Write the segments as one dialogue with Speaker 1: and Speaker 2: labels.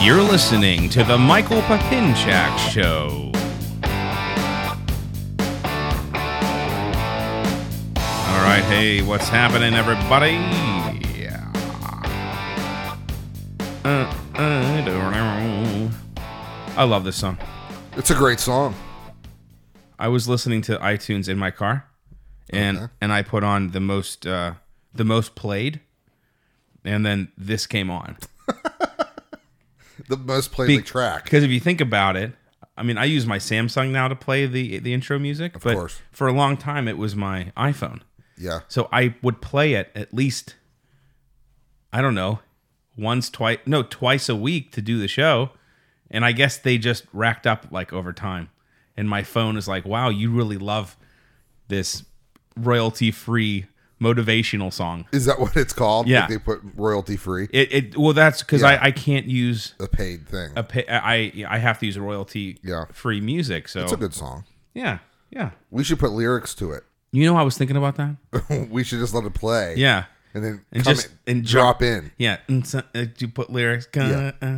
Speaker 1: You're listening to the Michael Papinchak Show. All right, hey, what's happening, everybody? Yeah. Uh, uh, do-do. I love this song.
Speaker 2: It's a great song.
Speaker 1: I was listening to iTunes in my car, and and I put on the most uh, the most played, and then this came on.
Speaker 2: The most played
Speaker 1: Be-
Speaker 2: track.
Speaker 1: Because if you think about it, I mean, I use my Samsung now to play the the intro music, of but
Speaker 2: course.
Speaker 1: for a long time it was my iPhone.
Speaker 2: Yeah.
Speaker 1: So I would play it at least, I don't know, once, twice, no, twice a week to do the show, and I guess they just racked up like over time. And my phone is like, wow, you really love this royalty free motivational song.
Speaker 2: Is that what it's called?
Speaker 1: Yeah.
Speaker 2: Like they put royalty free,
Speaker 1: It, it well, that's because
Speaker 2: Yeah.
Speaker 1: I, I can't use
Speaker 2: a paid thing.
Speaker 1: a pay, I I have to use royalty
Speaker 2: Yeah.
Speaker 1: free music. So
Speaker 2: It's a good song.
Speaker 1: Yeah, yeah.
Speaker 2: We should put lyrics to it.
Speaker 1: You know, I was thinking about that.
Speaker 2: we should just let it play.
Speaker 1: Yeah,
Speaker 2: And then
Speaker 1: And
Speaker 2: come
Speaker 1: just-
Speaker 2: in-
Speaker 1: and ju-
Speaker 2: drop in.
Speaker 1: yeah. And so, uh, you put lyrics.
Speaker 2: Yeah.
Speaker 1: uh,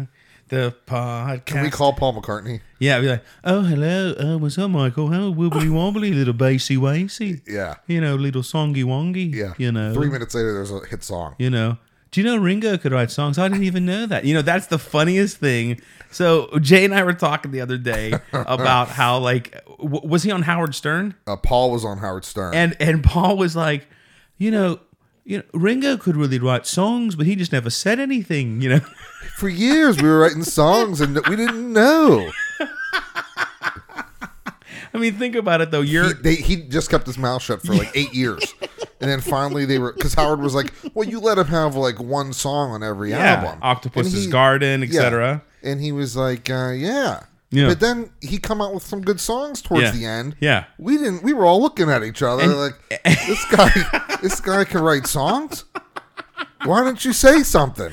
Speaker 1: the podcast.
Speaker 2: Can we call Paul McCartney?
Speaker 1: Yeah, be like, oh hello, oh what's up, Michael? How wibbly wobbly, little bassy wassy.
Speaker 2: Yeah.
Speaker 1: You know, little songy wongy.
Speaker 2: Yeah.
Speaker 1: You know.
Speaker 2: Three minutes later, there's a hit song.
Speaker 1: You know. Do you know Ringo could write songs? I didn't even know that. You know, that's the funniest thing. So Jay and I were talking the other day about how like w- was he on Howard Stern?
Speaker 2: Uh, Paul was on Howard Stern.
Speaker 1: and and Paul was like, you know, you know, Ringo could really write songs, but he just never said anything. You know,
Speaker 2: For years, we were writing songs and we didn't know.
Speaker 1: I mean, think about it though.
Speaker 2: He,
Speaker 1: You're
Speaker 2: they, he just kept his mouth shut for like eight years. And then finally, they were, because Howard was like, well, you let him have like one song on every
Speaker 1: yeah,
Speaker 2: album. And
Speaker 1: Octopus's
Speaker 2: he-
Speaker 1: Garden,
Speaker 2: Yeah.
Speaker 1: etc.
Speaker 2: And he was like, uh, yeah.
Speaker 1: Yeah.
Speaker 2: But then he come out with some good songs towards
Speaker 1: Yeah.
Speaker 2: the end.
Speaker 1: Yeah.
Speaker 2: We didn't we were all looking at each other
Speaker 1: And-
Speaker 2: like this guy this guy can write songs? Why don't you say something?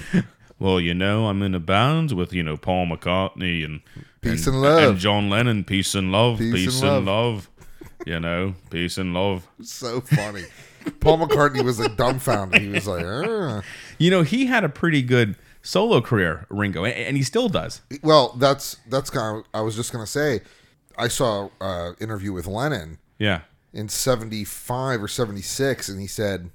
Speaker 1: Well, you know, I'm in the bands with you know Paul McCartney and
Speaker 2: Peace and love.
Speaker 1: John Lennon, peace and love,
Speaker 2: Oh. Peace and
Speaker 1: love. You know, peace and love.
Speaker 2: So funny. Paul McCartney was like dumbfounded. He was like, "Uh."
Speaker 1: You know, he had a pretty good solo career, Ringo, and, and he still does.
Speaker 2: well, that's that's kind of I was just gonna say. I saw an interview with Lennon
Speaker 1: Yeah.
Speaker 2: in 75 or 76 and he said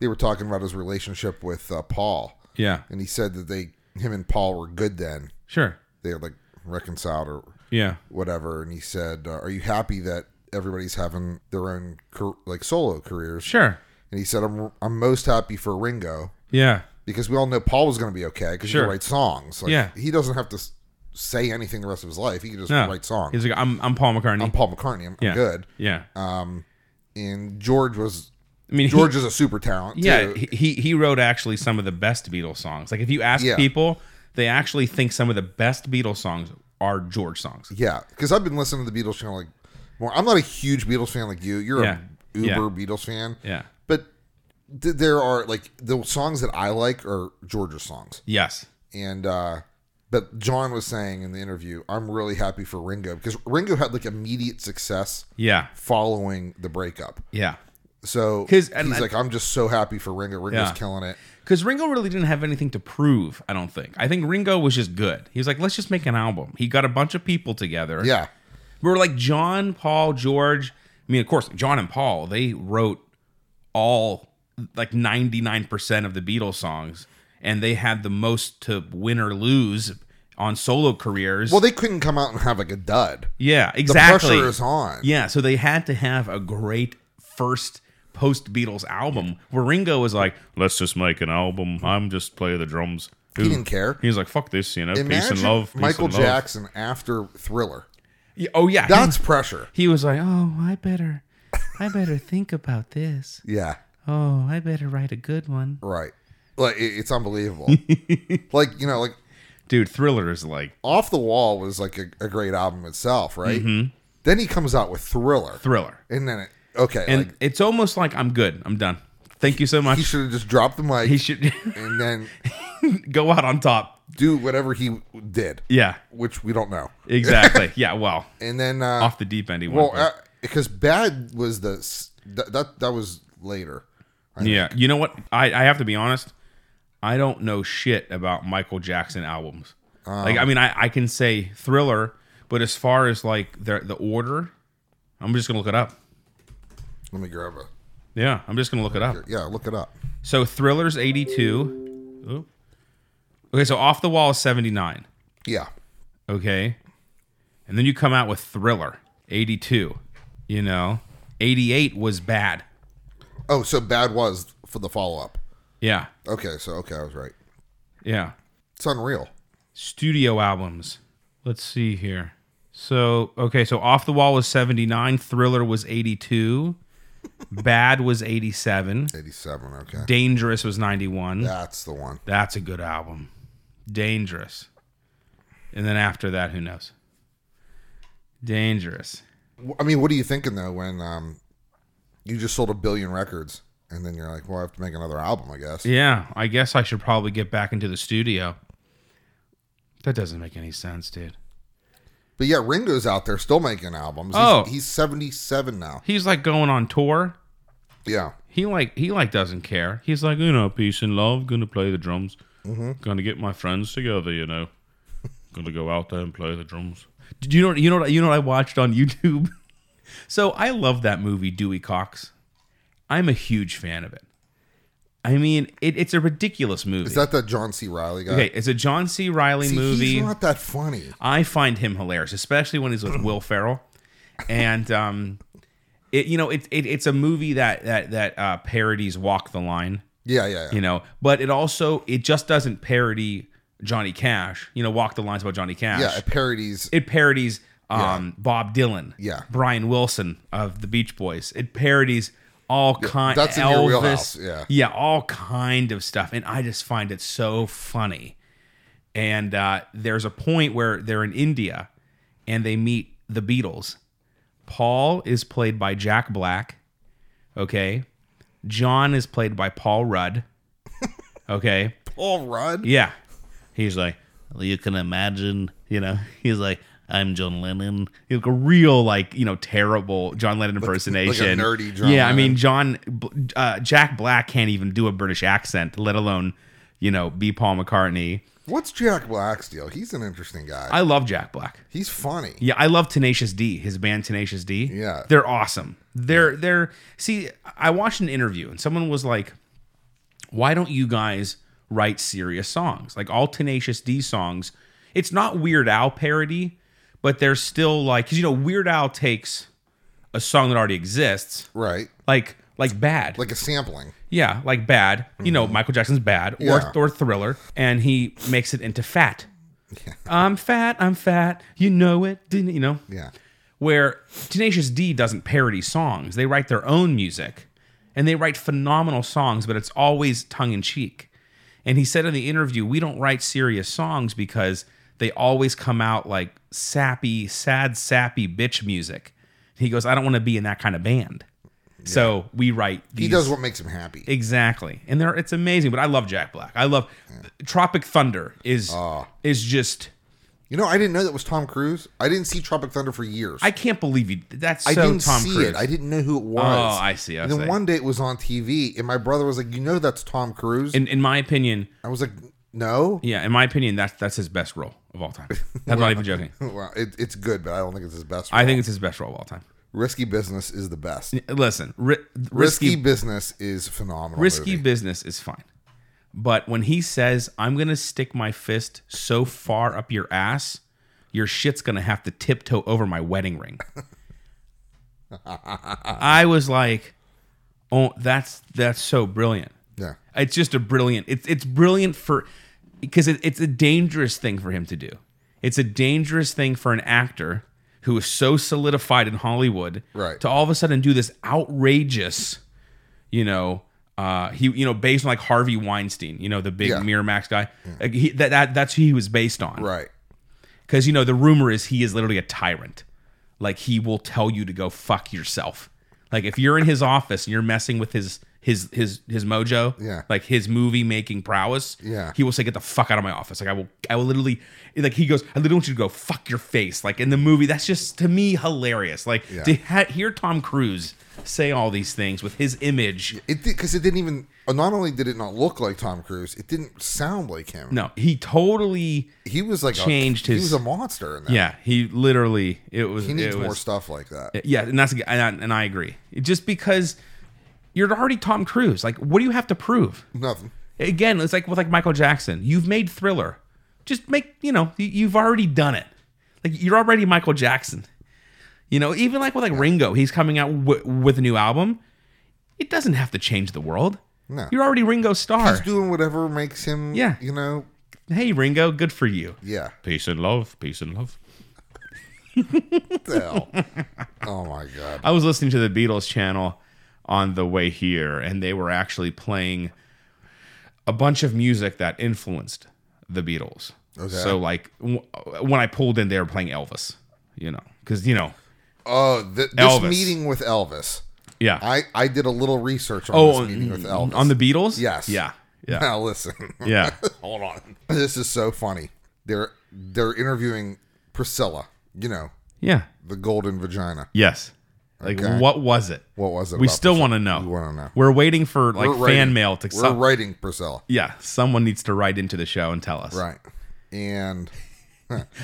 Speaker 2: they were talking about his relationship with uh, paul
Speaker 1: Yeah.
Speaker 2: and he said that they him and paul were good then
Speaker 1: Sure.
Speaker 2: they had like reconciled or
Speaker 1: Yeah.
Speaker 2: whatever and he said uh, are you happy that everybody's having their own car- like solo careers
Speaker 1: Sure.
Speaker 2: and he said i'm, I'm most happy for ringo
Speaker 1: Yeah.
Speaker 2: because we all know paul was going to be okay because he
Speaker 1: Sure.
Speaker 2: could write songs like,
Speaker 1: Yeah.
Speaker 2: he doesn't have to s- say anything the rest of his life he can just
Speaker 1: No.
Speaker 2: write songs
Speaker 1: He's like, I'm, I'm Paul McCartney.
Speaker 2: i'm paul mccartney i'm,
Speaker 1: yeah.
Speaker 2: I'm good
Speaker 1: Yeah.
Speaker 2: um, and george was
Speaker 1: I mean, he-
Speaker 2: George is a super talent.
Speaker 1: yeah,
Speaker 2: too.
Speaker 1: he, he he wrote actually some of the best Beatles songs. Like if you ask
Speaker 2: Yeah.
Speaker 1: people, they actually think some of the best Beatles songs are George songs.
Speaker 2: yeah. Because I've been listening to the Beatles channel like more. I'm not a huge Beatles fan like you. You're
Speaker 1: Yeah.
Speaker 2: a uber
Speaker 1: Yeah.
Speaker 2: Beatles fan.
Speaker 1: Yeah.
Speaker 2: but th- there are like the songs that I like are George's songs,
Speaker 1: Yes.
Speaker 2: and uh but John was saying in the interview, I'm really happy for Ringo because Ringo had like immediate success
Speaker 1: Yeah.
Speaker 2: following the breakup.
Speaker 1: Yeah.
Speaker 2: So
Speaker 1: 'Cause-
Speaker 2: he's
Speaker 1: and I-
Speaker 2: like, I'm just so happy for Ringo. Ringo's
Speaker 1: Yeah.
Speaker 2: killing it.
Speaker 1: Because Ringo really didn't have anything to prove. I don't think. I think Ringo was just good. He was like, let's just make an album. He got a bunch of people together.
Speaker 2: Yeah,
Speaker 1: We were like John, Paul, George. I mean, of course, John and Paul. They wrote all like ninety nine percent of the Beatles songs, and they had the most to win or lose on solo careers.
Speaker 2: well, they couldn't come out and have like a dud.
Speaker 1: Yeah,
Speaker 2: The
Speaker 1: exactly.
Speaker 2: pressure is on.
Speaker 1: Yeah, so they had to have a great first post Beatles album where Ringo was like, "Let's just make an album. I'm just play the drums."
Speaker 2: He didn't care.
Speaker 1: He's like, "Fuck this," you know, peace
Speaker 2: Imagine
Speaker 1: and love. peace
Speaker 2: Michael
Speaker 1: and love."
Speaker 2: Jackson after Thriller.
Speaker 1: Yeah, Oh yeah,
Speaker 2: That's pressure.
Speaker 1: he was like, "Oh, I better, I better think about this.
Speaker 2: Yeah,
Speaker 1: Oh, I better write a good one."
Speaker 2: right. Like it- it's unbelievable. like you know, like
Speaker 1: Dude, Thriller is like
Speaker 2: Off the Wall was like a, a great album itself, right?
Speaker 1: Mm-hmm.
Speaker 2: Then he comes out with Thriller,
Speaker 1: Thriller,
Speaker 2: and then it, okay,
Speaker 1: and
Speaker 2: like
Speaker 1: it's almost like I'm good. I'm done. Thank you so
Speaker 2: he
Speaker 1: much.
Speaker 2: should have just dropped the mic
Speaker 1: He should
Speaker 2: and then
Speaker 1: go out on top.
Speaker 2: do whatever he did,
Speaker 1: Yeah,
Speaker 2: which we don't know.
Speaker 1: exactly. Yeah, well,
Speaker 2: And then uh,
Speaker 1: off the deep end he went.
Speaker 2: well,
Speaker 1: but-
Speaker 2: uh, because Bad was the s- that that, that was later. I
Speaker 1: yeah, you know what? I, I have to be honest. I don't know shit about Michael Jackson albums. like I mean, I, I can say thriller, but as far as like the the order, I'm just gonna look it up.
Speaker 2: Let me grab a.
Speaker 1: Yeah, I'm just gonna look it up.
Speaker 2: Yeah, look it up.
Speaker 1: So thrillers 82. Oop. Okay, so off the wall is 79.
Speaker 2: Yeah.
Speaker 1: Okay. And then you come out with thriller 82. You know, 88 was bad.
Speaker 2: Oh, so bad was for the follow up.
Speaker 1: Yeah.
Speaker 2: Okay, so okay, I was right.
Speaker 1: Yeah.
Speaker 2: It's unreal.
Speaker 1: Studio albums. Let's see here. So, okay, so off the wall was 79, thriller was 82, bad was 87,
Speaker 2: Eighty seven. Okay,
Speaker 1: dangerous was 91.
Speaker 2: that's the one.
Speaker 1: That's a good album. Dangerous. And then after that, who knows? Dangerous.
Speaker 2: I mean, what are you thinking though when um, you just sold a billion records and then you're like, well, I have to make another album, I guess.
Speaker 1: Yeah, I guess I should probably get back into the studio. That doesn't make any sense, dude.
Speaker 2: But yeah, Ringo's out there still making albums. He's,
Speaker 1: Oh.
Speaker 2: he's seventy seven now.
Speaker 1: He's like going on tour.
Speaker 2: Yeah,
Speaker 1: He like he like doesn't care. He's like, you know, peace and love, gonna play the drums. Gonna get my friends together, you know. gonna go out there and play the drums. Did you know you know what you know what I watched on YouTube? so I love that movie, Dewey Cox. I'm a huge fan of it. I mean, it, it's a ridiculous movie.
Speaker 2: is that the John C. Riley guy?
Speaker 1: okay, it's a John C. Riley
Speaker 2: See,
Speaker 1: movie.
Speaker 2: He's not that funny.
Speaker 1: I find him hilarious, especially when he's with Will Ferrell. And um, it you know it, it it's a movie that that that uh, parodies Walk the Line,
Speaker 2: Yeah, yeah, yeah.
Speaker 1: you know, but it also it just doesn't parody Johnny Cash. You know, Walk the Line's about Johnny Cash.
Speaker 2: yeah. It parodies.
Speaker 1: It parodies um, Bob Dylan,
Speaker 2: Yeah.
Speaker 1: Brian Wilson of the Beach Boys. It parodies all kind
Speaker 2: that's in your wheelhouse,
Speaker 1: Elvis,
Speaker 2: yeah.
Speaker 1: yeah, all kind of stuff, and I just find it so funny. And uh, there's a point where they're in India, and they meet the Beatles. Paul is played by Jack Black. Okay, John is played by Paul Rudd. Okay,
Speaker 2: Paul Rudd.
Speaker 1: yeah. He's like, you can imagine, you know, he's like, I'm John Lennon. He's like a real, like, you know, terrible John Lennon impersonation.
Speaker 2: nerdy John
Speaker 1: Yeah, I
Speaker 2: Lennon.
Speaker 1: mean, John, uh, Jack Black can't even do a British accent, let alone, you know, be Paul McCartney.
Speaker 2: What's Jack Black's deal? He's an interesting guy.
Speaker 1: I love Jack Black.
Speaker 2: he's funny.
Speaker 1: Yeah, I love Tenacious D, his band Tenacious D.
Speaker 2: Yeah.
Speaker 1: They're awesome. They're they're see, I watched an interview and someone was like, Why don't you guys write serious songs? Like all Tenacious D songs, it's not Weird Al parody, but they're still like because you know, Weird Al takes a song that already exists,
Speaker 2: Right.
Speaker 1: like like bad.
Speaker 2: Like a sampling.
Speaker 1: yeah, like bad. You know, Michael Jackson's bad or
Speaker 2: Yeah.
Speaker 1: or thriller, and he makes it into fat.
Speaker 2: Yeah.
Speaker 1: I'm fat, I'm fat, you know it, didn't you know?
Speaker 2: Yeah.
Speaker 1: where Tenacious D doesn't parody songs. They write their own music and they write phenomenal songs, but it's always tongue in cheek. And he said in the interview, We don't write serious songs because they always come out like sappy, sad, sappy bitch music. He goes, I don't want to be in that kind of band. So we write these.
Speaker 2: He does what makes him happy.
Speaker 1: Exactly, and there it's amazing. But I love Jack Black. I love Tropic Thunder is is just
Speaker 2: You know, I didn't know that was Tom Cruise. I didn't see Tropic Thunder for years.
Speaker 1: I can't believe you. That's so
Speaker 2: I didn't
Speaker 1: Tom
Speaker 2: see
Speaker 1: Cruise.
Speaker 2: it. I didn't know who it was.
Speaker 1: Oh, I see, I
Speaker 2: and then
Speaker 1: see.
Speaker 2: one day it was on TV, and my brother was like, "You know that's Tom Cruise."
Speaker 1: in in my opinion,
Speaker 2: I was like, "No."
Speaker 1: yeah, in my opinion, that's that's his best role of all time. I'm not even joking.
Speaker 2: Well, it, it's good, but I don't think it's his best.
Speaker 1: I think it's his best role of all time.
Speaker 2: Risky Business is the best.
Speaker 1: Listen, ri-
Speaker 2: Risky,
Speaker 1: risky
Speaker 2: Business is phenomenal.
Speaker 1: risky
Speaker 2: movie.
Speaker 1: business is fine, but when he says, "I'm gonna stick my fist so far up your ass, your shit's gonna have to tiptoe over my wedding ring," I was like, "Oh, that's that's so brilliant."
Speaker 2: Yeah.
Speaker 1: It's just a brilliant. It's it's brilliant for because it, it's a dangerous thing for him to do. It's a dangerous thing for an actor who is so solidified in Hollywood,
Speaker 2: Right.
Speaker 1: To all of a sudden do this outrageous, you know, uh, he you know based on like Harvey Weinstein, you know, the big
Speaker 2: Yeah.
Speaker 1: Miramax guy. Like, he, that, that that's who he was based on,
Speaker 2: Right.
Speaker 1: Because you know the rumor is he is literally a tyrant. Like he will tell you to go fuck yourself. Like if you're in his office and you're messing with his his his his mojo,
Speaker 2: Yeah.
Speaker 1: like his movie making prowess,
Speaker 2: Yeah.
Speaker 1: he will say, "Get the fuck out of my office!" Like I will, I will literally, like he goes, "I literally want you to go fuck your face!" Like in the movie, that's just to me hilarious. Like
Speaker 2: Yeah.
Speaker 1: to ha- hear Tom Cruise say all these things with his image.
Speaker 2: It because it didn't even. uh, Not only did it not look like Tom Cruise, it didn't sound like him.
Speaker 1: No, he totally,
Speaker 2: he was like a-
Speaker 1: Changed
Speaker 2: He
Speaker 1: his-
Speaker 2: was a monster in that.
Speaker 1: yeah, he literally, it was,
Speaker 2: he needs
Speaker 1: it
Speaker 2: more
Speaker 1: was-
Speaker 2: stuff like that.
Speaker 1: Yeah, and that's and I, and I agree. Just because you're already Tom Cruise, like what do you have to prove?
Speaker 2: Nothing.
Speaker 1: Again, it's like with like Michael Jackson. You've made Thriller. Just make you know you- you've already done it. Like you're already Michael Jackson. You know, even like with like Ringo, he's coming out w- with a new album. It doesn't have to change the world.
Speaker 2: No.
Speaker 1: You're already Ringo
Speaker 2: He's
Speaker 1: Starr.
Speaker 2: doing whatever makes him.
Speaker 1: Yeah.
Speaker 2: You know.
Speaker 1: hey Ringo, good for you.
Speaker 2: Yeah.
Speaker 1: Peace and love, peace and love.
Speaker 2: What the hell? oh my god.
Speaker 1: I was listening to the Beatles channel on the way here, and they were actually playing a bunch of music that influenced the Beatles.
Speaker 2: Okay.
Speaker 1: So, like w- when I pulled in, they were playing Elvis. You know, because you know,
Speaker 2: Oh, th- this
Speaker 1: Elvis.
Speaker 2: meeting with Elvis.
Speaker 1: yeah.
Speaker 2: I I did a little research on
Speaker 1: oh,
Speaker 2: this meeting with Elvis.
Speaker 1: on the Beatles.
Speaker 2: Yes.
Speaker 1: Yeah. Yeah.
Speaker 2: now listen.
Speaker 1: yeah.
Speaker 2: Hold on. This is so funny. They're they're interviewing Priscilla. You know
Speaker 1: Yeah.
Speaker 2: the golden vagina.
Speaker 1: Yes. Like,
Speaker 2: Okay.
Speaker 1: what was it?
Speaker 2: What was it?
Speaker 1: we
Speaker 2: about
Speaker 1: still
Speaker 2: Priscilla?
Speaker 1: want to know.
Speaker 2: We wanna know.
Speaker 1: We're waiting for like
Speaker 2: We're
Speaker 1: fan
Speaker 2: writing-
Speaker 1: mail to.
Speaker 2: We're
Speaker 1: Some,
Speaker 2: writing Priscilla.
Speaker 1: yeah, someone needs to write into the show and tell us.
Speaker 2: Right. And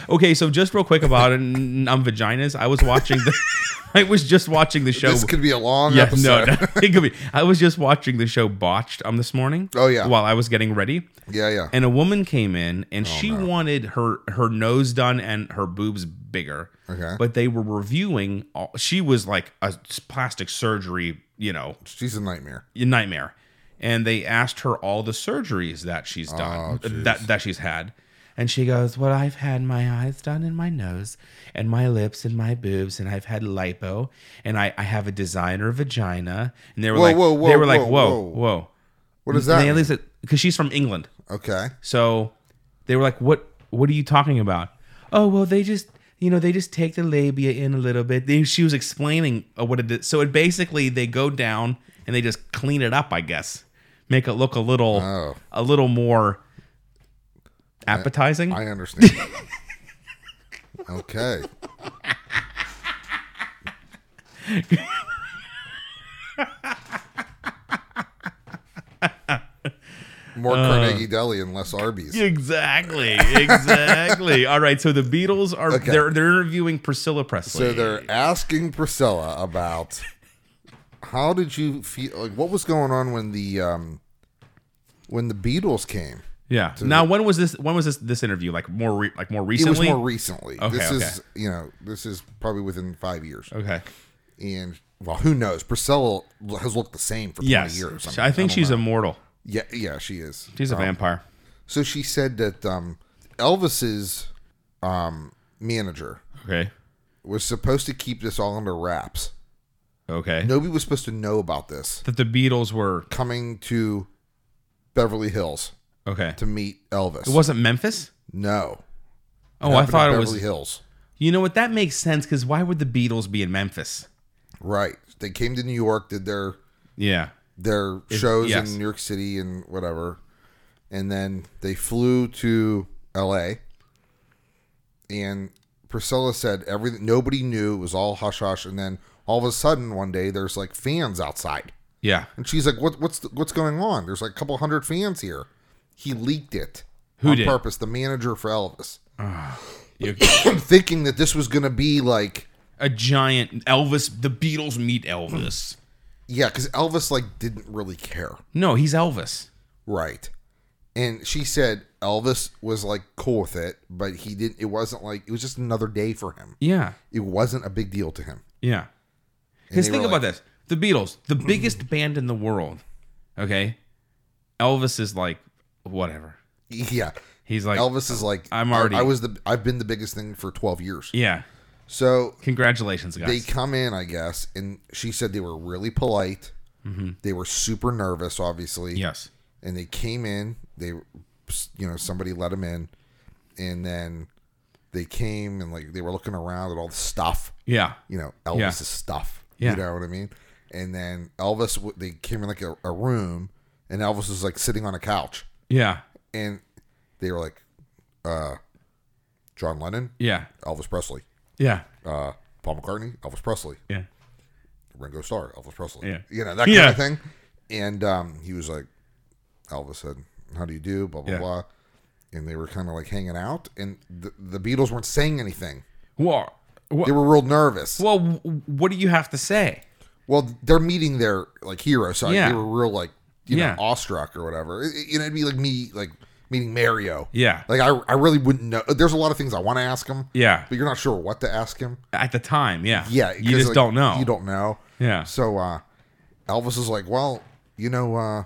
Speaker 1: Okay, so just real quick about n- um, vaginas. I was watching the. I was just watching the show.
Speaker 2: this could be a long
Speaker 1: yeah, no,
Speaker 2: episode.
Speaker 1: no, it could be. I was just watching the show Botched um this morning.
Speaker 2: Oh, yeah.
Speaker 1: While I was getting ready,
Speaker 2: Yeah, yeah.
Speaker 1: and a woman came in and
Speaker 2: Oh,
Speaker 1: she wanted her her nose done and her boobs bigger.
Speaker 2: Okay.
Speaker 1: But they were reviewing. All, she was like a s- plastic surgery, you know,
Speaker 2: She's a nightmare.
Speaker 1: nightmare. And they asked her all the surgeries that
Speaker 2: Oh,
Speaker 1: she's done, uh, that that she's had. And she goes, "Well, I've had my eyes done, and my nose, and my lips, and my boobs, and I've had lipo, and I, I have a designer vagina." And they were
Speaker 2: Whoa,
Speaker 1: like,
Speaker 2: whoa, whoa,
Speaker 1: "They were like,
Speaker 2: whoa,
Speaker 1: whoa,
Speaker 2: whoa.
Speaker 1: whoa."
Speaker 2: What does that? mean?
Speaker 1: Because she's from England,
Speaker 2: Okay.
Speaker 1: so they were like, "What? What are you talking about?" Oh well, they just you know they just take the labia in a little bit. They, she was explaining uh, what it is. So it basically they go down and they just clean it up, I guess, make it look a little
Speaker 2: Oh.
Speaker 1: a little more appetizing.
Speaker 2: I understand. okay. More
Speaker 1: Uh,
Speaker 2: Carnegie Deli and less Arby's.
Speaker 1: exactly, exactly. All right, so the Beatles are
Speaker 2: Okay.
Speaker 1: they're they're interviewing Priscilla Presley.
Speaker 2: So they're asking Priscilla about how did you feel? Like, what was going on when the um, when the Beatles came?
Speaker 1: yeah. Now when was this? When was this this interview? Like more re, like more
Speaker 2: It was
Speaker 1: recently.
Speaker 2: more recently.
Speaker 1: Okay,
Speaker 2: this is you know this is probably within five years.
Speaker 1: okay.
Speaker 2: and well, who knows? Priscilla has looked the same for twenty
Speaker 1: Yes,
Speaker 2: years.
Speaker 1: I, think
Speaker 2: don't
Speaker 1: she's
Speaker 2: know.
Speaker 1: immortal.
Speaker 2: yeah, yeah, she is.
Speaker 1: She's a vampire.
Speaker 2: So she said that um, Elvis's um, manager
Speaker 1: Okay.
Speaker 2: was supposed to keep this all under wraps.
Speaker 1: Okay.
Speaker 2: Nobody was supposed to know about this
Speaker 1: That the Beatles were
Speaker 2: coming to Beverly Hills
Speaker 1: okay.
Speaker 2: to meet Elvis.
Speaker 1: It wasn't Memphis.
Speaker 2: no.
Speaker 1: Oh, I
Speaker 2: Happened in
Speaker 1: thought it
Speaker 2: Beverly
Speaker 1: was.
Speaker 2: Hills.
Speaker 1: You know what? That makes sense because why would the Beatles be in Memphis?
Speaker 2: Right. They came to New York, did their
Speaker 1: Yeah.
Speaker 2: their shows
Speaker 1: yes.
Speaker 2: in New York City and whatever. And then they flew to LA. And Priscilla said everything nobody knew, it was all hush hush and then all of a sudden one day there's like fans outside.
Speaker 1: Yeah.
Speaker 2: And she's like what what's the, what's going on? There's like a couple hundred fans here. He leaked it.
Speaker 1: Who
Speaker 2: on
Speaker 1: did?
Speaker 2: purpose, the manager for Elvis,
Speaker 1: You-
Speaker 2: thinking that this was going to be like
Speaker 1: a giant Elvis. The Beatles meet Elvis.
Speaker 2: yeah, cuz Elvis like didn't really care.
Speaker 1: No, he's Elvis.
Speaker 2: Right. And she said Elvis was like cool with it, but he didn't it wasn't like it was just another day for him.
Speaker 1: Yeah.
Speaker 2: It wasn't a big deal to him.
Speaker 1: Yeah. Because
Speaker 2: they
Speaker 1: think
Speaker 2: were
Speaker 1: about this: the Beatles, the biggest band in the world. Okay. Elvis is like whatever.
Speaker 2: Yeah.
Speaker 1: He's like
Speaker 2: Elvis is like
Speaker 1: I'm already-
Speaker 2: I, I was the I've been the biggest thing for 12 years.
Speaker 1: Yeah.
Speaker 2: So
Speaker 1: Congratulations, guys.
Speaker 2: they come in, I guess, and she said they were really polite.
Speaker 1: Mm-hmm.
Speaker 2: They were super nervous obviously.
Speaker 1: yes.
Speaker 2: And they came in, they you know, somebody let them in and then they came and like they were looking around at all the stuff.
Speaker 1: Yeah.
Speaker 2: you know Elvis's stuff.
Speaker 1: Yeah.
Speaker 2: You know what I mean? and then Elvis w- they came in like a, a room, and Elvis was like sitting on a couch,
Speaker 1: Yeah.
Speaker 2: and they were like, uh, John Lennon,
Speaker 1: Yeah.
Speaker 2: Elvis Presley,
Speaker 1: Yeah.
Speaker 2: uh, Paul McCartney, Elvis Presley,
Speaker 1: Yeah.
Speaker 2: Ringo Starr, Elvis Presley,
Speaker 1: Yeah.
Speaker 2: you know that kind
Speaker 1: Yeah.
Speaker 2: of thing. And um, he was like, Elvis said, "How do you do?" Blah blah
Speaker 1: Yeah.
Speaker 2: blah, and they were kind of like hanging out, and the, the Beatles weren't saying anything.
Speaker 1: Well, wha-
Speaker 2: They were real nervous.
Speaker 1: well, w- what do you have to say?
Speaker 2: Well, they're meeting their like hero, so
Speaker 1: Yeah.
Speaker 2: they were real like you
Speaker 1: Yeah.
Speaker 2: know awestruck or whatever. It- it- you know, it'd be like me like meeting Mario.
Speaker 1: Yeah.
Speaker 2: Like I, I really wouldn't know. There's a lot of things I want to ask him,
Speaker 1: Yeah.
Speaker 2: but you're not sure what to ask him.
Speaker 1: At the time, yeah.
Speaker 2: Yeah,
Speaker 1: You
Speaker 2: 'cause,
Speaker 1: just
Speaker 2: like,
Speaker 1: don't know.
Speaker 2: You don't know.
Speaker 1: Yeah.
Speaker 2: So uh, Elvis is like, well, you know, uh,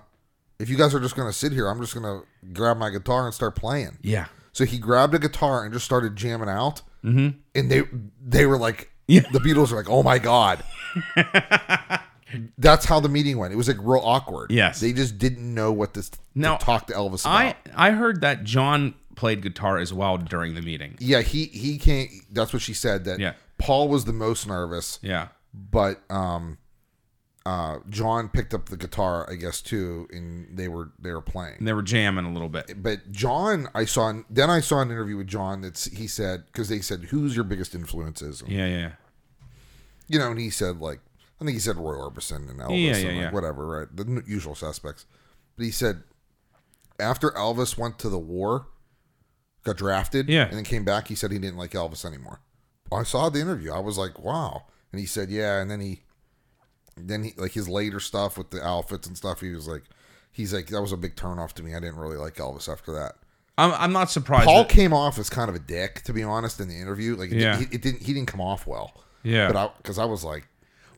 Speaker 2: if you guys are just gonna sit here, I'm just gonna grab my guitar and start playing.
Speaker 1: Yeah.
Speaker 2: So he grabbed a guitar and just started jamming out, mm-hmm. and they they were like,
Speaker 1: Yeah.
Speaker 2: the Beatles were like, oh my god. That's how the meeting went. It was like real awkward.
Speaker 1: Yes.
Speaker 2: they just didn't know what this
Speaker 1: Now,
Speaker 2: to talk to Elvis about.
Speaker 1: I I heard that John played guitar as well during the meeting.
Speaker 2: yeah, he he can't. That's what she said. That
Speaker 1: Yeah.
Speaker 2: Paul was the most nervous.
Speaker 1: Yeah.
Speaker 2: but um uh John picked up the guitar I guess too and they were they were playing
Speaker 1: And they were jamming a little bit.
Speaker 2: but John I saw then I saw an interview with John that's he said cuz they said who's your biggest influences
Speaker 1: Yeah, yeah, yeah.
Speaker 2: you know and he said like I think he said Roy Orbison and Elvis
Speaker 1: Yeah, yeah,
Speaker 2: and like,
Speaker 1: yeah.
Speaker 2: whatever right the n- usual suspects but he said after Elvis went to the war got drafted
Speaker 1: Yeah.
Speaker 2: and then came back he said he didn't like Elvis anymore I saw the interview I was like wow and he said yeah and then he then he like his later stuff with the outfits and stuff he was like he's like that was a big turnoff to me i didn't really like elvis after that
Speaker 1: I'm I'm not surprised.
Speaker 2: paul
Speaker 1: that-
Speaker 2: came off as kind of a dick to be honest in the interview like it,
Speaker 1: Yeah.
Speaker 2: yeah. it, didn't he didn't come off well
Speaker 1: Yeah.
Speaker 2: but i because i was like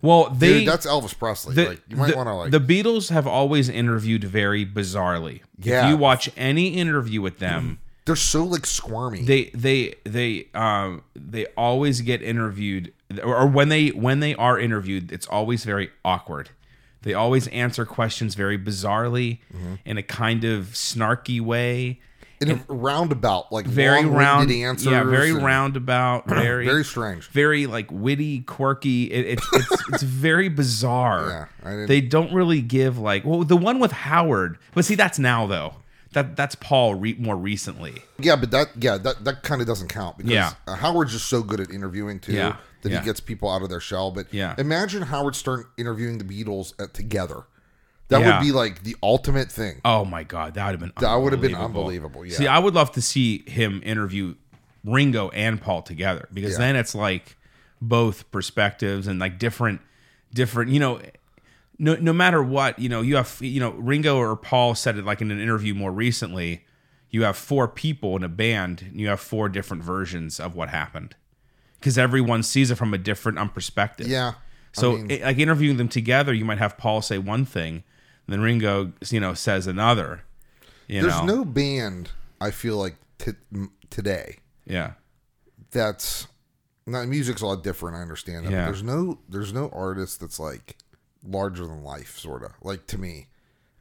Speaker 1: well, they
Speaker 2: dude that's elvis presley
Speaker 1: the,
Speaker 2: like you might
Speaker 1: the-
Speaker 2: want to like
Speaker 1: the Beatles have always interviewed very bizarrely.
Speaker 2: Yeah. Mm-hmm.
Speaker 1: If you watch any interview with them,
Speaker 2: they're so like squirmy
Speaker 1: they they they um they always get interviewed or or when they when they are interviewed it's always very awkward they always answer questions very bizarrely
Speaker 2: Mm-hmm.
Speaker 1: in a kind of snarky way
Speaker 2: in a roundabout like
Speaker 1: very
Speaker 2: long-winded
Speaker 1: round
Speaker 2: answers
Speaker 1: yeah very
Speaker 2: and
Speaker 1: roundabout very
Speaker 2: very strange
Speaker 1: very like witty quirky it, it, it's it's very bizarre
Speaker 2: Yeah, I didn't-
Speaker 1: they don't really give like well the one with howard but see that's now though that that's paul re- more recently
Speaker 2: Yeah, but that yeah that that kind of doesn't count because
Speaker 1: Yeah.
Speaker 2: uh, Howard's just so good at interviewing too
Speaker 1: Yeah,
Speaker 2: that
Speaker 1: yeah.
Speaker 2: he gets people out of their shell. But
Speaker 1: Yeah.
Speaker 2: imagine Howard Stern interviewing the Beatles at, together. That
Speaker 1: Yeah.
Speaker 2: would be like the ultimate thing.
Speaker 1: Oh my god, that would have been
Speaker 2: That would have been unbelievable, yeah.
Speaker 1: See, I would love to see him interview Ringo and Paul together because
Speaker 2: Yeah.
Speaker 1: then it's like both perspectives and like different different, you know, no no matter what, you know, you have you know, Ringo or Paul said it like in an interview more recently, you have four people in a band and you have four different versions of what happened. Cuz everyone sees it from a different um, perspective.
Speaker 2: yeah.
Speaker 1: So,
Speaker 2: I mean,
Speaker 1: i- like interviewing them together, you might have Paul say one thing, and then Ringo, you know, says another. You
Speaker 2: there's
Speaker 1: know,
Speaker 2: no band I feel like t- m- today
Speaker 1: yeah,
Speaker 2: that's now music's a lot different. I understand that.
Speaker 1: Yeah.
Speaker 2: But there's no there's no artist that's like larger than life, sort of like to me.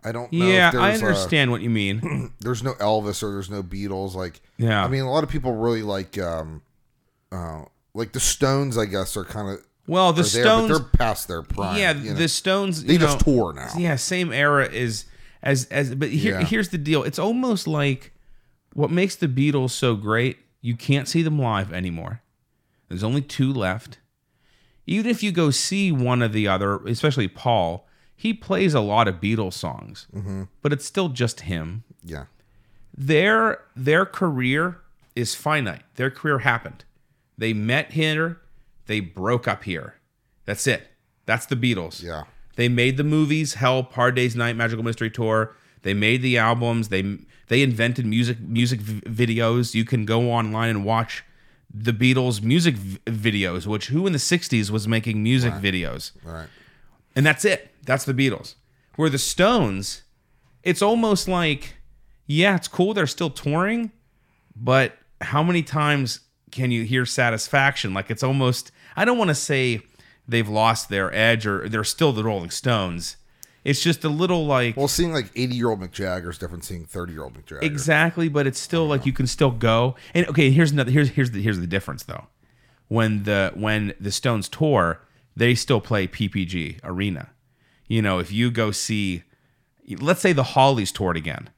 Speaker 2: I don't know.
Speaker 1: yeah.
Speaker 2: if
Speaker 1: I
Speaker 2: there's uh, a-
Speaker 1: understand what you mean.
Speaker 2: there's no Elvis or there's no Beatles. Like,
Speaker 1: Yeah.
Speaker 2: I mean, a lot of people really like, um, uh, like the Stones. I guess are kind of
Speaker 1: Well, the
Speaker 2: there, but
Speaker 1: Stones,
Speaker 2: they're past their prime.
Speaker 1: yeah,
Speaker 2: you know?
Speaker 1: the Stones,
Speaker 2: they
Speaker 1: you know,
Speaker 2: just tour now.
Speaker 1: yeah, same era is as as. But here,
Speaker 2: Yeah.
Speaker 1: here's the deal: it's almost like what makes the Beatles so great. You can't see them live anymore. There's only two left. Even if you go see one or the other, especially Paul, he plays a lot of Beatles songs,
Speaker 2: Mm-hmm.
Speaker 1: but it's still just him.
Speaker 2: Yeah,
Speaker 1: their their career is finite. Their career happened. They met here, they broke up here. That's it. That's the Beatles.
Speaker 2: yeah,
Speaker 1: They made the movies, Help, Hard Days Night, Magical Mystery Tour. They made the albums. They they invented music music v- videos. You can go online and watch the Beatles music v- videos, which who in the 60s was making music videos?
Speaker 2: All right.
Speaker 1: And that's it. That's the Beatles. Where the Stones, it's almost like, yeah, it's cool they're still touring, but how many times can you hear satisfaction? Like it's almost, I don't want to say they've lost their edge or they're still the Rolling Stones. It's just a little like
Speaker 2: Well, seeing like eighty-year-old Mick Jagger is different. Seeing thirty-year-old Mick Jagger.
Speaker 1: exactly, but it's still like you can still go. And okay, here's another here's here's the here's the difference though. When the when the Stones tour, they still play PPG Arena. you know, if you go see, let's say the Hollies toured again,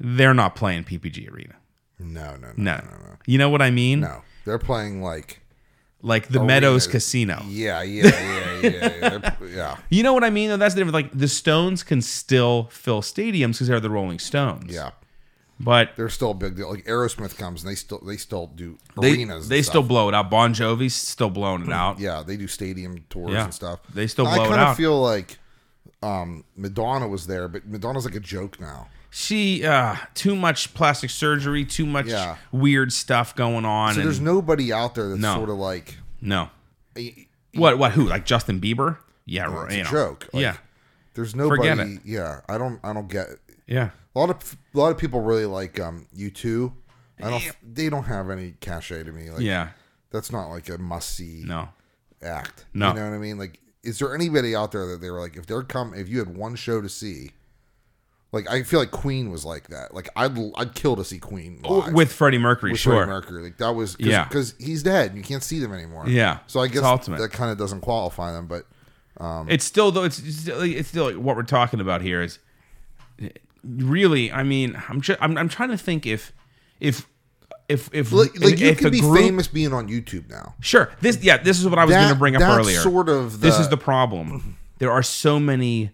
Speaker 1: they're not playing PPG Arena.
Speaker 2: No, no, no,
Speaker 1: No. You know what I mean?
Speaker 2: no. They're playing like
Speaker 1: Like the Meadows
Speaker 2: Arenas.
Speaker 1: Casino.
Speaker 2: yeah, yeah, yeah, yeah, yeah. yeah.
Speaker 1: You know what I mean? Though that's the difference. Like the Stones can still fill stadiums because they're the Rolling Stones.
Speaker 2: Yeah.
Speaker 1: But
Speaker 2: They're still a big deal. Like Aerosmith comes and they still they still do
Speaker 1: they,
Speaker 2: arenas. and
Speaker 1: they
Speaker 2: stuff.
Speaker 1: still blow it out. Bon Jovi's still blowing it out.
Speaker 2: yeah they do stadium tours
Speaker 1: Yeah.
Speaker 2: and stuff.
Speaker 1: They still
Speaker 2: I
Speaker 1: blow it
Speaker 2: kinda
Speaker 1: out.
Speaker 2: feel like um, Madonna was there, but Madonna's like a joke now.
Speaker 1: She uh too much plastic surgery, too much
Speaker 2: Yeah.
Speaker 1: weird stuff going on.
Speaker 2: So
Speaker 1: and
Speaker 2: there's nobody out there that's
Speaker 1: No.
Speaker 2: sort of like eh,
Speaker 1: no
Speaker 2: a,
Speaker 1: what what who like Justin Bieber? Yeah,
Speaker 2: it's
Speaker 1: you
Speaker 2: a
Speaker 1: know.
Speaker 2: joke. Like,
Speaker 1: yeah,
Speaker 2: There's nobody.
Speaker 1: it.
Speaker 2: Yeah, I don't. I don't get.
Speaker 1: yeah.
Speaker 2: A lot of a lot of people really like um you two. I don't. They don't have any cachet to me. Like,
Speaker 1: Yeah.
Speaker 2: that's not like a must see
Speaker 1: No.
Speaker 2: act.
Speaker 1: No.
Speaker 2: you know what I mean. Like, is there anybody out there that they were like, if they're come, if you had one show to see, like I feel like Queen was like that. Like I'd I'd kill to see Queen live
Speaker 1: Oh, With Freddie Mercury,
Speaker 2: with
Speaker 1: sure.
Speaker 2: Freddie Mercury. Like that was cause,
Speaker 1: Yeah.
Speaker 2: because he's dead. and You can't see them anymore.
Speaker 1: Yeah.
Speaker 2: So I
Speaker 1: It's
Speaker 2: guess
Speaker 1: ultimate.
Speaker 2: that kind of doesn't qualify them, but.
Speaker 1: It's still though. It's it's still, it's still like, what we're talking about here is really. I mean, I'm ju- I'm, I'm trying to think if if if if
Speaker 2: Like, like you
Speaker 1: if
Speaker 2: can
Speaker 1: a
Speaker 2: be
Speaker 1: group-
Speaker 2: famous being on YouTube now.
Speaker 1: Sure. This yeah. This is what I was
Speaker 2: That-
Speaker 1: going to bring up
Speaker 2: that's
Speaker 1: earlier.
Speaker 2: sort of
Speaker 1: this
Speaker 2: the-
Speaker 1: is the problem. There are so many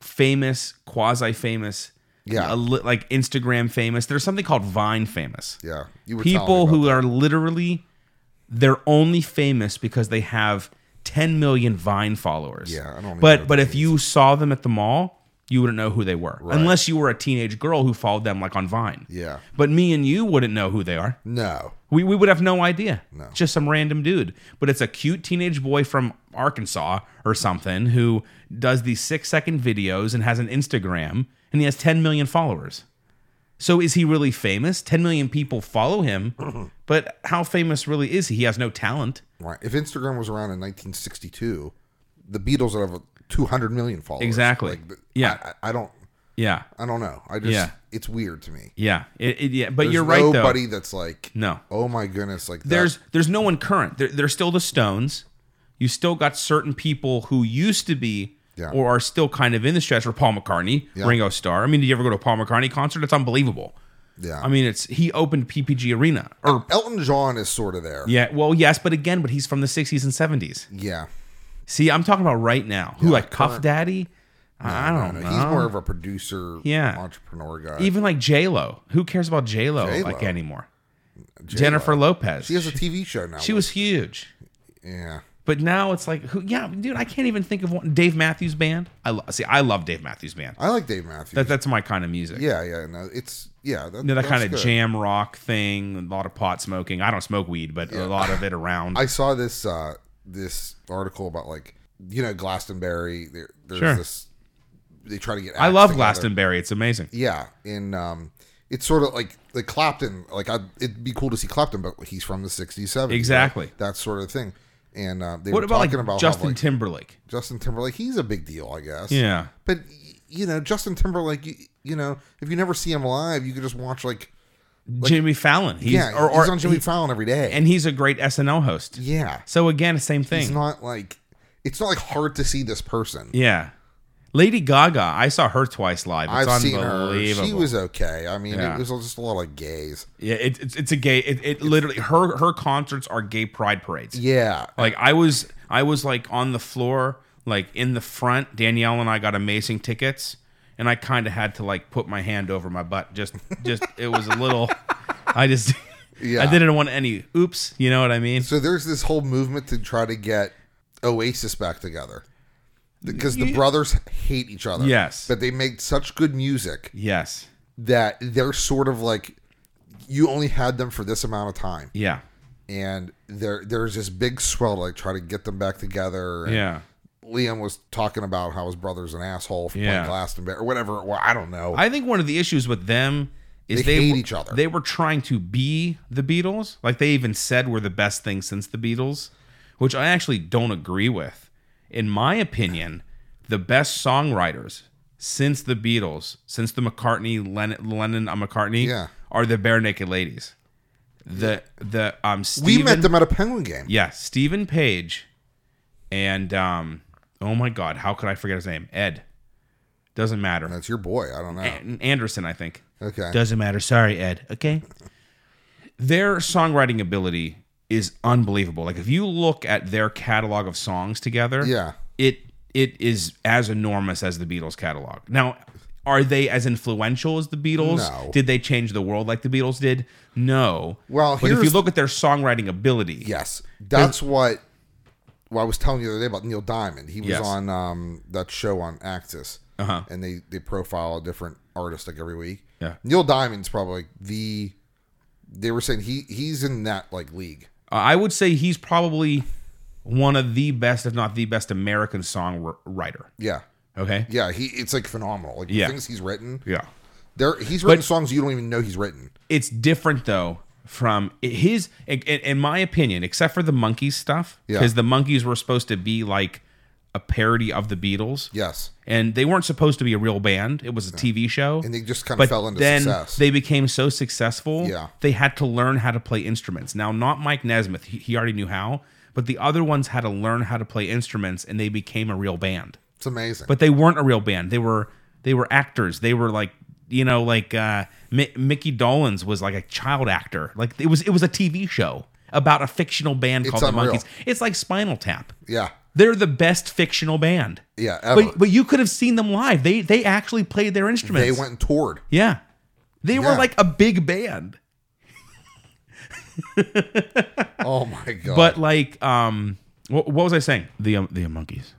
Speaker 1: famous, quasi-famous,
Speaker 2: Yeah.
Speaker 1: a li- like Instagram famous. There's something called Vine famous.
Speaker 2: Yeah, you were telling me
Speaker 1: people
Speaker 2: about
Speaker 1: who are literally they're only famous because they have 10 million Vine followers.
Speaker 2: Yeah, I don't even know
Speaker 1: But
Speaker 2: what
Speaker 1: but
Speaker 2: that
Speaker 1: if you saw them at the mall, you wouldn't know who they were, unless you were a teenage girl who followed them like on Vine.
Speaker 2: Yeah.
Speaker 1: But me and you wouldn't know who they are.
Speaker 2: No.
Speaker 1: We, we would have no idea. No. Just some random dude. But it's a cute teenage boy from Arkansas or something who does these six second videos and has an Instagram and he has 10 million followers. So is he really famous? 10 million people follow him, but how famous really is he? He has no talent.
Speaker 2: Right. If Instagram was around in 1962, the Beatles would have 200 million followers.
Speaker 1: Exactly.
Speaker 2: th-
Speaker 1: Yeah.
Speaker 2: I, I don't.
Speaker 1: Yeah.
Speaker 2: I don't know. I just.
Speaker 1: Yeah.
Speaker 2: It's weird to me.
Speaker 1: Yeah. It, it- yeah. But
Speaker 2: There's
Speaker 1: you're right, though.
Speaker 2: Nobody that's like.
Speaker 1: No.
Speaker 2: Oh my goodness! Like that-
Speaker 1: there's there's no one current. There, there's still the Stones. You still got certain people who used to be
Speaker 2: Yeah.
Speaker 1: or are still kind of in the stretch. Or Paul McCartney,
Speaker 2: Yeah.
Speaker 1: Ringo Starr. I mean, did you ever go to a Paul McCartney concert? It's unbelievable.
Speaker 2: Yeah.
Speaker 1: I mean, it's he opened PPG Arena. Or
Speaker 2: Elton John is sort of there.
Speaker 1: yeah, well, yes, but again, but he's from the '60s and '70s.
Speaker 2: Yeah.
Speaker 1: See, I'm talking about right now. Who like Cuff Daddy? I I don't
Speaker 2: No,
Speaker 1: know.
Speaker 2: He's more of a producer.
Speaker 1: Yeah.
Speaker 2: Entrepreneur guy.
Speaker 1: Even like J Lo. Who cares about J Lo
Speaker 2: J.Lo.
Speaker 1: like anymore?
Speaker 2: J-Lo.
Speaker 1: Jennifer Lopez.
Speaker 2: She has a TV show now.
Speaker 1: she was huge.
Speaker 2: Yeah.
Speaker 1: But now it's like, who? Yeah, dude, I can't even think of one. Dave Matthews Band. I lo- see. I love Dave Matthews Band.
Speaker 2: I like Dave Matthews.
Speaker 1: That, that's my kind of music.
Speaker 2: yeah. Yeah. No. It's yeah. That,
Speaker 1: You know, that
Speaker 2: that's
Speaker 1: kind of
Speaker 2: good.
Speaker 1: jam rock thing. A lot of pot smoking. I don't smoke weed, but a lot of it around.
Speaker 2: I saw this uh, this article about like you know Glastonbury. There, there's
Speaker 1: Sure.
Speaker 2: this. They try to get.
Speaker 1: I
Speaker 2: acts
Speaker 1: love
Speaker 2: together.
Speaker 1: Glastonbury. It's amazing.
Speaker 2: Yeah, and um, it's sort of like like Clapton. Like I, it'd be cool to see Clapton, but he's from the '60s, '70s. right?
Speaker 1: Exactly.
Speaker 2: that sort of thing. And uh, they
Speaker 1: What
Speaker 2: were
Speaker 1: about like
Speaker 2: talking about
Speaker 1: Justin
Speaker 2: how, like,
Speaker 1: Timberlake?
Speaker 2: Justin Timberlake. He's a big deal, I guess.
Speaker 1: Yeah.
Speaker 2: But y- you know, Justin Timberlake. You, you know, if you never see him live, you could just watch like
Speaker 1: Jimmy Fallon. He's,
Speaker 2: yeah,
Speaker 1: or, or,
Speaker 2: he's on Jimmy
Speaker 1: he-
Speaker 2: Fallon every day.
Speaker 1: and he's a great SNL host.
Speaker 2: yeah,
Speaker 1: So again, same
Speaker 2: it's
Speaker 1: thing.
Speaker 2: not like it's not like hard to see this person.
Speaker 1: yeah. Lady Gaga. I saw her twice live. It's
Speaker 2: I've seen her.
Speaker 1: unbelievable.
Speaker 2: She was okay. I mean,
Speaker 1: Yeah.
Speaker 2: it was just a lot of gays.
Speaker 1: yeah. It, it's it's a gay. It, it literally her her concerts are gay pride parades.
Speaker 2: Yeah.
Speaker 1: Like I was I was like on the floor, like in the front. Danielle and I got amazing tickets, and I kind of had to like put my hand over my butt. Just just it was a little. I just
Speaker 2: Yeah.
Speaker 1: I didn't want any oops. You know what I mean?
Speaker 2: So there's this whole movement to try to get Oasis back together because the
Speaker 1: Yeah.
Speaker 2: brothers hate each other.
Speaker 1: Yes.
Speaker 2: But they make such good music
Speaker 1: Yes.
Speaker 2: that they're sort of like you only had them for this amount of time.
Speaker 1: Yeah.
Speaker 2: And there there's this big swell to like try to get them back together. And
Speaker 1: Yeah.
Speaker 2: Liam was talking about how his brother's an asshole for
Speaker 1: Yeah.
Speaker 2: playing Glastonbury or whatever. Well, I don't know.
Speaker 1: I think one of the issues with them is
Speaker 2: They
Speaker 1: they,
Speaker 2: hate
Speaker 1: were-
Speaker 2: each other.
Speaker 1: They were trying to be the Beatles. Like they even said we're the best thing since the Beatles, which I actually don't agree with. In my opinion, the best songwriters since the Beatles, since the McCartney Lennon, Lennon uh, McCartney,
Speaker 2: Yeah.
Speaker 1: are the Bare Naked Ladies. The the um
Speaker 2: we
Speaker 1: Stephen,
Speaker 2: met them at a Penguin game.
Speaker 1: yeah Stephen Page, and um oh my god, how could I forget his name? Ed. Doesn't matter.
Speaker 2: That's your boy. I don't know.
Speaker 1: An- Anderson, I think.
Speaker 2: Okay.
Speaker 1: Doesn't matter. Sorry, Ed. Okay. Their songwriting ability is unbelievable. Like if you look at their catalog of songs together,
Speaker 2: yeah.
Speaker 1: it it is as enormous as the Beatles catalog. Now, are they as influential as the Beatles?
Speaker 2: No.
Speaker 1: Did they change the world like the Beatles did? No.
Speaker 2: Well,
Speaker 1: but if you
Speaker 2: here's-
Speaker 1: look at their songwriting ability,
Speaker 2: Yes. That's what well, I was telling you the other day about Neil Diamond. He was
Speaker 1: Yes.
Speaker 2: on um, that show on Axis.
Speaker 1: Uh-huh.
Speaker 2: And they, they profile a different artist like every week.
Speaker 1: Yeah.
Speaker 2: Neil Diamond's probably like the they were saying he he's in that like league.
Speaker 1: uh, I would say he's probably one of the best, if not the best, American songwriter.
Speaker 2: Yeah.
Speaker 1: Okay.
Speaker 2: Yeah, he it's like phenomenal. Like the
Speaker 1: Yeah.
Speaker 2: things he's written.
Speaker 1: Yeah.
Speaker 2: There he's written songs you don't even know he's written.
Speaker 1: It's different though from his, in, in- in my opinion, except for the monkeys stuff,
Speaker 2: Yeah.
Speaker 1: because the monkeys were supposed to be like a parody of the Beatles.
Speaker 2: Yes.
Speaker 1: and they weren't supposed to be a real band. It was a TV show,
Speaker 2: And they just kind of
Speaker 1: but
Speaker 2: fell into
Speaker 1: then
Speaker 2: success.
Speaker 1: they became so successful.
Speaker 2: Yeah.
Speaker 1: they had to learn how to play instruments. Now, not Mike Nesmith; he, he already knew how, but the other ones had to learn how to play instruments, and they became a real band.
Speaker 2: it's amazing.
Speaker 1: But they weren't a real band. They were they were actors. They were like you know like uh, Mi- Mickey Dolenz was like a child actor. Like it was it was a TV show about a fictional band called
Speaker 2: unreal.
Speaker 1: the Monkeys. It's like Spinal Tap.
Speaker 2: yeah.
Speaker 1: They're the best fictional band.
Speaker 2: Yeah. Ever.
Speaker 1: But but you could have seen them live. They they actually played their instruments.
Speaker 2: they went and toured.
Speaker 1: Yeah. They were
Speaker 2: Yeah.
Speaker 1: like a big band.
Speaker 2: Oh my god.
Speaker 1: But like um what, what was I saying? The um, the monkeys.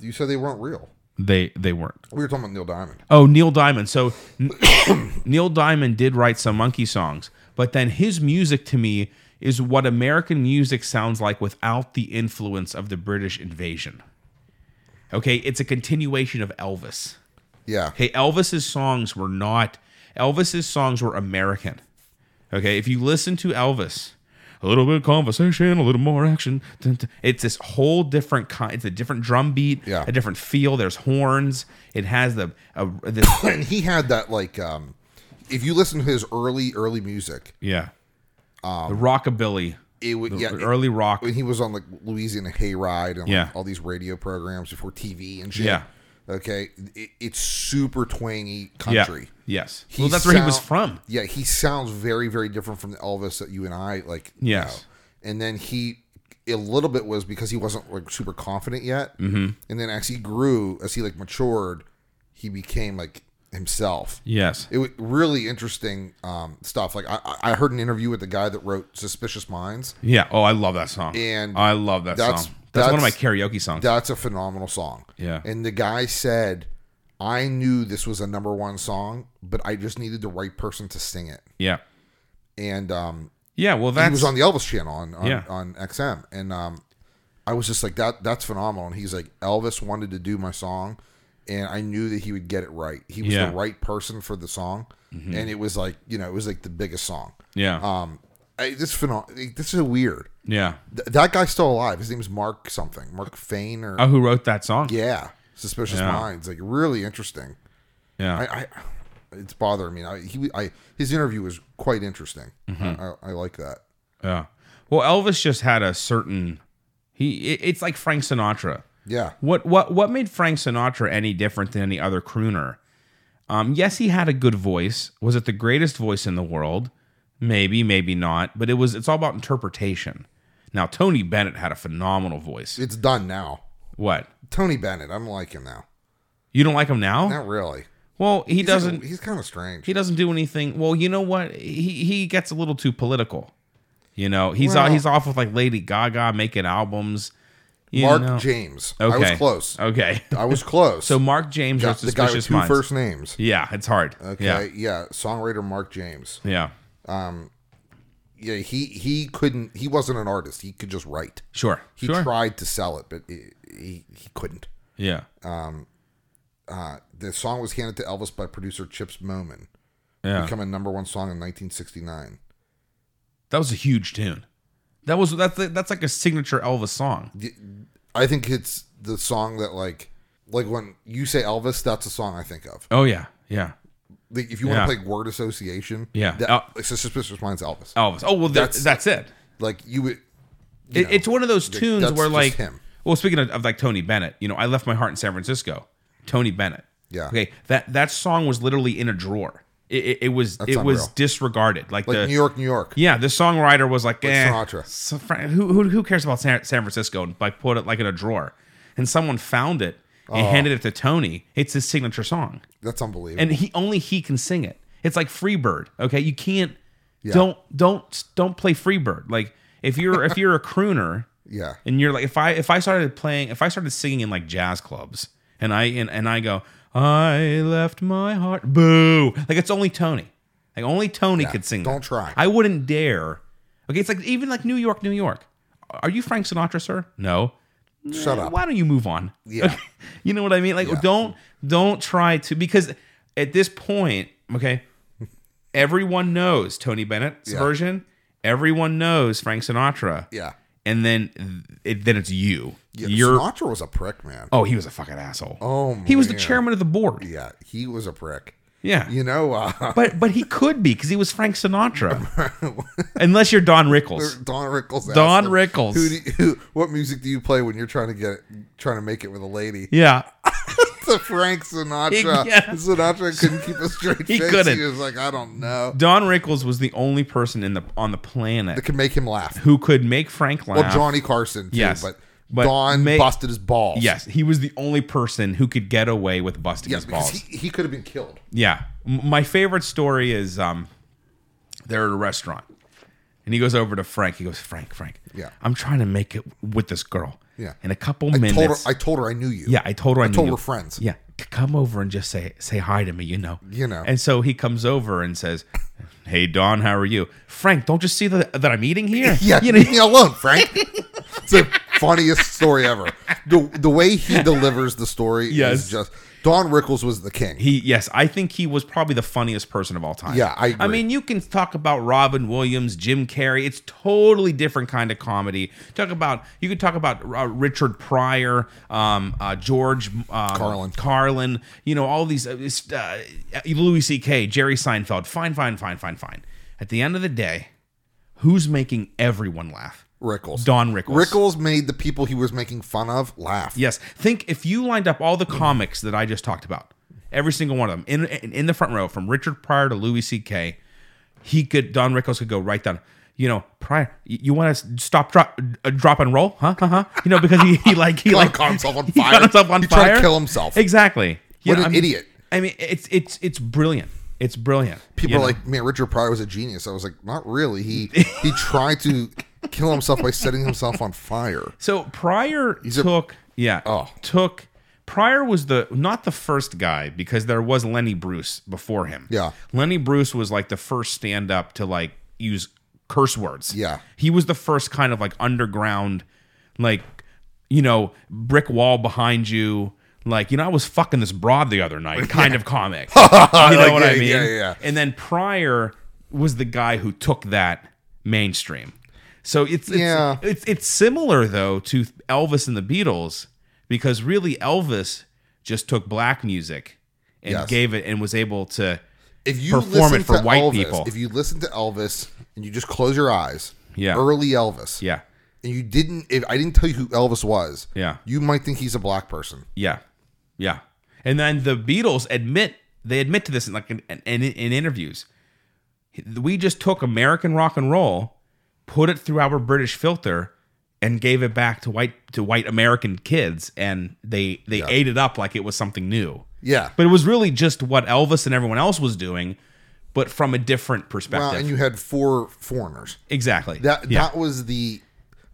Speaker 2: you said they weren't real.
Speaker 1: They they weren't.
Speaker 2: We were talking about Neil Diamond.
Speaker 1: Oh, Neil Diamond. So N- Neil Diamond did write some monkey songs, but then his music to me is what American music sounds like without the influence of the British invasion. Okay, it's a continuation of Elvis.
Speaker 2: Yeah.
Speaker 1: Okay, Elvis's songs were not Elvis's songs were American. Okay, if you listen to Elvis, a little bit of conversation, a little more action. dun, dun, It's this whole different kind. It's a different drum beat,
Speaker 2: Yeah.
Speaker 1: a different feel. There's horns. It has the a, this,
Speaker 2: and he had that like um if you listen to his early early music
Speaker 1: yeah, the rockabilly,
Speaker 2: it would Um, yeah it-
Speaker 1: early rock.
Speaker 2: when he was on like louisiana hayride and like,
Speaker 1: Yeah.
Speaker 2: all these radio programs before tv and shit
Speaker 1: Yeah.
Speaker 2: okay it, it's super twangy country
Speaker 1: Yeah, yes.
Speaker 2: He
Speaker 1: well, that's where he was
Speaker 2: sound-
Speaker 1: from.
Speaker 2: yeah he sounds very very different from the elvis that you and i like
Speaker 1: Yes.
Speaker 2: know. and then he a little bit was because he wasn't like super confident yet mm-hmm. and then as he grew as he like matured he became like himself
Speaker 1: Yes.
Speaker 2: it was really interesting um, stuff. Like I- I, I heard an interview with the guy that wrote "Suspicious Minds."
Speaker 1: Yeah. Oh, I love that song.
Speaker 2: And
Speaker 1: I love that
Speaker 2: that's-
Speaker 1: song. That's, one of my
Speaker 2: that's-
Speaker 1: karaoke songs.
Speaker 2: That's a phenomenal song.
Speaker 1: Yeah.
Speaker 2: And the guy said, "I knew this was a number one song, but I just needed the right person to sing it."
Speaker 1: yeah.
Speaker 2: And um,
Speaker 1: Yeah. Well, that's
Speaker 2: he was on the Elvis channel on on,
Speaker 1: Yeah.
Speaker 2: on XM, and um, I was just like, "That that's phenomenal." And he's like, "Elvis wanted to do my song." And I knew that he would get it right. He was
Speaker 1: Yeah. Mm-hmm.
Speaker 2: the right person for the song, and it was like you know it was like the biggest song.
Speaker 1: yeah.
Speaker 2: Um, I, this phenom- like, This is weird.
Speaker 1: yeah.
Speaker 2: Th- that guy's still alive. His name's Mark something. Mark Fain or
Speaker 1: Oh, who wrote that song?
Speaker 2: yeah, Suspicious Minds. Like really interesting.
Speaker 1: Yeah.
Speaker 2: I, I it's bothering me. I, he, I his interview was quite interesting.
Speaker 1: Mm-hmm.
Speaker 2: I, I, I like that.
Speaker 1: yeah. Well, Elvis just had a certain he it- it's like Frank Sinatra.
Speaker 2: Yeah,
Speaker 1: What what what made Frank Sinatra any different than any other crooner? Um yes, he had a good voice. Was it the greatest voice in the world? Maybe, maybe not, but it was it's all about interpretation. Now, Tony Bennett had a phenomenal voice.
Speaker 2: it's done now.
Speaker 1: What?
Speaker 2: Tony Bennett. I don't like him now.
Speaker 1: You don't like him now?
Speaker 2: Not really.
Speaker 1: Well, he
Speaker 2: He's like-
Speaker 1: doesn't
Speaker 2: he's kind of strange.
Speaker 1: he doesn't do anything. Well, you know what? He he gets a little too political. You know, he's uh,
Speaker 2: Well-
Speaker 1: he's off with like Lady Gaga making albums. you
Speaker 2: Mark
Speaker 1: know.
Speaker 2: James. I
Speaker 1: Okay.
Speaker 2: was close.
Speaker 1: Okay.
Speaker 2: I was close.
Speaker 1: So Mark James
Speaker 2: Yeah,
Speaker 1: or
Speaker 2: the guy with
Speaker 1: Suspicious
Speaker 2: two
Speaker 1: Minds.
Speaker 2: first names.
Speaker 1: Yeah, it's hard.
Speaker 2: Okay.
Speaker 1: Yeah.
Speaker 2: yeah. Songwriter Mark James.
Speaker 1: Yeah.
Speaker 2: Yeah. He he couldn't. He wasn't an artist. He could just write.
Speaker 1: Sure.
Speaker 2: He
Speaker 1: sure.
Speaker 2: tried to sell it, but he, he, he couldn't.
Speaker 1: yeah.
Speaker 2: Uh, the song was handed to Elvis by producer Chips Moman,
Speaker 1: Yeah.
Speaker 2: become a number one song in 1969.
Speaker 1: That was a huge tune. That was that's that's like a signature Elvis song.
Speaker 2: I think it's the song that like like when you say Elvis, that's the song I think of.
Speaker 1: Oh yeah. Yeah.
Speaker 2: Like, if you
Speaker 1: Yeah.
Speaker 2: want to play word association,
Speaker 1: Yeah.
Speaker 2: that,
Speaker 1: El-
Speaker 2: like, Suspicious Minds Elvis.
Speaker 1: Elvis. Oh well that's
Speaker 2: That's-
Speaker 1: that's it.
Speaker 2: Like you would, you
Speaker 1: it
Speaker 2: know,
Speaker 1: it's one of those
Speaker 2: like,
Speaker 1: tunes
Speaker 2: that's
Speaker 1: where
Speaker 2: just
Speaker 1: like
Speaker 2: him.
Speaker 1: Well, speaking of, of like Tony Bennett, you know, I left my heart in San Francisco. Tony Bennett.
Speaker 2: Yeah.
Speaker 1: Okay. That that song was literally in a drawer. It, it, it was it was
Speaker 2: unreal.
Speaker 1: disregarded. Like,
Speaker 2: Like
Speaker 1: the
Speaker 2: New York, New York.
Speaker 1: yeah, the songwriter was like, eh,
Speaker 2: Sinatra.
Speaker 1: so Fra- who, who who cares about San, San Francisco? And like put it like in a drawer, and someone found it and handed it to Tony. It's his signature song,
Speaker 2: That's unbelievable.
Speaker 1: and he only he can sing it. It's like Freebird. Okay, you can't don't don't don't play Freebird. Like if you're if you're a crooner,
Speaker 2: yeah.
Speaker 1: and you're like if i if i started playing if i started singing in like jazz clubs and i and, and i go i left my heart boo like it's only tony like only tony could sing
Speaker 2: don't
Speaker 1: that.
Speaker 2: try.
Speaker 1: i wouldn't dare okay it's like even like new york new york are you frank sinatra sir no
Speaker 2: Shut
Speaker 1: Eh,
Speaker 2: up.
Speaker 1: why don't you move on
Speaker 2: Yeah.
Speaker 1: you know what i mean like don't don't try to because at this point okay everyone knows tony bennett's
Speaker 2: Yeah.
Speaker 1: version everyone knows frank sinatra
Speaker 2: Yeah.
Speaker 1: and then it, then it's you.
Speaker 2: yeah.
Speaker 1: You're
Speaker 2: Sinatra was a prick, man.
Speaker 1: oh, he was a fucking asshole.
Speaker 2: Oh,
Speaker 1: he was the
Speaker 2: man.
Speaker 1: chairman of the board.
Speaker 2: Yeah, he was a prick.
Speaker 1: Yeah,
Speaker 2: You know, uh,
Speaker 1: but but he could be because he was Frank Sinatra, unless you're Don Rickles.
Speaker 2: Don Rickles. asked
Speaker 1: Don
Speaker 2: him,
Speaker 1: Rickles.
Speaker 2: Who do you, who, what music do you play when you're trying to get trying to make it with a lady?
Speaker 1: Yeah,
Speaker 2: to Frank Sinatra.
Speaker 1: Yeah.
Speaker 2: Sinatra couldn't keep a straight
Speaker 1: He
Speaker 2: face.
Speaker 1: couldn't.
Speaker 2: He was like, I don't know.
Speaker 1: Don Rickles was the only person in the on the planet
Speaker 2: That could make him laugh.
Speaker 1: who could make Frank laugh.
Speaker 2: Well, Johnny Carson, too,
Speaker 1: Yes.
Speaker 2: but,
Speaker 1: But
Speaker 2: Don
Speaker 1: may-
Speaker 2: busted his balls.
Speaker 1: Yes, he was the only person who could get away with busting
Speaker 2: Yeah,
Speaker 1: his
Speaker 2: because
Speaker 1: balls.
Speaker 2: he, he could have been killed.
Speaker 1: Yeah. M- My favorite story is um they're at a restaurant. And he goes over to Frank. He goes, Frank, Frank.
Speaker 2: Yeah.
Speaker 1: I'm trying to make it with this girl.
Speaker 2: Yeah.
Speaker 1: In a couple
Speaker 2: I
Speaker 1: minutes.
Speaker 2: told, her, I told her I knew you.
Speaker 1: yeah, I told her I, knew
Speaker 2: told
Speaker 1: you.
Speaker 2: her friends.
Speaker 1: Yeah. "C- Come over and just say say hi to me, you know.
Speaker 2: You know.
Speaker 1: And so he comes over and says, Hey Don, how are you? Frank, don't you see that that I'm eating here?
Speaker 2: Yeah,
Speaker 1: You know,
Speaker 2: leave me alone, Frank. it's the funniest story ever. The, the way he delivers the story
Speaker 1: Yes.
Speaker 2: is just Don Rickles was the king.
Speaker 1: He yes, I think he was probably the funniest person of all time.
Speaker 2: Yeah, I agree.
Speaker 1: I mean, you can talk about Robin Williams, Jim Carrey. It's totally different kind of comedy. Talk about you could talk about uh, Richard Pryor, um, uh, George um,
Speaker 2: Carlin.
Speaker 1: Carlin. You know all these uh, it's, uh, Louis C.K., Jerry Seinfeld. Fine, fine, fine, fine, fine. At the end of the day, who's making everyone laugh?
Speaker 2: Rickles.
Speaker 1: Don Rickles.
Speaker 2: Rickles made the people he was making fun of laugh.
Speaker 1: Yes. Think if you lined up all the comics that I just talked about, every single one of them in in, in the front row, from Richard Pryor to Louis C.K., he could Don Rickles could go right down. You know, Pryor, you, want to stop, drop, uh, drop and roll, huh? Uh huh. You know, because he, he like he
Speaker 2: He
Speaker 1: like
Speaker 2: caught himself on
Speaker 1: he
Speaker 2: fire.
Speaker 1: caught himself on
Speaker 2: He tried
Speaker 1: fire.
Speaker 2: to kill himself.
Speaker 1: Exactly. You
Speaker 2: What
Speaker 1: know,
Speaker 2: an
Speaker 1: I mean-
Speaker 2: idiot.
Speaker 1: I mean, it's it's it's brilliant. It's brilliant.
Speaker 2: people
Speaker 1: you
Speaker 2: are
Speaker 1: know?
Speaker 2: like, man, Richard Pryor was a genius. I was like, not really. He he tried to kill himself by setting himself on fire.
Speaker 1: So Pryor
Speaker 2: a-
Speaker 1: took yeah
Speaker 2: Oh.
Speaker 1: took Pryor was the not the first guy because there was Lenny Bruce before him.
Speaker 2: Yeah.
Speaker 1: Lenny Bruce was like the first stand up to like use curse words.
Speaker 2: Yeah.
Speaker 1: He was the first kind of like underground like you know brick wall behind you like you know I was fucking this broad the other night kind of comic. you know what I
Speaker 2: yeah,
Speaker 1: mean?
Speaker 2: yeah, yeah.
Speaker 1: And then Pryor was the guy who took that mainstream. So it's it's,
Speaker 2: Yeah.
Speaker 1: it's it's similar though to Elvis and the Beatles because really Elvis just took black music and
Speaker 2: Yes.
Speaker 1: gave it and was able to
Speaker 2: If you
Speaker 1: Perform it
Speaker 2: listen
Speaker 1: for
Speaker 2: to
Speaker 1: white
Speaker 2: Elvis-
Speaker 1: people.
Speaker 2: if you listen to Elvis and you just close your eyes,
Speaker 1: Yeah.
Speaker 2: early Elvis,
Speaker 1: yeah
Speaker 2: and you didn't, if I didn't tell you who Elvis was,
Speaker 1: Yeah.
Speaker 2: you might think he's a black person.
Speaker 1: yeah yeah and then the Beatles admit they admit to this in like in, in, in interviews we just took American rock and roll put it through our British filter and gave it back to white to white American kids and they they ate it up like it was something new
Speaker 2: Yeah,
Speaker 1: But it was really just what Elvis and everyone else was doing, but from a different perspective.
Speaker 2: Well, and you had four foreigners.
Speaker 1: exactly.
Speaker 2: That
Speaker 1: yeah.
Speaker 2: that was the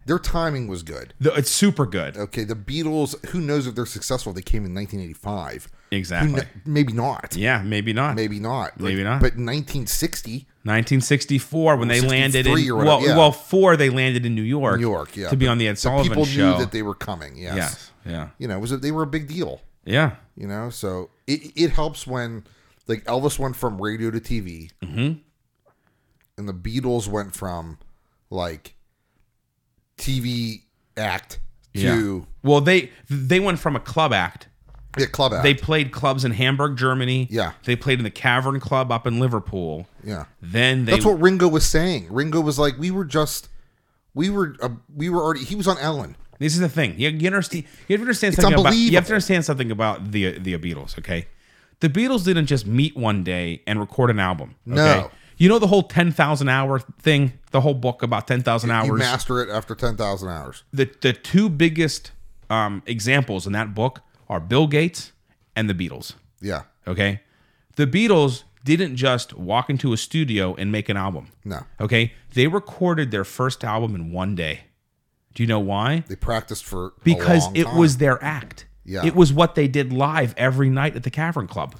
Speaker 2: their timing was good.
Speaker 1: The- it's super good.
Speaker 2: Okay, the Beatles. Who knows if they're successful? They came in 1985.
Speaker 1: Exactly.
Speaker 2: Who kn- maybe not.
Speaker 1: yeah, maybe not.
Speaker 2: Maybe not. Like,
Speaker 1: Maybe not.
Speaker 2: But 1960.
Speaker 1: 1964 when they landed in
Speaker 2: 63 or
Speaker 1: well,
Speaker 2: whatever, yeah.
Speaker 1: well, four they landed in New York.
Speaker 2: New York, yeah.
Speaker 1: To be
Speaker 2: But
Speaker 1: on the Ed
Speaker 2: the
Speaker 1: Sullivan
Speaker 2: people
Speaker 1: show.
Speaker 2: knew that they were coming. Yes.
Speaker 1: yes. Yeah.
Speaker 2: You know, it was they were a big deal.
Speaker 1: Yeah.
Speaker 2: You know, so it, it helps when like Elvis went from radio to TV,
Speaker 1: Mm-hmm.
Speaker 2: and the Beatles went from like TV act to
Speaker 1: Well, they they went from a club act.
Speaker 2: yeah, club act.
Speaker 1: They played clubs in Hamburg, Germany.
Speaker 2: Yeah.
Speaker 1: They played in the Cavern Club up in Liverpool.
Speaker 2: yeah,
Speaker 1: Then they
Speaker 2: that's what Ringo was saying. Ringo was like, we were just, we were, uh, we were already. He was on Ellen.
Speaker 1: This is the thing. You, you understand. You have to understand
Speaker 2: It's
Speaker 1: something about. You have
Speaker 2: unbelievable.
Speaker 1: to understand something about the the Beatles. Okay, the Beatles didn't just meet one day and record an album. Okay?
Speaker 2: No.
Speaker 1: you know the whole ten thousand hour thing, the whole book about ten thousand
Speaker 2: You
Speaker 1: hours.
Speaker 2: master it after 10,000 hours.
Speaker 1: the the two biggest um, examples in that book are Bill Gates and the Beatles.
Speaker 2: Yeah.
Speaker 1: Okay, the Beatles didn't just walk into a studio and make an album.
Speaker 2: No.
Speaker 1: Okay, they recorded their first album in one day. Do you know why?
Speaker 2: They practiced for a
Speaker 1: because
Speaker 2: long
Speaker 1: it
Speaker 2: time.
Speaker 1: was their act.
Speaker 2: Yeah.
Speaker 1: It was what they did live every night at the Cavern Club.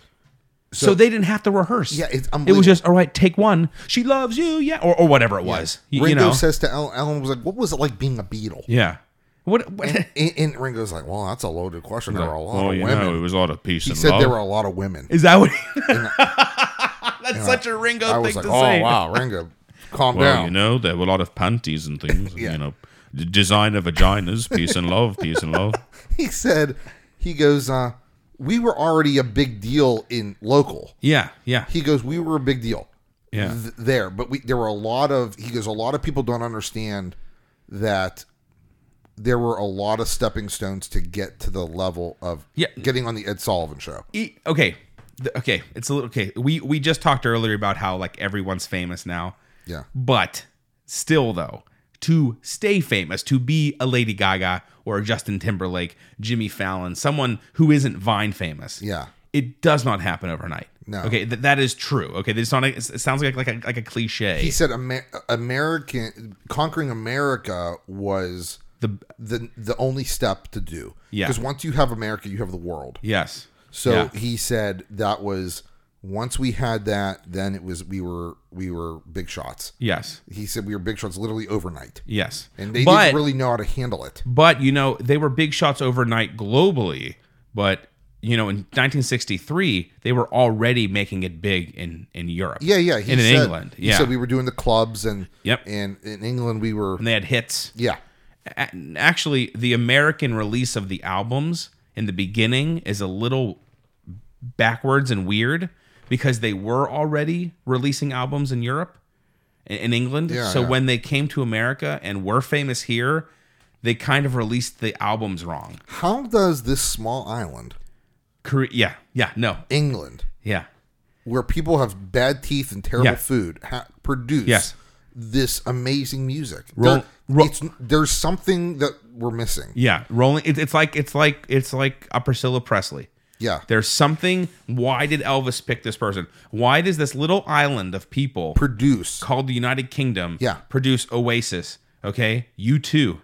Speaker 1: So,
Speaker 2: So-
Speaker 1: they didn't have to rehearse.
Speaker 2: Yeah, it's
Speaker 1: it
Speaker 2: unbelievable.
Speaker 1: was just all right. Take one. She loves you, yeah, or, or whatever it was. Y- You,
Speaker 2: Ringo
Speaker 1: know,
Speaker 2: says to Ellen, Ellen was like, "What was it like being a Beatle?"
Speaker 1: yeah. What? what
Speaker 2: And, and Ringo's like, "Well, that's a loaded question. There were a lot
Speaker 1: Oh,
Speaker 2: of
Speaker 1: you
Speaker 2: women."
Speaker 1: know, it was all of peace
Speaker 2: he
Speaker 1: and
Speaker 2: said
Speaker 1: love.
Speaker 2: there were a lot of women.
Speaker 1: Is that what? That's such a Ringo
Speaker 2: I
Speaker 1: thing
Speaker 2: was like,
Speaker 1: to
Speaker 2: "Oh
Speaker 1: say.
Speaker 2: wow, Ringo, calm
Speaker 3: Well,
Speaker 2: down."
Speaker 3: you know, there were a lot of panties and things.
Speaker 2: Yeah.
Speaker 3: You know, d- design of vaginas, peace and love, peace and love.
Speaker 2: He said, "He goes, uh, we were already a big deal in local."
Speaker 1: Yeah, yeah,
Speaker 2: He goes, "We were a big deal."
Speaker 1: Yeah.
Speaker 2: th- there, but we there were a lot of he goes, a lot of people don't understand that there were a lot of stepping stones to get to the level of
Speaker 1: Yeah.
Speaker 2: getting on the Ed Sullivan show.
Speaker 1: E- okay The- okay it's a little okay we we just talked earlier about how like everyone's famous now
Speaker 2: Yeah.
Speaker 1: but still though to stay famous to be a lady gaga or a justin timberlake jimmy fallon someone who isn't vine famous
Speaker 2: Yeah.
Speaker 1: it does not happen overnight
Speaker 2: No.
Speaker 1: okay th- that is true okay this is not a, it sounds like like a, like a cliche
Speaker 2: He said Amer- American conquering America was
Speaker 1: the
Speaker 2: the the only step to do.
Speaker 1: Yeah.
Speaker 2: Because once you have America, you have the world.
Speaker 1: yes
Speaker 2: So
Speaker 1: Yeah.
Speaker 2: he said that was once we had that, then it was we were we were big shots.
Speaker 1: yes
Speaker 2: He said we were big shots literally overnight.
Speaker 1: yes
Speaker 2: And they
Speaker 1: But-
Speaker 2: didn't really know how to handle it.
Speaker 1: But you know, they were big shots overnight globally, but you know, in 1963, they were already making it big in in Europe.
Speaker 2: Yeah, yeah. He
Speaker 1: and in
Speaker 2: said,
Speaker 1: England.
Speaker 2: He
Speaker 1: Yeah.
Speaker 2: said we were doing the clubs and
Speaker 1: Yep.
Speaker 2: and in England we were
Speaker 1: and they had hits.
Speaker 2: yeah.
Speaker 1: A- Actually, the American release of the albums in the beginning is a little backwards and weird because they were already releasing albums in Europe in- in England.
Speaker 2: Yeah,
Speaker 1: so
Speaker 2: yeah.
Speaker 1: when they came to America and were famous here, they kind of released the albums wrong.
Speaker 2: How does this small island,
Speaker 1: Kore- yeah, yeah, no.
Speaker 2: England,
Speaker 1: Yeah.
Speaker 2: where people have bad teeth and terrible
Speaker 1: Yeah.
Speaker 2: food, ha- produce
Speaker 1: Yes.
Speaker 2: this amazing music?
Speaker 1: Roll-
Speaker 2: There-
Speaker 1: roll-
Speaker 2: it's, there's something that we're missing.
Speaker 1: Yeah, rolling. It, it's like it's like it's like a Priscilla Presley.
Speaker 2: Yeah,
Speaker 1: There's something. Why did Elvis pick this person? Why does this little island of people
Speaker 2: produce.
Speaker 1: called the United Kingdom
Speaker 2: Yeah.
Speaker 1: produce Oasis? Okay, you too.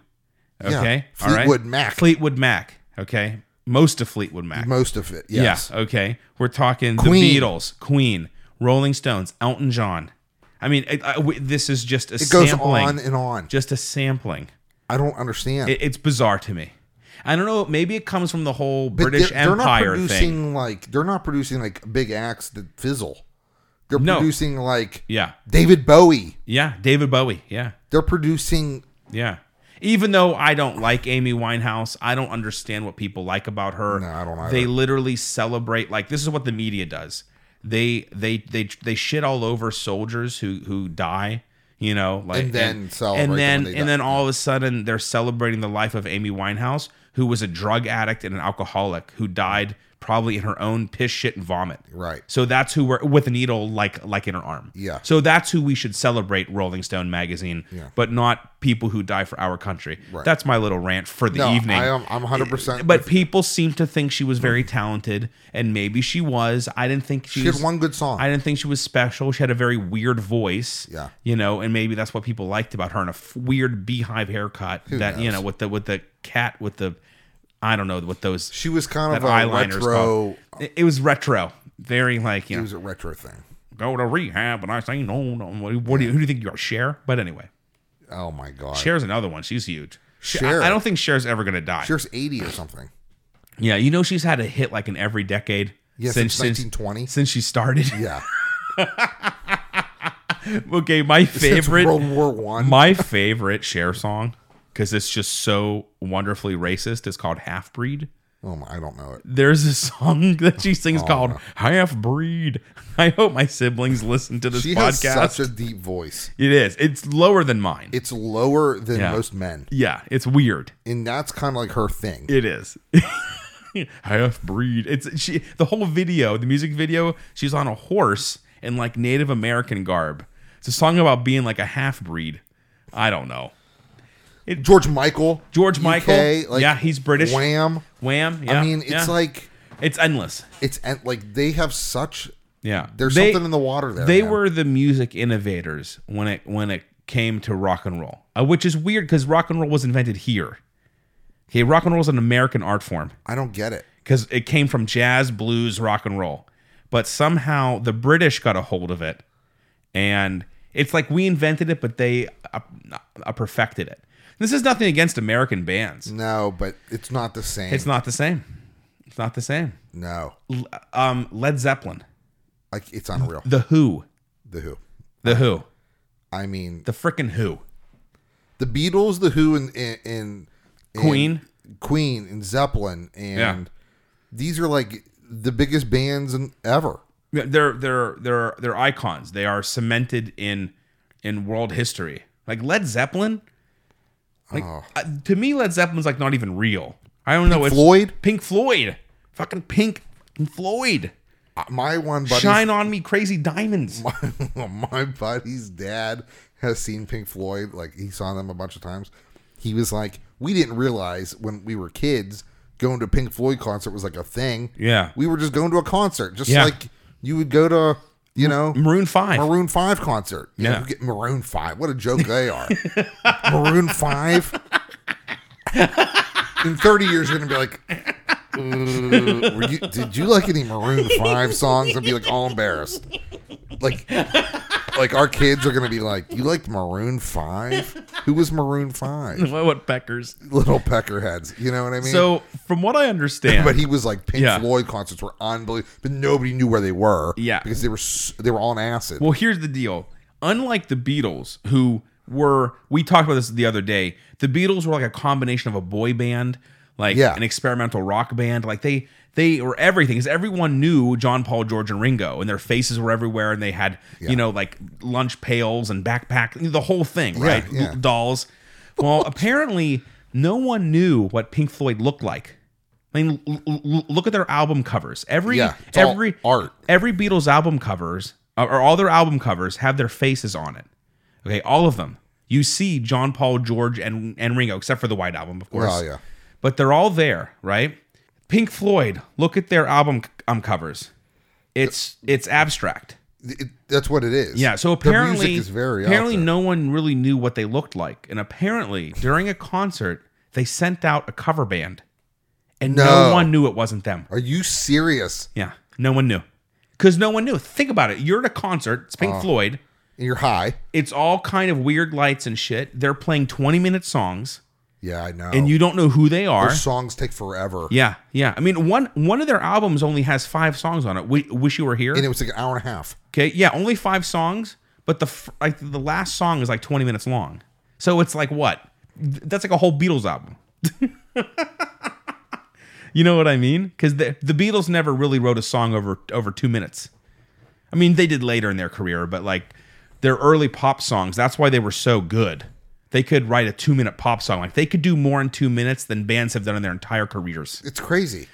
Speaker 1: Okay, all right.
Speaker 2: Fleetwood Mac.
Speaker 1: Fleetwood Mac. Okay, most of Fleetwood Mac.
Speaker 2: Most of it, yes.
Speaker 1: Yeah. Okay, we're talking
Speaker 2: Queen.
Speaker 1: the Beatles, Queen, Rolling Stones, Elton John. I mean, I, I- w- this is just a
Speaker 2: It goes
Speaker 1: sampling.
Speaker 2: on and on.
Speaker 1: Just a sampling.
Speaker 2: I don't understand.
Speaker 1: It, it's bizarre to me. I don't know. Maybe it comes from the whole
Speaker 2: But
Speaker 1: British Empire
Speaker 2: producing
Speaker 1: thing.
Speaker 2: like they're not producing like big acts that fizzle. They're
Speaker 1: No.
Speaker 2: producing like
Speaker 1: Yeah,
Speaker 2: David Bowie.
Speaker 1: yeah. David Bowie. Yeah,
Speaker 2: They're producing
Speaker 1: yeah. Even though I don't like Amy Winehouse, I don't understand what people like about her.
Speaker 2: No, I don't either.
Speaker 1: They literally celebrate like this is what the media does. They they they they shit all over soldiers who who die. You know, like
Speaker 2: And then celebrate them
Speaker 1: and
Speaker 2: when
Speaker 1: then
Speaker 2: they die.
Speaker 1: and then all of a sudden they're celebrating the life of Amy Winehouse, who was a drug addict and an alcoholic who died probably in her own piss, shit, and vomit.
Speaker 2: right.
Speaker 1: So that's who we're with a needle like like in her arm.
Speaker 2: Yeah.
Speaker 1: So that's who we should celebrate Rolling Stone magazine,
Speaker 2: Yeah.
Speaker 1: but not people who die for our country.
Speaker 2: Right.
Speaker 1: That's my little rant for the
Speaker 2: No,
Speaker 1: evening.
Speaker 2: I am I'm 100. percent
Speaker 1: but people seem to think she was very talented, and maybe she was. I didn't think she,
Speaker 2: she
Speaker 1: was.
Speaker 2: had one good song.
Speaker 1: I didn't think she was special. She had a very weird voice.
Speaker 2: Yeah.
Speaker 1: You know, and maybe that's what people liked about her and a f- weird beehive haircut that you know
Speaker 2: knows?
Speaker 1: with the with the cat with the I don't know with those
Speaker 2: she was kind
Speaker 1: that
Speaker 2: of a
Speaker 1: eyeliner's
Speaker 2: retro.
Speaker 1: called. It, it was retro. Very like you
Speaker 2: It
Speaker 1: know
Speaker 2: was a retro thing.
Speaker 1: go to rehab and I say no. no. What, do- what do you, who do you think you are, Cher? But anyway,
Speaker 2: Oh my god.
Speaker 1: Cher's another one. She's huge. She-
Speaker 2: Cher.
Speaker 1: I, I don't think Cher's ever gonna die.
Speaker 2: She's 80 or something.
Speaker 1: Yeah, you know she's had a hit like in every decade
Speaker 2: Yeah, since, 1920.
Speaker 1: since since she started.
Speaker 2: yeah.
Speaker 1: okay, my
Speaker 2: Since World
Speaker 1: favorite,
Speaker 2: War One.
Speaker 1: my favorite Cher song because it's just so wonderfully racist. It's called Half Breed.
Speaker 2: Oh my, I don't know it.
Speaker 1: There's a song that she sings called "Half Breed." I hope my siblings listen to this
Speaker 2: She has
Speaker 1: podcast.
Speaker 2: such a deep voice.
Speaker 1: it is. It's lower than mine.
Speaker 2: It's lower than
Speaker 1: Yeah.
Speaker 2: most men,
Speaker 1: yeah, it's weird.
Speaker 2: and that's kind of like her thing.
Speaker 1: It is. Half breed. It's she the whole video, the music video, she's on a horse in like Native American garb. It's a song about being like a half breed. I don't know.
Speaker 2: George Michael,
Speaker 1: George Michael.
Speaker 2: like,
Speaker 1: Yeah, he's British.
Speaker 2: Wham.
Speaker 1: Wham. Yeah,
Speaker 2: I mean, it's
Speaker 1: yeah.
Speaker 2: like
Speaker 1: it's endless.
Speaker 2: it's en- like they have such.
Speaker 1: Yeah.
Speaker 2: There's
Speaker 1: They-
Speaker 2: something in the water there.
Speaker 1: They
Speaker 2: man.
Speaker 1: were the music innovators when it when it came to rock and roll, uh, which is weird because rock and roll was invented here. Okay, rock and roll is an American art form
Speaker 2: I don't get it.
Speaker 1: because it came from jazz, blues, rock and roll, but somehow the British got a hold of it, and it's like we invented it, but they uh, uh, perfected it. This is nothing against American bands.
Speaker 2: No, but it's not the same.
Speaker 1: It's not the same. It's not the same.
Speaker 2: no,
Speaker 1: L- um, Led Zeppelin,
Speaker 2: like it's unreal.
Speaker 1: The Who,
Speaker 2: The Who.
Speaker 1: The Who,
Speaker 2: I mean,
Speaker 1: the frickin' Who,
Speaker 2: the Beatles, the Who, and and, and and
Speaker 1: Queen.
Speaker 2: Queen, and Zeppelin, and
Speaker 1: Yeah.
Speaker 2: these are like the biggest bands in, ever.
Speaker 1: they're they're they're they're icons. They are cemented in in world history. Like Led Zeppelin, like uh, to me, Led Zeppelin's like not even real. I don't know. It's
Speaker 2: Floyd?
Speaker 1: Pink Floyd, fucking Pink Floyd.
Speaker 2: Uh, My one buddy's
Speaker 1: Shine on me, crazy diamonds.
Speaker 2: my buddy's dad has seen Pink Floyd. Like he saw them a bunch of times. He was like, we didn't realize when we were kids going to a Pink Floyd concert was like a thing.
Speaker 1: Yeah.
Speaker 2: we were just going to a concert, just
Speaker 1: Yeah.
Speaker 2: like you would go to, you know,
Speaker 1: Maroon Five.
Speaker 2: Maroon Five concert. You
Speaker 1: Yeah.
Speaker 2: know, get Maroon Five. What a joke they are. Maroon Five. In thirty years, you're gonna be like, "Uh, were you, did you like any Maroon Five songs? And be like all embarrassed. Like, like our kids are gonna be like, you liked Maroon Five? Who was Maroon Five?
Speaker 1: what, what peckers?
Speaker 2: Little peckerheads. You know what I mean?
Speaker 1: So from what I understand,
Speaker 2: But he was like Pink
Speaker 1: Yeah.
Speaker 2: Floyd concerts were unbelievable, but nobody knew where they were.
Speaker 1: Yeah.
Speaker 2: because they were s- they were on acid.
Speaker 1: Well, here's the deal. Unlike the Beatles, who were we talked about this the other day, the Beatles were like a combination of a boy band, like
Speaker 2: Yeah.
Speaker 1: an experimental rock band. Like they they were everything because everyone knew John Paul, George, and Ringo, and their faces were everywhere, and they had you know like lunch pails and backpack, the whole thing, right?
Speaker 2: yeah.
Speaker 1: Dolls. Well, apparently, no one knew what Pink Floyd looked like. I mean, l- l- l- look at their album covers. Every
Speaker 2: Yeah, it's all
Speaker 1: every
Speaker 2: art.
Speaker 1: every Beatles album covers uh, or or all their album covers have their faces on it. Okay, all of them. You see John Paul, George, and and Ringo, except for the White Album, of course.
Speaker 2: Oh, yeah.
Speaker 1: But they're all there, right? Pink Floyd. Look at their album c- um, covers. It's it's abstract.
Speaker 2: it, that's what it is.
Speaker 1: Yeah. So
Speaker 2: Their
Speaker 1: apparently,
Speaker 2: music is very out
Speaker 1: apparently
Speaker 2: there.
Speaker 1: no one really knew what they looked like, and apparently during a concert they sent out a cover band, and no
Speaker 2: No.
Speaker 1: one knew it wasn't them.
Speaker 2: Are you serious?
Speaker 1: Yeah, no one knew. Because no one knew. Think about it. You're at a concert, it's Pink Floyd.
Speaker 2: And You're high.
Speaker 1: It's all kind of weird lights and shit. They're playing 20 minute songs
Speaker 2: Yeah, I know.
Speaker 1: and you don't know who they are.
Speaker 2: Their songs take forever.
Speaker 1: yeah, yeah. I mean, one one of their albums only has five songs on it. Wi- Wish You Were Here.
Speaker 2: And it was like an hour and a half.
Speaker 1: Okay, yeah, only five songs, but the f- like the last song is like 20 minutes long. So it's like what? Th- That's like a whole Beatles album. you know what I mean? Because the the Beatles never really wrote a song over over two minutes. I mean, they did later in their career, but like their early pop songs, that's why they were so good. They could write a two minute pop song. Like they could do more in two minutes than bands have done in their entire careers.
Speaker 2: It's crazy.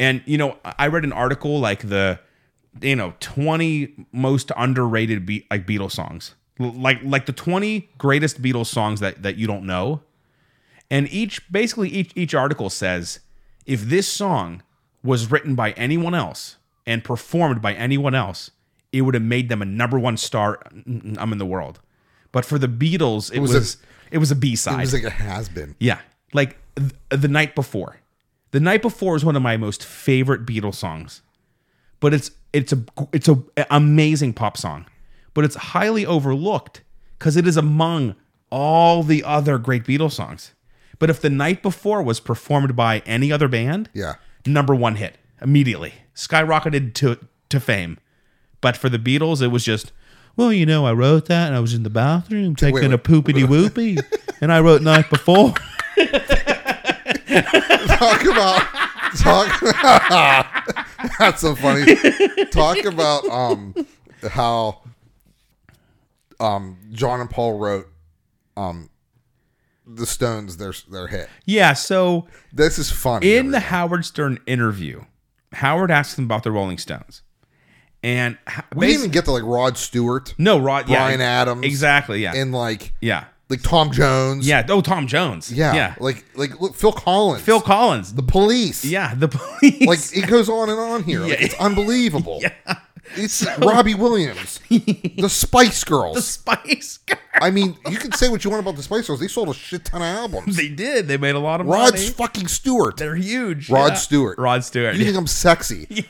Speaker 1: And you know, I I read an article like the you know 20 most underrated be- like Beatles songs. L- Like like the 20 greatest Beatles songs that that you don't know. And each basically each each article says if this song was written by anyone else and performed by anyone else, it would have made them a number 1 star I'm in the world. But for the Beatles, it, was,
Speaker 2: was a-
Speaker 1: it was a B-side.
Speaker 2: It was like it has been.
Speaker 1: Yeah. Like th- the night before. The night before is one of my most favorite Beatles songs. But it's it's a it's a amazing pop song. But it's highly overlooked cuz it is among all the other great Beatles songs. But if the night before was performed by any other band,
Speaker 2: Yeah.
Speaker 1: number 1 hit immediately. Skyrocketed to to fame. But for the Beatles it was just well, you know, I wrote that and I was in the bathroom taking
Speaker 2: wait.
Speaker 1: a poopity whoopee and I wrote night before.
Speaker 2: Talk about talk that's so funny talk about um how um john and paul wrote um the stones their their hit
Speaker 1: Yeah, so
Speaker 2: this is funny
Speaker 1: in the Howard Stern interview, Howard asked them about the Rolling Stones. And ha-
Speaker 2: we didn't
Speaker 1: basi-
Speaker 2: even get to like rod stewart
Speaker 1: no, Rod,
Speaker 2: Bryan
Speaker 1: yeah,
Speaker 2: Adams
Speaker 1: exactly, yeah,
Speaker 2: and like
Speaker 1: yeah,
Speaker 2: like tom jones
Speaker 1: yeah. Oh, Tom Jones,
Speaker 2: yeah,
Speaker 1: yeah,
Speaker 2: like like look phil collins
Speaker 1: Phil Collins,
Speaker 2: the police
Speaker 1: yeah, the police,
Speaker 2: like it goes on and on here like,
Speaker 1: Yeah.
Speaker 2: it's unbelievable it's robbie williams the spice girls
Speaker 1: the Spice Girls.
Speaker 2: I mean, you can say what you want about the Spice Girls. They sold a shit ton of albums.
Speaker 1: They did. They made a lot of
Speaker 2: Rod
Speaker 1: money.
Speaker 2: fucking Stewart.
Speaker 1: They're huge.
Speaker 2: Rod
Speaker 1: yeah.
Speaker 2: Stewart.
Speaker 1: Rod Stewart.
Speaker 2: You
Speaker 1: yeah.
Speaker 2: think I'm sexy?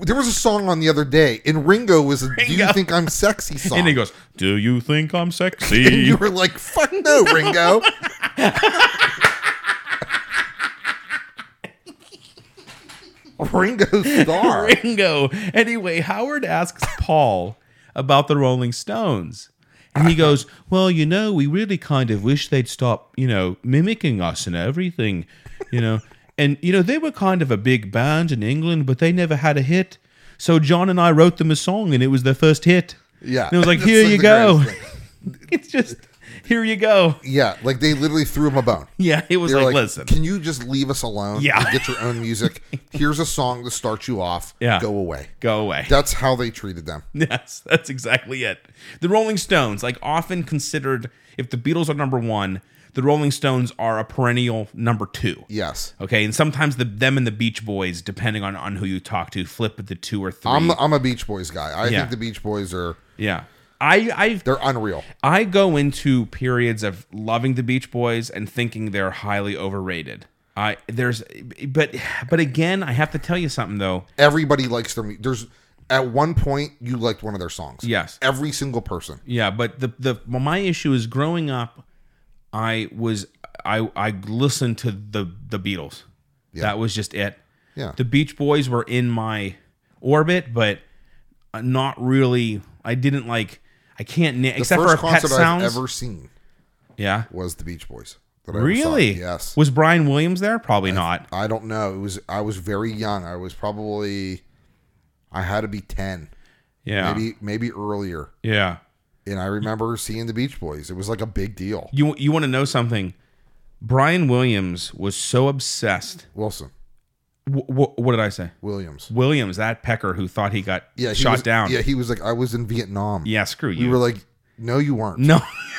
Speaker 2: There was a song on the other day, and Ringo was a "Do You
Speaker 1: Ringo.
Speaker 2: Think I'm Sexy" song.
Speaker 1: And he goes,
Speaker 3: Do you think I'm
Speaker 2: And you
Speaker 3: sexy?
Speaker 2: were like, "Fuck no, Ringo." Ringo Starr.
Speaker 1: Ringo. Anyway, Howard asks Paul about the Rolling Stones. And he goes, Well, you know, we really kind of wish they'd stop, you know, mimicking us and everything, you know. And, you know, they were kind of a big band in England, but they never had a hit. So John and I wrote them a song and it was their first hit.
Speaker 2: Yeah,
Speaker 1: And it was like,
Speaker 2: That's
Speaker 1: Here
Speaker 2: like
Speaker 1: you
Speaker 2: the
Speaker 1: go.
Speaker 2: greatest thing.
Speaker 1: it's just, Here you go.
Speaker 2: Yeah, like they literally threw him a bone.
Speaker 1: Yeah. It was
Speaker 2: They're
Speaker 1: like,
Speaker 2: like,
Speaker 1: Listen.
Speaker 2: can you just leave us alone?
Speaker 1: Yeah.
Speaker 2: and get your own music. Here's a song to start you off.
Speaker 1: Yeah.
Speaker 2: go away.
Speaker 1: Go away.
Speaker 2: That's how they treated them.
Speaker 1: Yes, that's exactly it. The Rolling Stones, like often considered, if the Beatles are number one, the Rolling Stones are a perennial number two.
Speaker 2: Yes,
Speaker 1: Okay, and sometimes the them and the Beach Boys, depending on on who you talk to, flip at the two or 3
Speaker 2: I'm. I'm a Beach Boys guy. I
Speaker 1: Yeah.
Speaker 2: think the Beach Boys are
Speaker 1: yeah, I I've
Speaker 2: they're unreal.
Speaker 1: I go into periods of loving the Beach Boys and thinking they're highly overrated. I there's but but again, I have to tell you something though.
Speaker 2: Everybody likes their. mu- There's at one point you liked one of their songs.
Speaker 1: Yes.
Speaker 2: every single person.
Speaker 1: Yeah, but the the well, my issue is growing up, I was I I listened to the the Beatles. That was just it.
Speaker 2: Yeah.
Speaker 1: The Beach Boys were in my orbit, but not really. I didn't like. I can't na- except for a
Speaker 2: First
Speaker 1: pet
Speaker 2: concert I've
Speaker 1: sounds.
Speaker 2: ever seen
Speaker 1: yeah.
Speaker 2: was the Beach Boys. that I ever saw.
Speaker 1: Really?
Speaker 2: Yes.
Speaker 1: Was Brian Williams there? Probably not.
Speaker 2: I don't know. It was. I was very young. I was probably. I had to be ten,
Speaker 1: Yeah.
Speaker 2: maybe maybe earlier.
Speaker 1: Yeah.
Speaker 2: And I remember seeing the Beach Boys. It was like a big deal.
Speaker 1: You you want to know something? Brian Williams was so obsessed.
Speaker 2: Wilson
Speaker 1: W- w- what did I say?
Speaker 2: Williams.
Speaker 1: Williams, that pecker who thought he got
Speaker 2: Yeah, he
Speaker 1: shot
Speaker 2: was-
Speaker 1: down.
Speaker 2: Yeah, he was like, I was in Vietnam.
Speaker 1: Yeah, screw you.
Speaker 2: we were like, no, you weren't.
Speaker 1: no.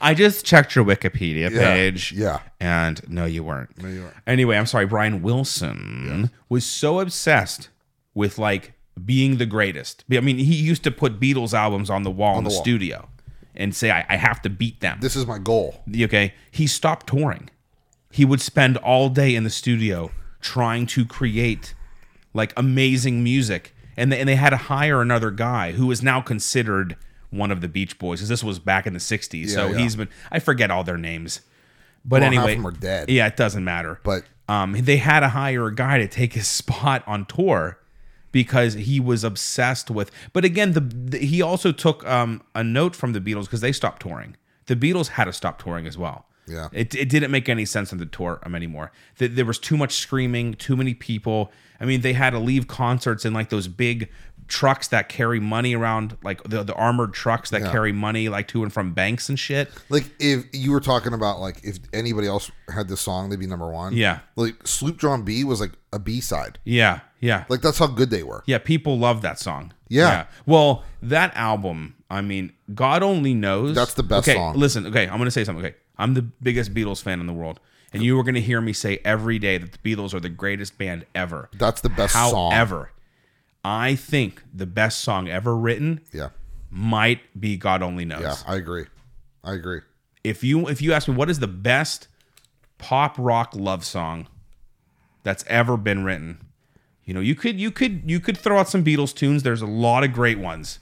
Speaker 1: I just checked your Wikipedia page.
Speaker 2: Yeah.
Speaker 1: And no, you weren't.
Speaker 2: No, you weren't.
Speaker 1: Anyway, I'm sorry. Brian Wilson was so obsessed with like being the greatest. I mean, he used to put Beatles albums on the wall in the,
Speaker 2: the wall.
Speaker 1: studio and say, I, I have to beat them.
Speaker 2: This is my goal.
Speaker 1: okay. He stopped touring. He would spend all day in the studio trying to create like amazing music. And they, and they had to hire another guy who is now considered one of the Beach Boys. 'cause This was back in the 60s. so
Speaker 2: yeah.
Speaker 1: he's been, I forget all their names. But
Speaker 2: Well, half
Speaker 1: anyway,
Speaker 2: of them are dead.
Speaker 1: yeah, it doesn't matter.
Speaker 2: But-
Speaker 1: um, they had to hire a guy to take his spot on tour because he was obsessed with. But again, the, the he also took um, a note from the Beatles because they stopped touring. The Beatles had to stop touring as well.
Speaker 2: Yeah.
Speaker 1: it, it didn't make any sense on the tour um, anymore. Th- there was too much screaming, too many people. I mean, they had to leave concerts in like those big trucks that carry money around, like the, the armored trucks that carry money like to and from banks and shit.
Speaker 2: Like if you were talking about like if anybody else had this song, they'd be number one.
Speaker 1: Yeah.
Speaker 2: Like Sloop John B was like a B side.
Speaker 1: Yeah, yeah.
Speaker 2: Like that's how good they were.
Speaker 1: Yeah, people love that song.
Speaker 2: Yeah.
Speaker 1: Well, that album, I mean, God only knows.
Speaker 2: That's the best
Speaker 1: okay,
Speaker 2: song.
Speaker 1: Listen, okay, I'm gonna say something. Okay, I'm the biggest Beatles fan in the world, and you were gonna hear me say every day that the Beatles are the greatest band ever.
Speaker 2: That's the best song.
Speaker 1: However, I think the best song ever written
Speaker 2: Yeah.
Speaker 1: might be God only knows.
Speaker 2: Yeah. I agree. I agree.
Speaker 1: If you if you ask me what is the best pop rock love song that's ever been written, you know, you could you could you could throw out some Beatles tunes. There's a lot of great ones.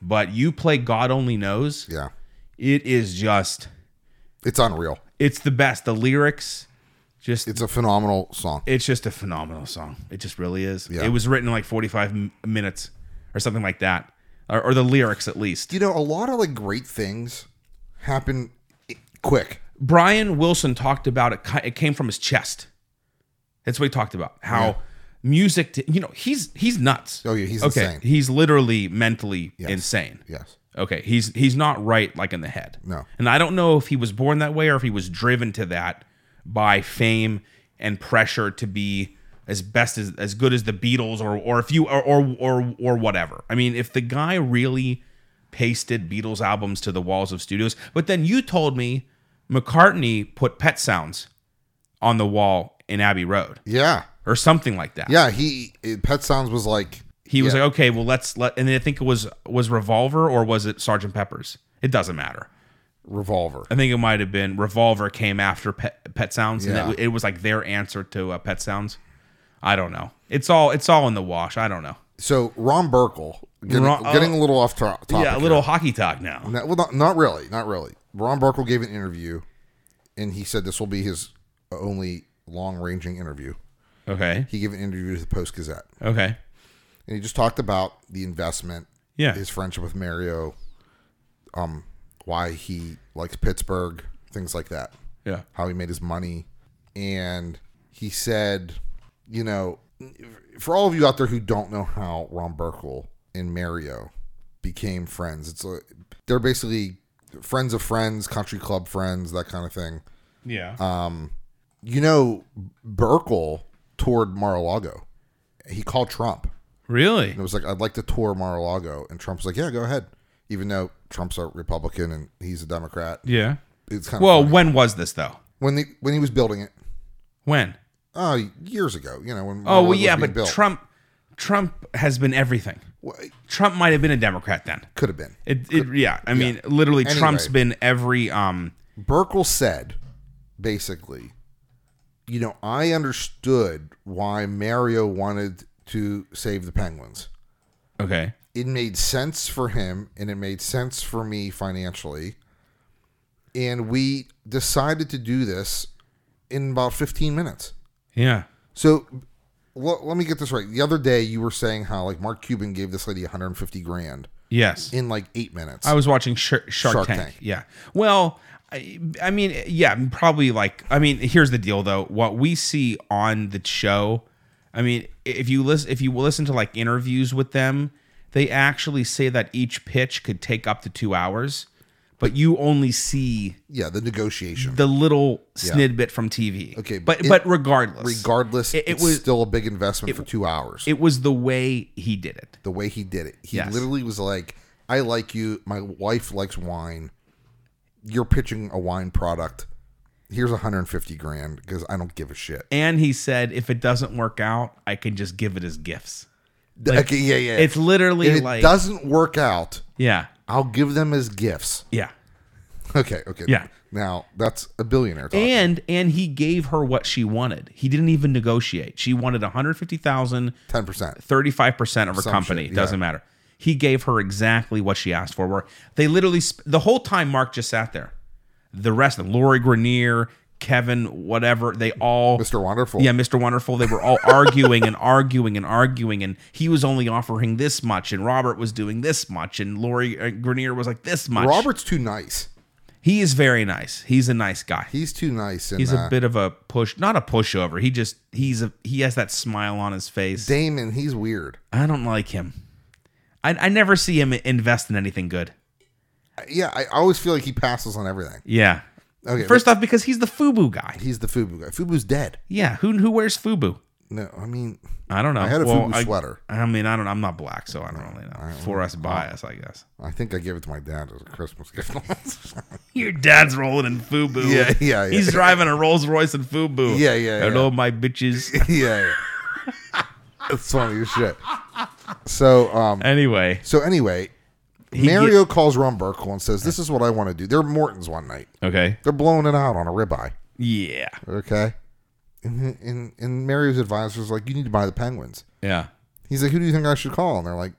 Speaker 1: But you play God only knows,
Speaker 2: Yeah.
Speaker 1: it is just
Speaker 2: It's unreal.
Speaker 1: it's the best. The lyrics just
Speaker 2: It's a phenomenal song.
Speaker 1: it's just a phenomenal song. It just really is.
Speaker 2: Yeah.
Speaker 1: It was written in like 45 m- minutes or something like that. Or, or the lyrics at least.
Speaker 2: you know, a lot of like great things happen i- quick.
Speaker 1: Brian Wilson talked about it. ki- It came from his chest. That's what we talked about. How music, to, you know, he's he's nuts.
Speaker 2: Oh, yeah, he's
Speaker 1: okay.
Speaker 2: insane.
Speaker 1: He's literally mentally insane.
Speaker 2: Yes.
Speaker 1: Okay, he's he's not right like in the head.
Speaker 2: No.
Speaker 1: And I don't know if he was born that way or if he was driven to that by fame and pressure to be as best as as good as the Beatles or or if you or or or, or whatever. I mean, if the guy really pasted Beatles albums to the walls of studios, but then you told me McCartney put Pet Sounds on the wall in Abbey Road
Speaker 2: Yeah.
Speaker 1: or something like that.
Speaker 2: Yeah. He it- Pet Sounds was like
Speaker 1: He was
Speaker 2: Yeah.
Speaker 1: like, okay, well, let's let, and I think it was was Revolver or was it Sergeant Pepper's? It doesn't matter.
Speaker 2: Revolver.
Speaker 1: I think it might have been Revolver came after Pet, Pet Sounds, and
Speaker 2: Yeah.
Speaker 1: it, w- it was like their answer to uh, Pet Sounds. I don't know. It's all it's all in the wash. I don't know.
Speaker 2: So Ron Burkle getting,
Speaker 1: Ron- oh.
Speaker 2: getting a little off to- topic.
Speaker 1: yeah, a
Speaker 2: here.
Speaker 1: little hockey talk now.
Speaker 2: No, well, not, not really, not really. Ron Burkle gave an interview, and he said this will be his only long-ranging interview.
Speaker 1: Okay,
Speaker 2: He gave an interview to the Post Gazette,
Speaker 1: okay,
Speaker 2: and he just talked about the investment,
Speaker 1: yeah,
Speaker 2: his friendship with Mario, um, why he likes Pittsburgh, things like that,
Speaker 1: yeah,
Speaker 2: how he made his money, and he said, you know, for all of you out there who don't know how Ron Burkle and Mario became friends, it's a, they're basically friends of friends, country club friends, that kind of thing.
Speaker 1: yeah.
Speaker 2: Uh, You know, Burkle toured Mar-a-Lago. He called Trump.
Speaker 1: really?
Speaker 2: It was like, I'd like to tour Mar-a-Lago, and Trump's like, Yeah, go ahead. Even though Trump's a Republican and he's a Democrat,
Speaker 1: Yeah.
Speaker 2: it's kind of
Speaker 1: Well,
Speaker 2: funny.
Speaker 1: when was this though?
Speaker 2: when the, when he was building it,
Speaker 1: When?
Speaker 2: uh, years ago, you know, when
Speaker 1: Oh,
Speaker 2: Mar-a-Lago
Speaker 1: well, yeah,
Speaker 2: was being
Speaker 1: but
Speaker 2: built.
Speaker 1: Trump, Trump has been everything.
Speaker 2: Well, it
Speaker 1: Trump might have been a Democrat then.
Speaker 2: could have been.
Speaker 1: It, it yeah. I mean, literally,
Speaker 2: Anyway.
Speaker 1: Trump's been every um.
Speaker 2: Burkle said, basically, you know, I understood why Mario wanted to save the Penguins.
Speaker 1: Okay.
Speaker 2: It made sense for him and it made sense for me financially. And we decided to do this in about 15 minutes.
Speaker 1: Yeah.
Speaker 2: So l- let me get this right. The other day you were saying how like Mark Cuban gave this lady 150 grand
Speaker 1: Yes.
Speaker 2: in like 8 minutes.
Speaker 1: I was watching Shar Shark,
Speaker 2: Shark
Speaker 1: Tank.
Speaker 2: Tank.
Speaker 1: Yeah. Well, I, I mean, yeah, probably like, I mean, here's the deal though. What we see on the show, I mean, if you listen, if you listen to like interviews with them, they actually say that each pitch could take up to two hours, but you only see
Speaker 2: yeah, the negotiation.
Speaker 1: the little snidbit from TV.
Speaker 2: Okay,
Speaker 1: But,
Speaker 2: it-
Speaker 1: but regardless,
Speaker 2: Regardless,
Speaker 1: it- it
Speaker 2: it's
Speaker 1: was-
Speaker 2: still a big investment for 2 hours.
Speaker 1: it was the way he did it.
Speaker 2: the way he did it. He
Speaker 1: Yes.
Speaker 2: literally was like, "I like you. My wife likes wine. You're pitching a wine product. Here's 150 grand because I don't give a shit."
Speaker 1: And he said, if it doesn't work out, I can just give it as gifts.
Speaker 2: okay, yeah, yeah.
Speaker 1: It's literally
Speaker 2: if it
Speaker 1: like,
Speaker 2: doesn't work out,
Speaker 1: yeah,
Speaker 2: I'll give them as gifts.
Speaker 1: yeah.
Speaker 2: Okay, okay.
Speaker 1: Yeah.
Speaker 2: Now that's a billionaire talk.
Speaker 1: and and he gave her what she wanted. He didn't even negotiate. She wanted 150,000,
Speaker 2: Ten percent.
Speaker 1: 35% of her company,
Speaker 2: shit, yeah.
Speaker 1: doesn't matter. He gave her exactly what she asked for. Where they literally sp- the whole time Mark just sat there. The rest of them, Lori Grenier, Kevin, whatever, they all
Speaker 2: Mr. Wonderful.
Speaker 1: yeah, Mr. Wonderful. They were all arguing and arguing and arguing, and he was only offering this much, and Robert was doing this much, and Lori uh, Grenier was like this much.
Speaker 2: Robert's too nice.
Speaker 1: he is very nice. He's a nice guy.
Speaker 2: He's too nice. And
Speaker 1: He's
Speaker 2: uh,
Speaker 1: a bit of a push, not a pushover. He just he's a he has that smile on his face.
Speaker 2: Damon. He's weird.
Speaker 1: I don't like him. I I never see him invest in anything good.
Speaker 2: Yeah, I always feel like he passes on everything.
Speaker 1: Yeah.
Speaker 2: Okay,
Speaker 1: First off, because he's the FUBU guy.
Speaker 2: he's the FUBU guy. FUBU's dead.
Speaker 1: Yeah. Who who wears FUBU?
Speaker 2: No, I mean,
Speaker 1: I don't know.
Speaker 2: I had a
Speaker 1: well,
Speaker 2: FUBU
Speaker 1: I,
Speaker 2: sweater.
Speaker 1: I mean, I don't. I'm not black, so I don't really know. For us bias, I guess.
Speaker 2: I think I gave it to my dad as a Christmas gift.
Speaker 1: Your dad's rolling in FUBU.
Speaker 2: Yeah, yeah, yeah.
Speaker 1: He's driving a Rolls Royce in FUBU.
Speaker 2: Yeah, yeah,
Speaker 1: Hello,
Speaker 2: yeah.
Speaker 1: my bitches.
Speaker 2: yeah, yeah. That's funny as shit. So, um,
Speaker 1: Anyway,
Speaker 2: so anyway, Mario calls Ron Burkle and says, "This is what I want to do." They're Morton's one night.
Speaker 1: okay.
Speaker 2: They're blowing it out on a ribeye.
Speaker 1: Yeah.
Speaker 2: Okay, and and, and Mario's advisor's like, "You need to buy the Penguins."
Speaker 1: Yeah.
Speaker 2: He's like, "Who do you think I should call?" And they're like,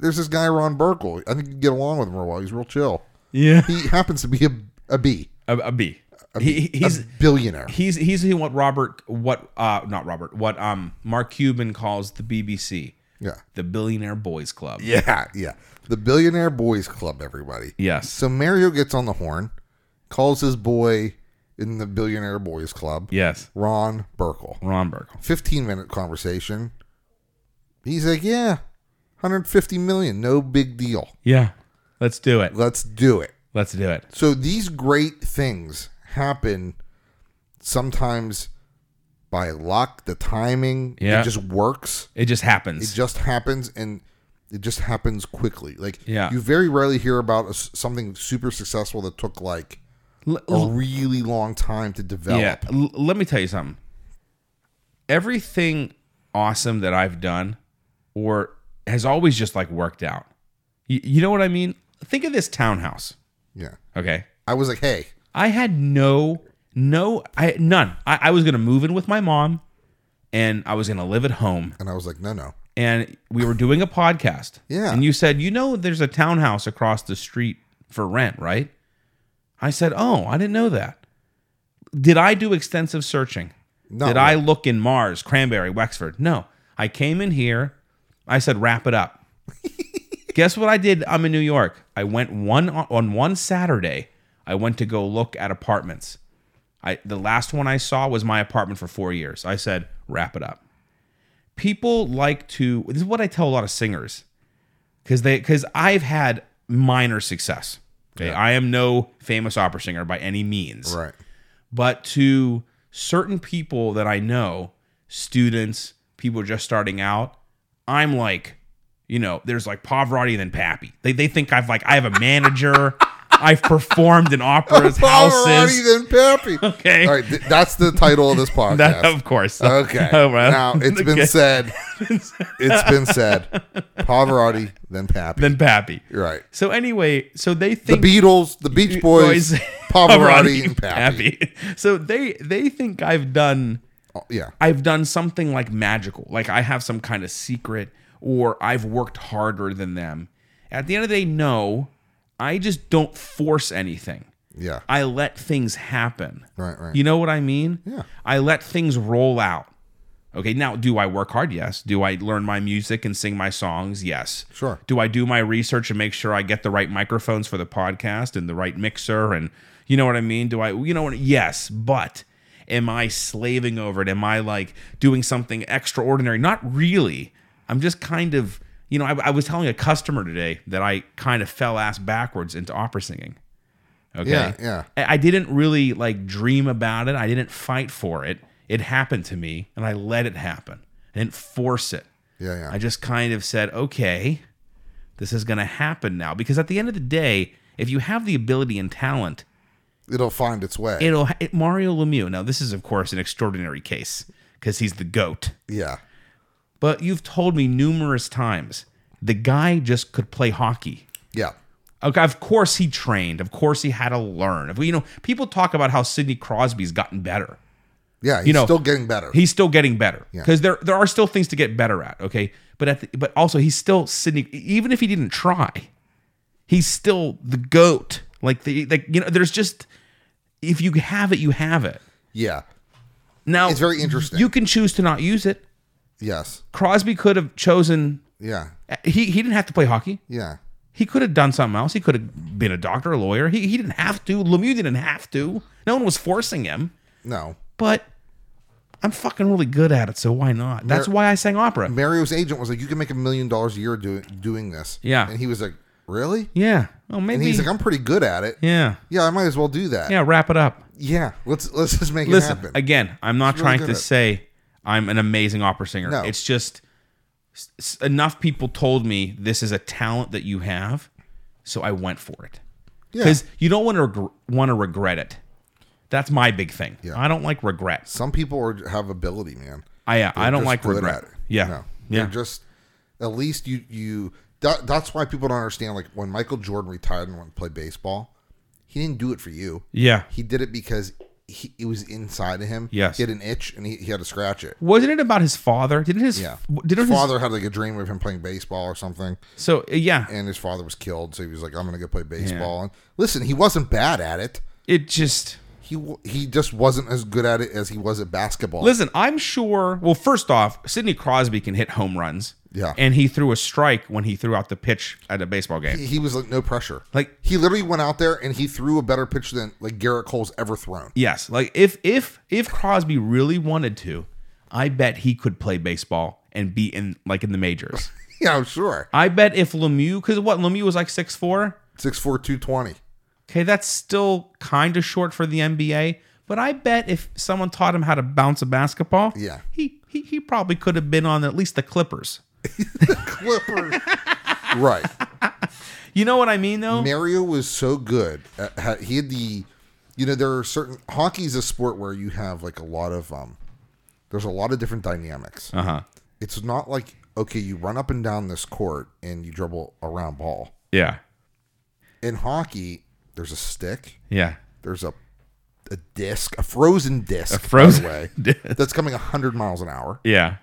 Speaker 2: "There's this guy Ron Burkle. I think you can get along with him real well. He's real chill.
Speaker 1: Yeah.
Speaker 2: He happens to be a a B,
Speaker 1: A, a B. He, he's
Speaker 2: a billionaire."
Speaker 1: he's he's he what Robert what uh not Robert what um Mark Cuban calls the BBC
Speaker 2: Yeah,
Speaker 1: the Billionaire Boys Club.
Speaker 2: yeah, yeah. The Billionaire Boys Club, everybody.
Speaker 1: Yes.
Speaker 2: So Mario gets on the horn, calls his boy in the Billionaire Boys Club,
Speaker 1: Yes.
Speaker 2: Ron Burkle.
Speaker 1: Ron Burkle.
Speaker 2: 15 minute conversation. He's like, yeah, 150 million, no big deal.
Speaker 1: Yeah. Let's do it.
Speaker 2: Let's do it.
Speaker 1: Let's do it.
Speaker 2: So these great things happen sometimes by luck, the timing,
Speaker 1: Yeah.
Speaker 2: it just works.
Speaker 1: It just happens.
Speaker 2: It just happens and it just happens quickly. Like
Speaker 1: Yeah.
Speaker 2: you very rarely hear about a s something super successful that took like
Speaker 1: L-
Speaker 2: a really long time to develop.
Speaker 1: Yeah. L- let me tell you something. Everything awesome that I've done or has always just like worked out. Y- you know what I mean? Think of this townhouse.
Speaker 2: Yeah.
Speaker 1: Okay.
Speaker 2: I was like, "Hey,
Speaker 1: I had no, no, I none. I, I was gonna move in with my mom, and I was gonna live at home,
Speaker 2: and I was like, no, no.
Speaker 1: and we were doing a podcast.
Speaker 2: Yeah.
Speaker 1: And you said, you know, there's a townhouse across the street for rent, right? I said, oh, I didn't know that. Did I do extensive searching?
Speaker 2: No.
Speaker 1: Did I look in Mars, Cranberry, Wexford? No. I came in here. I said, wrap it up. Guess what I did? I'm in New York. I went one on one Saturday. I went to go look at apartments. I the last one I saw was my apartment for four years. I said, wrap it up. People like to. This is what I tell a lot of singers, because they because I've had minor success. Okay, I am no famous opera singer by any means
Speaker 2: Right.
Speaker 1: but to certain people that I know, students, people just starting out, I'm like, you know, there's like Pavarotti and then Pappy. They, they think I've like I have a manager. I've performed in operas,
Speaker 2: Alrighty
Speaker 1: houses.
Speaker 2: then, Pappy.
Speaker 1: Okay.
Speaker 2: All right, th- that's the title of this podcast.
Speaker 1: That, Of course.
Speaker 2: Okay.
Speaker 1: Oh, well.
Speaker 2: Now it's been
Speaker 1: Okay.
Speaker 2: said. it's been said. Pavarotti, then Pappy.
Speaker 1: Then Pappy.
Speaker 2: You're right.
Speaker 1: So anyway, so they
Speaker 2: The
Speaker 1: think
Speaker 2: Beatles, the Beach Boys, Pavarotti, and Pappy.
Speaker 1: So they they think I've done
Speaker 2: Oh, yeah.
Speaker 1: I've done something like magical, like I have some kind of secret or I've worked harder than them. At the end of the day, no, I just don't force anything.
Speaker 2: Yeah.
Speaker 1: I let things happen.
Speaker 2: Right, right.
Speaker 1: You know what I mean?
Speaker 2: Yeah.
Speaker 1: I let things roll out. Okay, now do I work hard? Yes. Do I learn my music and sing my songs? Yes.
Speaker 2: Sure.
Speaker 1: Do I do my research and make sure I get the right microphones for the podcast and the right mixer and you know what I mean? Do I you know what yes, but am I slaving over it? Am I like doing something extraordinary? Not really. I'm just kind of you know, I, I was telling a customer today that I kind of fell ass backwards into opera singing. Okay.
Speaker 2: Yeah, yeah.
Speaker 1: I I didn't really like dream about it. I didn't fight for it. It happened to me and I let it happen. I didn't force it.
Speaker 2: Yeah, yeah.
Speaker 1: I just kind of said, okay, this is going to happen now. Because at the end of the day, if you have the ability and talent,
Speaker 2: It'll find its way.
Speaker 1: it'll. It, Mario Lemieux. Now, this is, of course, an extraordinary case because he's the GOAT.
Speaker 2: yeah.
Speaker 1: But you've told me numerous times the guy just could play hockey.
Speaker 2: Yeah.
Speaker 1: Okay, of course he trained. Of course he had to learn. If we- You know, people talk about how Sidney Crosby's gotten better.
Speaker 2: Yeah. He's
Speaker 1: know,
Speaker 2: still getting better.
Speaker 1: He's still getting better because there there are still things to get better at. Okay, but at the, but also he's still Sidney. e, Even if he didn't try, he's still the goat. Like the like you know, there's just if you have it, you have it.
Speaker 2: yeah.
Speaker 1: Now
Speaker 2: It's very interesting.
Speaker 1: You can choose to not use it.
Speaker 2: Yes.
Speaker 1: Crosby could have chosen.
Speaker 2: Yeah.
Speaker 1: He he didn't have to play hockey.
Speaker 2: Yeah.
Speaker 1: He could have done something else. He could have been a doctor, a lawyer. He, he didn't have to. Lemieux didn't have to. No one was forcing him.
Speaker 2: No.
Speaker 1: But I'm fucking really good at it, so why not? That's why I sang opera.
Speaker 2: Mario's agent was like, "You can make a million dollars a year doing doing this."
Speaker 1: Yeah.
Speaker 2: And he was like, "Really?"
Speaker 1: Yeah. Oh, maybe.
Speaker 2: And he's like, "I'm pretty good at it."
Speaker 1: yeah.
Speaker 2: Yeah, I might as well do that.
Speaker 1: Yeah. Wrap it up.
Speaker 2: Yeah, let's let's just make
Speaker 1: Listen,
Speaker 2: it happen.
Speaker 1: again, I'm not
Speaker 2: He's really
Speaker 1: trying
Speaker 2: good
Speaker 1: to
Speaker 2: at it.
Speaker 1: say I'm an amazing opera singer.
Speaker 2: No.
Speaker 1: It's just s- s- enough people told me this is a talent that you have, so I went for it.
Speaker 2: yeah.
Speaker 1: Because you don't want to reg- want to regret it. That's my big thing.
Speaker 2: Yeah.
Speaker 1: I don't like regret.
Speaker 2: Some people are, have ability, man.
Speaker 1: I uh, I don't
Speaker 2: Just
Speaker 1: like
Speaker 2: good
Speaker 1: regret.
Speaker 2: at it.
Speaker 1: Yeah.
Speaker 2: No,
Speaker 1: Yeah.
Speaker 2: They're just at least you you that, that's why people don't understand. Like when Michael Jordan retired and went to play baseball, he didn't do it for you.
Speaker 1: yeah.
Speaker 2: He did it because he, it was inside of him.
Speaker 1: Yes.
Speaker 2: he had an itch and he, he had to scratch it.
Speaker 1: Wasn't it about his father? Didn't his
Speaker 2: Yeah,
Speaker 1: didn't
Speaker 2: his
Speaker 1: his,
Speaker 2: father had like a dream of him playing baseball or something,
Speaker 1: so uh, yeah.
Speaker 2: and his father was killed, so he was like, "I'm gonna go play baseball." And listen, he wasn't bad at it.
Speaker 1: It just
Speaker 2: he w- he just wasn't as good at it as he was at basketball.
Speaker 1: Listen, I'm sure. Well, first off, Sidney Crosby can hit home runs.
Speaker 2: Yeah.
Speaker 1: And he threw a strike when he threw out the pitch at a baseball game.
Speaker 2: he, he was like no pressure.
Speaker 1: Like-
Speaker 2: he literally went out there and he threw a better pitch than like Garrett Cole's ever thrown.
Speaker 1: Yes. Like if if if Crosby really wanted to, I bet he could play baseball and be in like in the majors.
Speaker 2: Yeah, I'm sure.
Speaker 1: I bet if Lemieux, because what Lemieux was like six four.
Speaker 2: Six four two twenty.
Speaker 1: Okay, that's still kind of short for the NBA. But I bet if someone taught him how to bounce a basketball,
Speaker 2: Yeah.
Speaker 1: he he, he probably could have been on at least the Clippers.
Speaker 2: Clipper. right.
Speaker 1: You know what I mean, though.
Speaker 2: Mario was so good. At, ha- he had the, you know, there are certain hockey's a sport where you have like a lot of um, there's a lot of different dynamics.
Speaker 1: Uh huh.
Speaker 2: It's not like okay, you run up and down this court and you dribble a round ball.
Speaker 1: Yeah.
Speaker 2: In hockey, there's a stick.
Speaker 1: Yeah.
Speaker 2: There's a a disc, a frozen disc, by the
Speaker 1: frozen
Speaker 2: way,
Speaker 1: disc.
Speaker 2: that's coming 100 miles an hour.
Speaker 1: Yeah.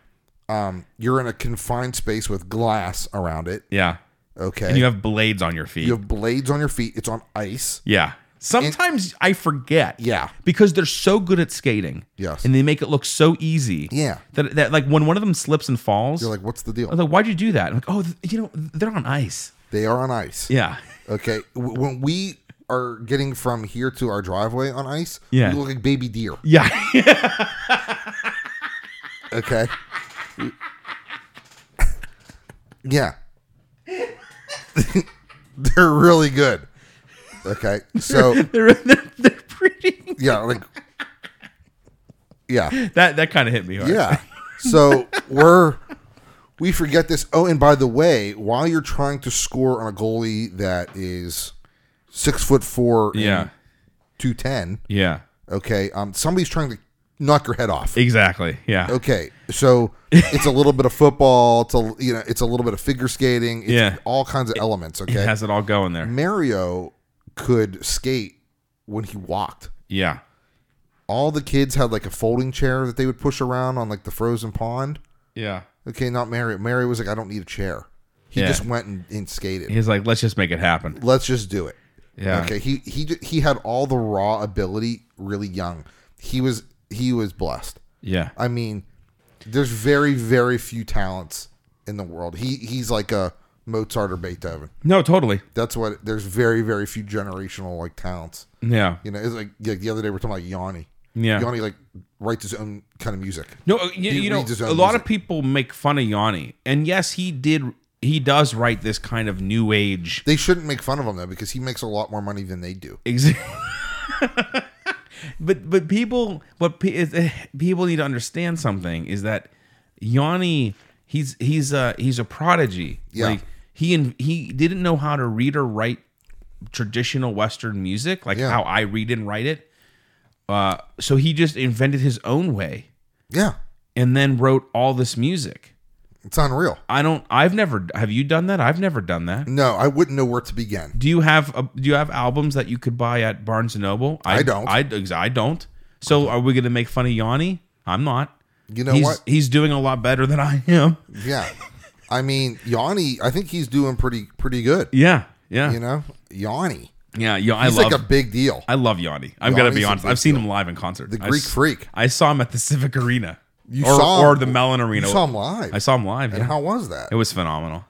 Speaker 2: Um, you're in a confined space with glass around it.
Speaker 1: Yeah.
Speaker 2: Okay,
Speaker 1: And you have blades on your feet.
Speaker 2: you have blades on your feet. It's on ice.
Speaker 1: yeah. Sometimes I forget.
Speaker 2: Yeah.
Speaker 1: Because they're so good at skating.
Speaker 2: Yes.
Speaker 1: And they make it look so easy.
Speaker 2: Yeah.
Speaker 1: That, that like when one of them slips and falls,
Speaker 2: You're like, what's
Speaker 1: I
Speaker 2: the
Speaker 1: was
Speaker 2: deal?
Speaker 1: like, why'd you do that? I'm like, oh, th- you know, they're on ice.
Speaker 2: They are on ice.
Speaker 1: Yeah.
Speaker 2: Okay. W- When we are getting from here to our driveway on ice,
Speaker 1: Yeah.
Speaker 2: we look like baby deer.
Speaker 1: Yeah.
Speaker 2: Okay. yeah. They're really good. Okay. So,
Speaker 1: they're, they're, they're pretty.
Speaker 2: yeah, like, yeah.
Speaker 1: That that kind of hit me hard.
Speaker 2: Yeah. So we're we forget this. Oh, and by the way, while you're trying to score on a goalie that is six foot four,
Speaker 1: Yeah.
Speaker 2: two ten,
Speaker 1: Yeah.
Speaker 2: okay, um, somebody's trying to knock your head off.
Speaker 1: Exactly. Yeah.
Speaker 2: Okay, so it's a little bit of football. It's a you know, it's a little bit of figure skating. It's
Speaker 1: Yeah.
Speaker 2: all kinds of elements. Okay,
Speaker 1: It has it all going there.
Speaker 2: Mario could skate when he walked.
Speaker 1: Yeah.
Speaker 2: All the kids had like a folding chair that they would push around on like the frozen pond.
Speaker 1: Yeah.
Speaker 2: Okay, not Mario. Mario was like, I don't need a chair. He
Speaker 1: Yeah.
Speaker 2: just went and, and skated.
Speaker 1: He's like, let's just make it happen.
Speaker 2: Let's just do it.
Speaker 1: Yeah.
Speaker 2: Okay. He he ju- he had all the raw ability really young. He was he was blessed.
Speaker 1: Yeah.
Speaker 2: I mean, there's very very few talents in the world. He he's like a Mozart or Beethoven.
Speaker 1: No, totally.
Speaker 2: That's what there's very very few generational like talents.
Speaker 1: Yeah.
Speaker 2: You know, it's like, like the other day we we're talking about Yanni.
Speaker 1: Yeah.
Speaker 2: Yanni like writes his own kind of music.
Speaker 1: No, uh, you,
Speaker 2: He
Speaker 1: you know,
Speaker 2: reads his own
Speaker 1: a lot
Speaker 2: music.
Speaker 1: of people make fun of Yanni, and yes, he did. He does write this kind of new age.
Speaker 2: They shouldn't make fun of him though because he makes a lot more money than they do.
Speaker 1: Ex- but but people, what pe- is- eh, people need to understand something is that Yanni, he's he's a he's a prodigy.
Speaker 2: Yeah.
Speaker 1: Like he and he didn't know how to read or write traditional Western music, like
Speaker 2: Yeah.
Speaker 1: how I read and write it. Uh, so he just invented his own way,
Speaker 2: Yeah,
Speaker 1: and then wrote all this music.
Speaker 2: it's unreal.
Speaker 1: I don't. I've never. Have you done that? I've never done that.
Speaker 2: No, I wouldn't know where to begin.
Speaker 1: Do you have a, Do you have albums that you could buy at Barnes and Noble?
Speaker 2: I don't.
Speaker 1: I, ex- I don't. So are we going to make fun of Yanni? I'm not.
Speaker 2: You know
Speaker 1: he's
Speaker 2: what?
Speaker 1: he's doing a lot better than I am.
Speaker 2: Yeah. I mean, Yanni, I think he's doing pretty pretty good.
Speaker 1: Yeah, yeah,
Speaker 2: You know? Yanni.
Speaker 1: yeah. Yo, I
Speaker 2: He's
Speaker 1: love.
Speaker 2: like a big deal.
Speaker 1: I love Yanni. I'm going to
Speaker 2: Yanni's
Speaker 1: be
Speaker 2: a
Speaker 1: honest.
Speaker 2: big
Speaker 1: I've seen him live in concert.
Speaker 2: The
Speaker 1: I
Speaker 2: Greek
Speaker 1: s-
Speaker 2: freak.
Speaker 1: I saw him at the Civic Arena.
Speaker 2: You
Speaker 1: or,
Speaker 2: saw him-
Speaker 1: or the Mellon Arena.
Speaker 2: You saw him live.
Speaker 1: I saw him live.
Speaker 2: and
Speaker 1: yeah.
Speaker 2: how was that?
Speaker 1: it was phenomenal.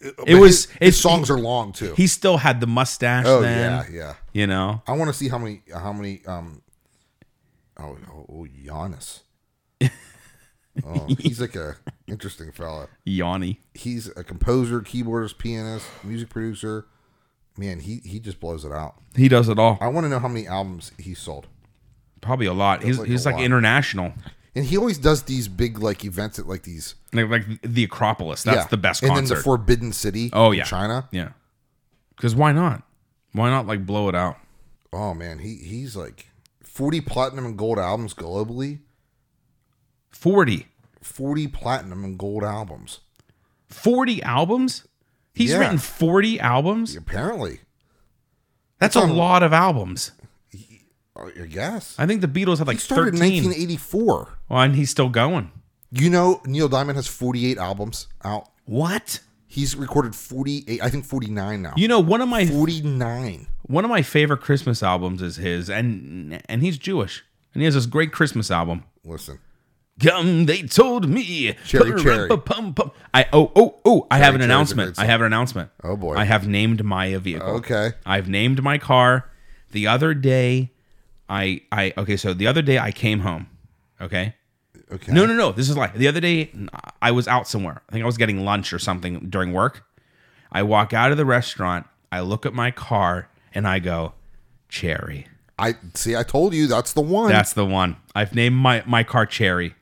Speaker 2: But
Speaker 1: It was.
Speaker 2: his, his
Speaker 1: it-
Speaker 2: songs are long too.
Speaker 1: He still had the mustache.
Speaker 2: oh
Speaker 1: then,
Speaker 2: yeah, yeah.
Speaker 1: You know.
Speaker 2: I want to see how many how many um oh, oh, oh Giannis. oh, he's like a interesting fella.
Speaker 1: Yanni.
Speaker 2: He's a composer, keyboardist, pianist, music producer. Man, he he just blows it out.
Speaker 1: He does it all.
Speaker 2: I want to know how many albums he sold.
Speaker 1: Probably a lot. He's
Speaker 2: like,
Speaker 1: he's
Speaker 2: a
Speaker 1: like
Speaker 2: lot.
Speaker 1: international,
Speaker 2: And he always does these big like events at like these.
Speaker 1: like, like the Acropolis. That's
Speaker 2: yeah.
Speaker 1: the best
Speaker 2: And
Speaker 1: concert.
Speaker 2: then the Forbidden City.
Speaker 1: oh
Speaker 2: in
Speaker 1: yeah,
Speaker 2: China.
Speaker 1: Yeah, because why not? Why not like blow it out?
Speaker 2: Oh man, he he's like forty platinum and gold albums globally.
Speaker 1: Forty.
Speaker 2: Forty platinum and gold albums.
Speaker 1: 40 albums. He's
Speaker 2: Yeah.
Speaker 1: written forty albums.
Speaker 2: Apparently,
Speaker 1: That's a lot of albums.
Speaker 2: I I guess
Speaker 1: I think the Beatles had
Speaker 2: he
Speaker 1: like
Speaker 2: started in
Speaker 1: thirteen.
Speaker 2: nineteen eighty four.
Speaker 1: Well, and he's still going.
Speaker 2: You know, Neil Diamond has forty eight albums out.
Speaker 1: What?
Speaker 2: He's recorded forty eight. I think forty nine now.
Speaker 1: You know, one of my
Speaker 2: Forty nine.
Speaker 1: one of my favorite Christmas albums is his, and and he's Jewish, and he has this great Christmas album.
Speaker 2: Listen,
Speaker 1: Come, they told me.
Speaker 2: Cherry, cherry.
Speaker 1: Pum, pum. I oh oh oh. I have an
Speaker 2: cherry's a
Speaker 1: announcement.
Speaker 2: great
Speaker 1: I have an announcement.
Speaker 2: Oh, boy.
Speaker 1: I have named my vehicle.
Speaker 2: okay,
Speaker 1: I've named my car. The other day, I I okay. So the other day I came home. Okay.
Speaker 2: okay.
Speaker 1: No, no, no. This is like the other day. I was out somewhere. I think I was getting lunch or something during work. I walk out of the restaurant. I look at my car and I go, Cherry.
Speaker 2: I see. I told you that's the one.
Speaker 1: That's the one. I've named my my car Cherry.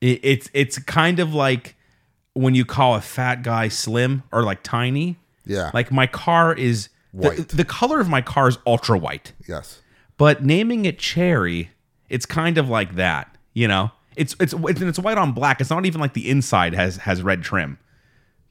Speaker 1: It, it's it's kind of like when you call a fat guy slim or like tiny.
Speaker 2: yeah.
Speaker 1: Like my car is
Speaker 2: White.
Speaker 1: The, the color of my car is ultra white.
Speaker 2: yes.
Speaker 1: But naming it Cherry, it's kind of like that, you know. It's it's it's, and it's white on black. It's not even like the inside has has red trim.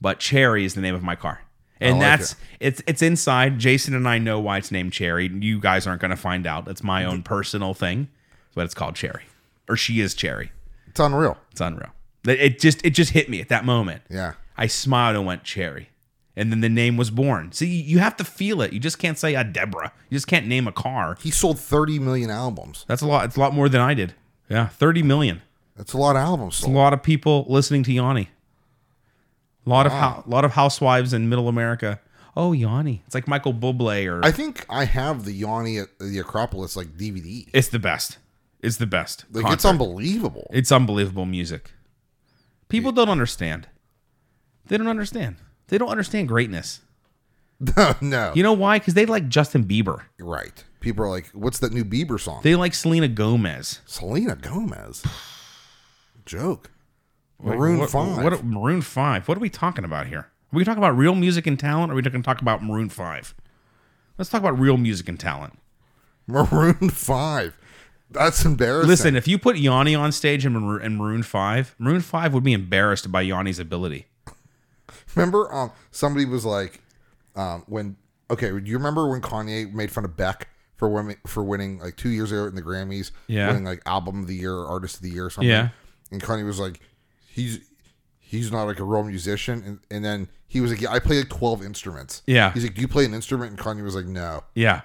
Speaker 1: But Cherry is the name of my car. And
Speaker 2: like
Speaker 1: that's it's it's inside. Jason and I know why it's named Cherry. You guys aren't going to find out. It's my own personal thing, but it's called Cherry, or she is Cherry.
Speaker 2: It's unreal.
Speaker 1: It's unreal. It- It just it just hit me at that moment.
Speaker 2: Yeah.
Speaker 1: I smiled and went cherry. And then the name was born. See, you have to feel it. You just can't say a Deborah. You just can't name a car.
Speaker 2: He sold 30 million albums.
Speaker 1: That's a lot. It's a lot more than I did. Yeah, 30 million.
Speaker 2: That's a lot of albums
Speaker 1: A
Speaker 2: sold.
Speaker 1: lot of people listening to Yanni. A lot of hou- lot of housewives in middle America. Oh, Yanni. It's like Michael Bublé or
Speaker 2: I think I have the Yanni at the Acropolis like DVD.
Speaker 1: It's the best. It's the best.
Speaker 2: Like it's
Speaker 1: concert.
Speaker 2: unbelievable.
Speaker 1: It's unbelievable music. People don't understand. They don't understand. They don't understand greatness.
Speaker 2: no, no.
Speaker 1: You know why? Cuz they like Justin Bieber.
Speaker 2: right. People are like, "What's that new Bieber song?"
Speaker 1: They like Selena Gomez.
Speaker 2: Selena Gomez. Joke. Maroon
Speaker 1: what,
Speaker 2: 5.
Speaker 1: What, Maroon Five. What are we talking about here? Are we talking about real music and talent? Or are we going to talk about Maroon Five? Let's talk about real music and talent.
Speaker 2: Maroon 5. That's embarrassing.
Speaker 1: Listen, if you put Yanni on stage and Maroon, and Maroon Five, Maroon Five would be embarrassed by Yanni's ability.
Speaker 2: Remember, um, somebody was like, um, when okay, do you remember when Kanye made fun of Beck for women for winning like two years ago in the Grammys?
Speaker 1: Yeah.
Speaker 2: winning like album of the year, or artist of the year, or something.
Speaker 1: Yeah.
Speaker 2: and Kanye was like, he's he's not like a real musician, and, and then he was like, yeah, I play like twelve instruments.
Speaker 1: Yeah.
Speaker 2: he's like, do you play an instrument? And Kanye was like, no.
Speaker 1: Yeah,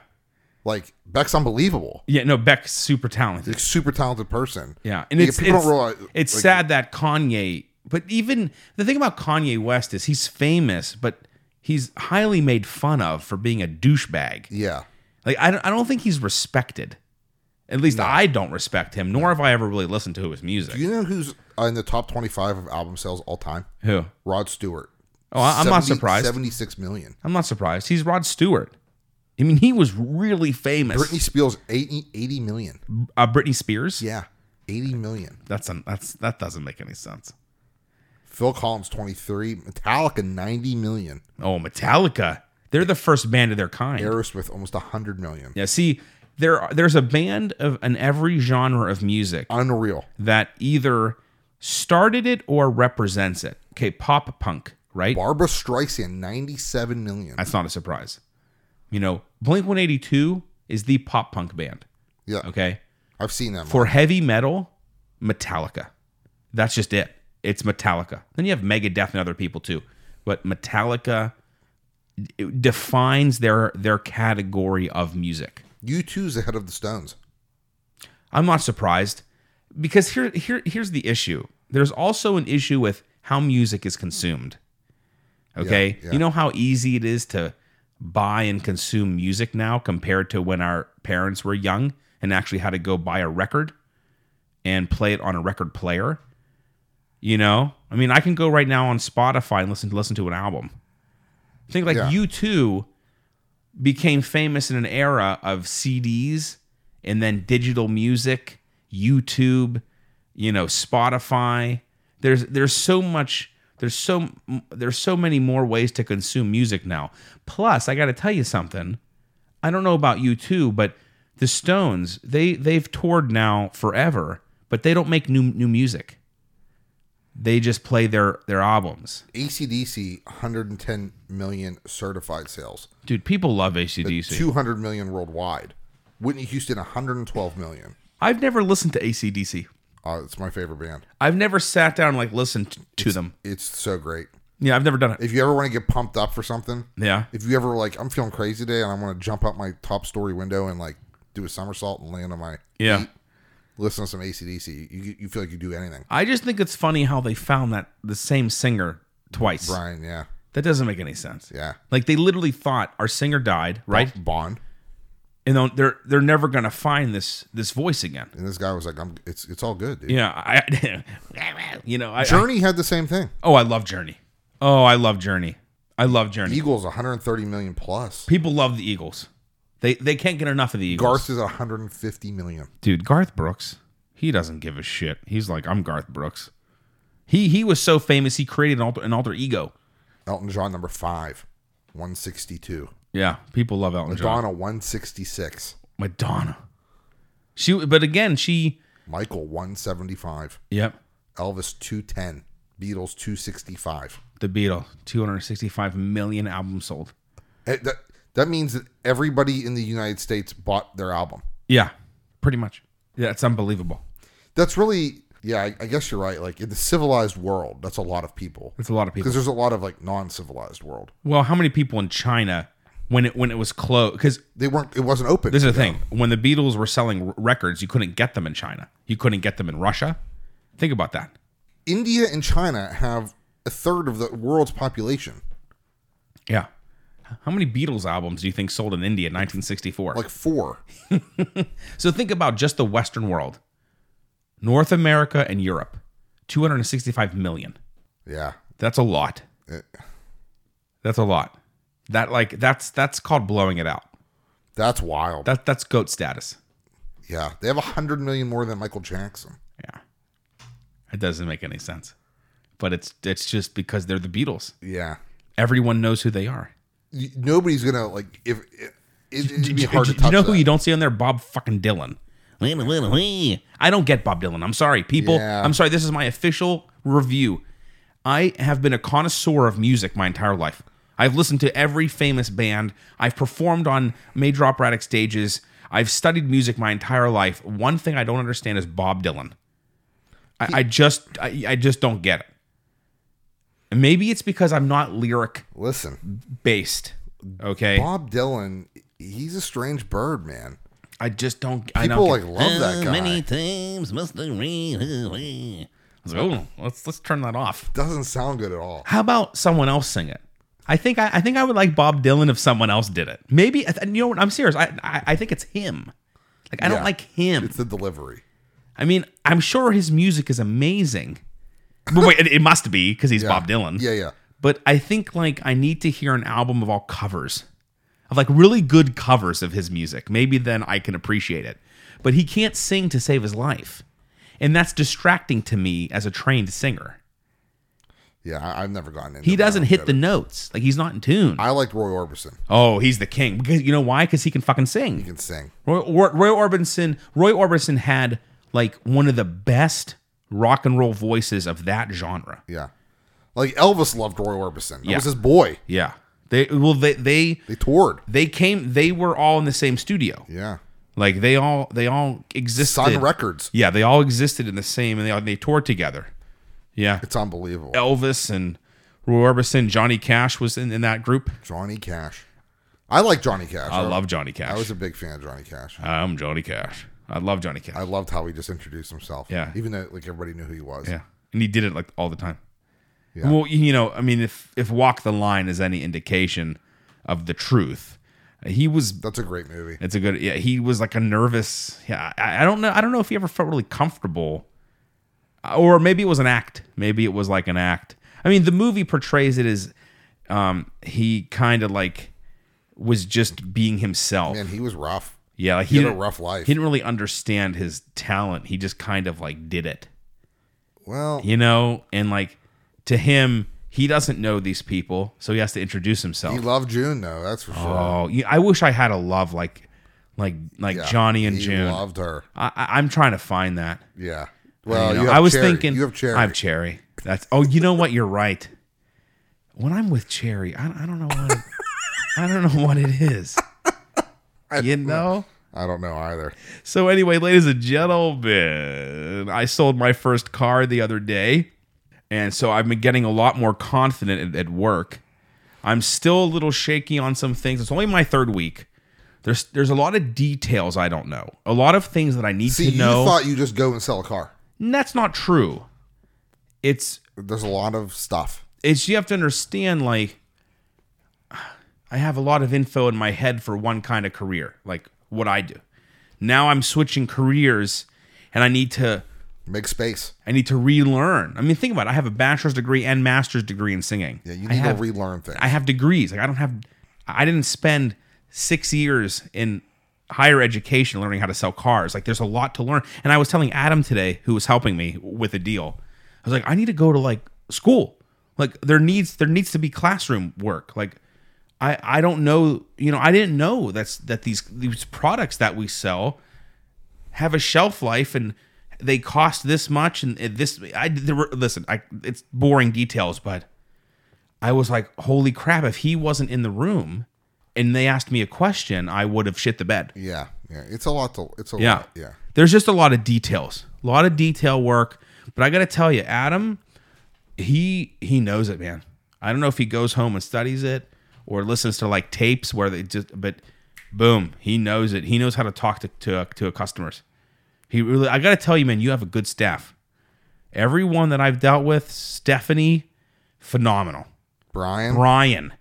Speaker 2: Like Beck's unbelievable.
Speaker 1: yeah. No, Beck's super talented.
Speaker 2: Like super talented person.
Speaker 1: Yeah, and
Speaker 2: Yeah,
Speaker 1: it's
Speaker 2: people
Speaker 1: it's,
Speaker 2: don't realize-
Speaker 1: it's
Speaker 2: like-
Speaker 1: sad that Kanye. But even the thing about Kanye West is he's famous, but he's highly made fun of for being a douchebag.
Speaker 2: Yeah.
Speaker 1: Like I don't, I don't think he's respected. At least I don't respect him, nor have I ever really listened to his music.
Speaker 2: Do you know who's uh, in the top twenty-five of album sales all time?
Speaker 1: Who?
Speaker 2: Rod Stewart.
Speaker 1: Oh, I, I'm not
Speaker 2: 70
Speaker 1: surprised.
Speaker 2: Seventy-six million.
Speaker 1: I'm not surprised. He's Rod Stewart. I mean, he was really famous.
Speaker 2: Britney Spears 80, 80 million.
Speaker 1: uh, Britney Spears.
Speaker 2: Yeah, eighty million.
Speaker 1: That's un, that's that doesn't make any sense.
Speaker 2: Phil Collins twenty three. Metallica ninety million.
Speaker 1: Oh, Metallica. They're the first band of their kind.
Speaker 2: Aerosmith almost hundred million.
Speaker 1: yeah. See, there are- there's a band of in every genre of music
Speaker 2: Unreal.
Speaker 1: that either started it or represents it. Okay, pop punk, right?
Speaker 2: Barbara Streisand ninety seven million.
Speaker 1: That's not a surprise. You know, Blink 182 is the pop punk band.
Speaker 2: yeah,
Speaker 1: Okay.
Speaker 2: I've seen them.
Speaker 1: For heavy metal, Metallica. That's just it. It's Metallica. Then you have Megadeth and other people too. But Metallica it defines their their category of music.
Speaker 2: U two's ahead of the Stones.
Speaker 1: I'm not surprised because here here here's the issue. There's also an issue with how music is consumed. Okay?
Speaker 2: Yeah, yeah.
Speaker 1: You know how easy it is to buy and consume music now compared to when our parents were young and actually had to go buy a record and play it on a record player. You know? I mean, I can go right now on Spotify and listen listen to an album. I think like
Speaker 2: Yeah.
Speaker 1: you too became famous in an era of CDs and then digital music, YouTube, you know, Spotify. There's there's so much there's so there's so many more ways to consume music now. Plus, I got to tell you something. I don't know about you too, but the Stones, they they've toured now forever, but they don't make new new music. They just play their their albums.
Speaker 2: ACDC hundred and ten million certified sales.
Speaker 1: Dude, people love ACDC.
Speaker 2: Two hundred million worldwide. Whitney Houston hundred and twelve million.
Speaker 1: I've never listened to ACDC.
Speaker 2: Uh, it's my favorite band.
Speaker 1: I've never sat down and like listened to them.
Speaker 2: It's so great.
Speaker 1: Yeah, I've never done it.
Speaker 2: If you ever want to get pumped up for something,
Speaker 1: Yeah.
Speaker 2: if you ever like, I'm feeling crazy today and I want to jump out my top story window and like do a somersault and land on my
Speaker 1: Yeah.
Speaker 2: feet, listen to some ACDC, you you feel like you do anything.
Speaker 1: I just think it's funny how they found that the same singer twice.
Speaker 2: Brian, yeah,
Speaker 1: That doesn't make any sense.
Speaker 2: yeah,
Speaker 1: Like they literally thought our singer died, right?
Speaker 2: Bond,
Speaker 1: And they'll- they're they're never gonna find this this voice again.
Speaker 2: and this guy was like, I'm it's it's all good, dude.
Speaker 1: Yeah, I you know I, I-
Speaker 2: Journey had the same thing.
Speaker 1: oh I love Journey. Oh I love Journey. I love Journey.
Speaker 2: Eagles 130 million plus.
Speaker 1: People love the Eagles. They they can't get enough of the Eagles.
Speaker 2: Garth is at 150 million.
Speaker 1: Dude, Garth Brooks, he doesn't give a shit. He's like I'm Garth Brooks. He he was so famous he created an alter, an alter ego.
Speaker 2: Elton John number five, 162.
Speaker 1: Yeah, people love Elton John.
Speaker 2: Madonna 166.
Speaker 1: Madonna. She but again she
Speaker 2: Michael 175.
Speaker 1: yep
Speaker 2: Elvis 210. Beatles 265.
Speaker 1: the Beatles 265 million albums sold.
Speaker 2: Eh, That that means that everybody in the United States bought their album.
Speaker 1: Yeah, pretty much. Yeah, it's unbelievable.
Speaker 2: That's really yeah. I, I guess you're right. Like in the civilized world, that's a lot of people
Speaker 1: It's a lot of people.
Speaker 2: because there's a lot of like non-civilized world.
Speaker 1: Well, how many people in China when it when it was closed? Because
Speaker 2: They weren't. It wasn't open.
Speaker 1: this is the thing: when the Beatles were selling r- records, you couldn't get them in China. You couldn't get them in Russia. Think about that.
Speaker 2: India and China have a third of the world's population,
Speaker 1: Yeah. How many Beatles albums do you think sold in India in 1964?
Speaker 2: like four.
Speaker 1: so think about just the Western world, North America and Europe, 265 million.
Speaker 2: Yeah,
Speaker 1: That's a lot.
Speaker 2: Eh.
Speaker 1: That's a lot. That like that's that's called blowing it out.
Speaker 2: that's wild.
Speaker 1: That that's goat status.
Speaker 2: yeah, they have a hundred million more than Michael Jackson.
Speaker 1: Yeah. It doesn't make any sense. But it's it's just because they're the Beatles.
Speaker 2: Yeah,
Speaker 1: Everyone knows who they are.
Speaker 2: Y- nobody's gonna like if. It, it, it'd be
Speaker 1: Do-
Speaker 2: hard
Speaker 1: do-
Speaker 2: to
Speaker 1: do
Speaker 2: touch.
Speaker 1: you know who
Speaker 2: that.
Speaker 1: you don't see on there? Bob fucking Dylan. I don't get Bob Dylan. I'm sorry, people.
Speaker 2: Yeah.
Speaker 1: I'm sorry. This is my official review. I have been a connoisseur of music my entire life. I've listened to every famous band. I've performed on major operatic stages. I've studied music my entire life. One thing I don't understand is Bob Dylan. I, I just, I, I just don't get it. And maybe it's because I'm not lyric
Speaker 2: Listen,
Speaker 1: based. Okay,
Speaker 2: Bob Dylan. He's a strange bird, man.
Speaker 1: I just don't. I Uh, don't
Speaker 2: People
Speaker 1: get-
Speaker 2: like love that guy.
Speaker 3: times must I read
Speaker 1: I
Speaker 3: away?
Speaker 1: was like, oh, let's let's turn that off.
Speaker 2: Doesn't sound good at all.
Speaker 1: How about someone else sing it? I think I, I think I would like Bob Dylan if someone else did it. Maybe and you know what? I'm serious. I I, I think it's him. Like I
Speaker 2: Yeah.
Speaker 1: don't like him.
Speaker 2: It's the delivery.
Speaker 1: I mean, I'm sure his music is amazing. But wait, it, it must be because he's Bob Dylan.
Speaker 2: Yeah, yeah.
Speaker 1: But I think like I need to hear an album of all covers, of like really good covers of his music. Maybe then I can appreciate it. But he can't sing to save his life, and that's distracting to me as a trained singer.
Speaker 2: Yeah, I, I've never gotten into
Speaker 1: He
Speaker 2: that.
Speaker 1: doesn't hit the notes. Like he's not in tune.
Speaker 2: I liked Roy Orbison.
Speaker 1: Oh, he's the king. Because you know why? Because he can fucking
Speaker 2: He
Speaker 1: sing.
Speaker 2: can sing.
Speaker 1: Roy, Or- Roy Orbison. Roy Orbison had like one of the best rock and roll voices of that genre.
Speaker 2: Yeah. Like Elvis loved Roy Orbison. That
Speaker 1: Yeah.
Speaker 2: was his boy.
Speaker 1: Yeah. They well they they
Speaker 2: They toured.
Speaker 1: they came they were all in the same studio.
Speaker 2: Yeah.
Speaker 1: Like they all they all existed.
Speaker 2: Sun Records.
Speaker 1: Yeah, they all existed in the same and they all they toured together. Yeah.
Speaker 2: It's unbelievable.
Speaker 1: Elvis and Roy Orbison, Johnny Cash was in, in that group.
Speaker 2: Johnny Cash. I like Johnny Cash.
Speaker 1: I love Johnny Cash.
Speaker 2: I was a big fan of Johnny Cash.
Speaker 1: I'm Johnny Cash. I love Johnny Cash.
Speaker 2: I loved how he just introduced himself.
Speaker 1: Yeah.
Speaker 2: Even though like everybody knew who he was.
Speaker 1: yeah, and he did it like all the time.
Speaker 2: Yeah.
Speaker 1: Well, you know, I mean, if if Walk the Line is any indication of the truth, he was.
Speaker 2: That's a great movie.
Speaker 1: It's a good. Yeah, he was like a nervous. Yeah, I, I don't know. I don't know if he ever felt really comfortable, uh, or maybe it was an act. Maybe it was like an act. I mean, the movie portrays it as um, he kind of like was just being himself.
Speaker 2: Man, he was rough.
Speaker 1: Yeah, like
Speaker 2: He, had a
Speaker 1: didn't-
Speaker 2: rough life.
Speaker 1: he didn't really understand his talent. He just kind of like did it,
Speaker 2: well,
Speaker 1: you know? And like to him, he doesn't know these people, so he has to introduce himself.
Speaker 2: he loved June though, that's for sure.
Speaker 1: oh, yeah, I wish I had a love like like like
Speaker 2: Yeah.
Speaker 1: Johnny and
Speaker 2: he
Speaker 1: June. I,
Speaker 2: loved her.
Speaker 1: I, I'm trying to find that.
Speaker 2: Yeah. Well,
Speaker 1: You know,
Speaker 2: you have
Speaker 1: I was
Speaker 2: Cherry.
Speaker 1: thinking
Speaker 2: you have Cherry.
Speaker 1: I have Cherry. That's Oh, you know what? You're right. When I'm with Cherry, I, I don't know what it- I don't know what it is. You know?
Speaker 2: I don't know either.
Speaker 1: So anyway, ladies and gentlemen, I sold my first car the other day, And so I've been getting a lot more confident at, at work. I'm still a little shaky on some things. It's only my third week. There's there's a lot of details I don't know. A lot of things that I need
Speaker 2: See,
Speaker 1: to
Speaker 2: you
Speaker 1: know.
Speaker 2: thought you just go and sell a car.
Speaker 1: and that's not true. It's
Speaker 2: There's a lot of stuff.
Speaker 1: it's you have to understand like I have a lot of info in my head for one kind of career, like what I do. Now I'm switching careers and I need to
Speaker 2: Make space.
Speaker 1: I need to relearn. I mean, think about it. I have a bachelor's degree and master's degree in singing.
Speaker 2: Yeah, you
Speaker 1: I
Speaker 2: need
Speaker 1: have,
Speaker 2: to relearn things.
Speaker 1: I have degrees. Like I don't have I didn't spend 6 years in higher education learning how to sell cars. Like there's a lot to learn. And I was telling Adam today who was helping me with a deal. I was like, I need to go to like school. Like there needs there needs to be classroom work. Like I I don't know, you know, I didn't know that's that these these products that we sell have a shelf life and they cost this much and it- this I there were listen, I it's boring details, but I was like, holy crap, if he wasn't in the room and they asked me a question, I would have shit the bed.
Speaker 2: yeah, yeah. It's a lot to. It's a
Speaker 1: Yeah.
Speaker 2: lot. Yeah.
Speaker 1: There's just a lot of details. A lot of detail work. But I gotta tell you, Adam, he he knows it, man. I don't know if he goes home and studies it or listens to like tapes where they just but boom, he knows it. He knows how to talk to to, to customers. He really I gotta tell you, man, you have a good staff. Everyone that I've dealt with, Stephanie, phenomenal.
Speaker 2: Brian,
Speaker 1: Brian,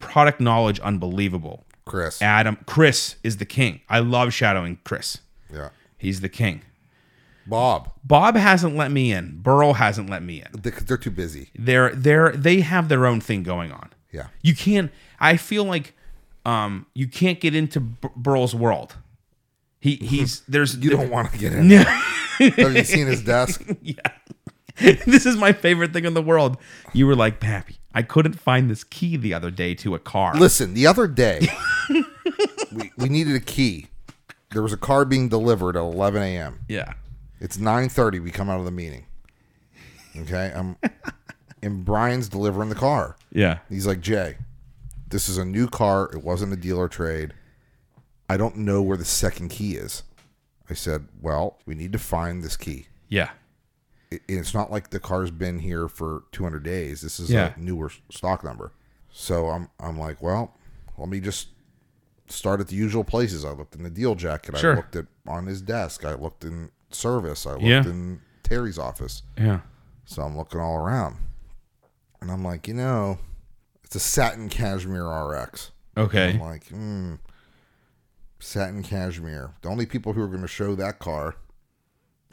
Speaker 1: product knowledge unbelievable.
Speaker 2: Chris.
Speaker 1: Adam, Chris is the king. I love shadowing Chris.
Speaker 2: yeah.
Speaker 1: He's the king.
Speaker 2: Bob.
Speaker 1: Bob hasn't let me in. Burl hasn't let me in.
Speaker 2: They, they're too busy.
Speaker 1: They're they're they have their own thing going on.
Speaker 2: Yeah.
Speaker 1: You can't. I feel like um you can't get into B- Burl's world. He he's there's
Speaker 2: You don't want to get in. Have you seen his desk?
Speaker 1: this is my favorite thing in the world. You were like, Pappy, I couldn't find this key the other day to a car.
Speaker 2: Listen, the other day, we, we needed a key. There was a car being delivered at 11 a.m.
Speaker 1: Yeah.
Speaker 2: It's 9:30. We come out of the meeting. Okay, I'm, and Brian's delivering the car.
Speaker 1: Yeah.
Speaker 2: He's like, Jay, this is a new car. It wasn't a dealer trade. I don't know where the second key is. I said, Well, we need to find this key.
Speaker 1: Yeah.
Speaker 2: It, it's not like the car's been here for 200 days. This is
Speaker 1: Yeah.
Speaker 2: a newer s- stock number. So I'm I'm like, Well, let me just start at the usual places. I looked in the deal jacket.
Speaker 1: Sure.
Speaker 2: I looked at on his desk. I looked in service. I looked
Speaker 1: Yeah.
Speaker 2: in Terry's office.
Speaker 1: Yeah.
Speaker 2: So I'm looking all around. And I'm like, you know, it's a satin cashmere RX.
Speaker 1: Okay.
Speaker 2: I'm like, hmm, satin cashmere. The only people who are going to show that car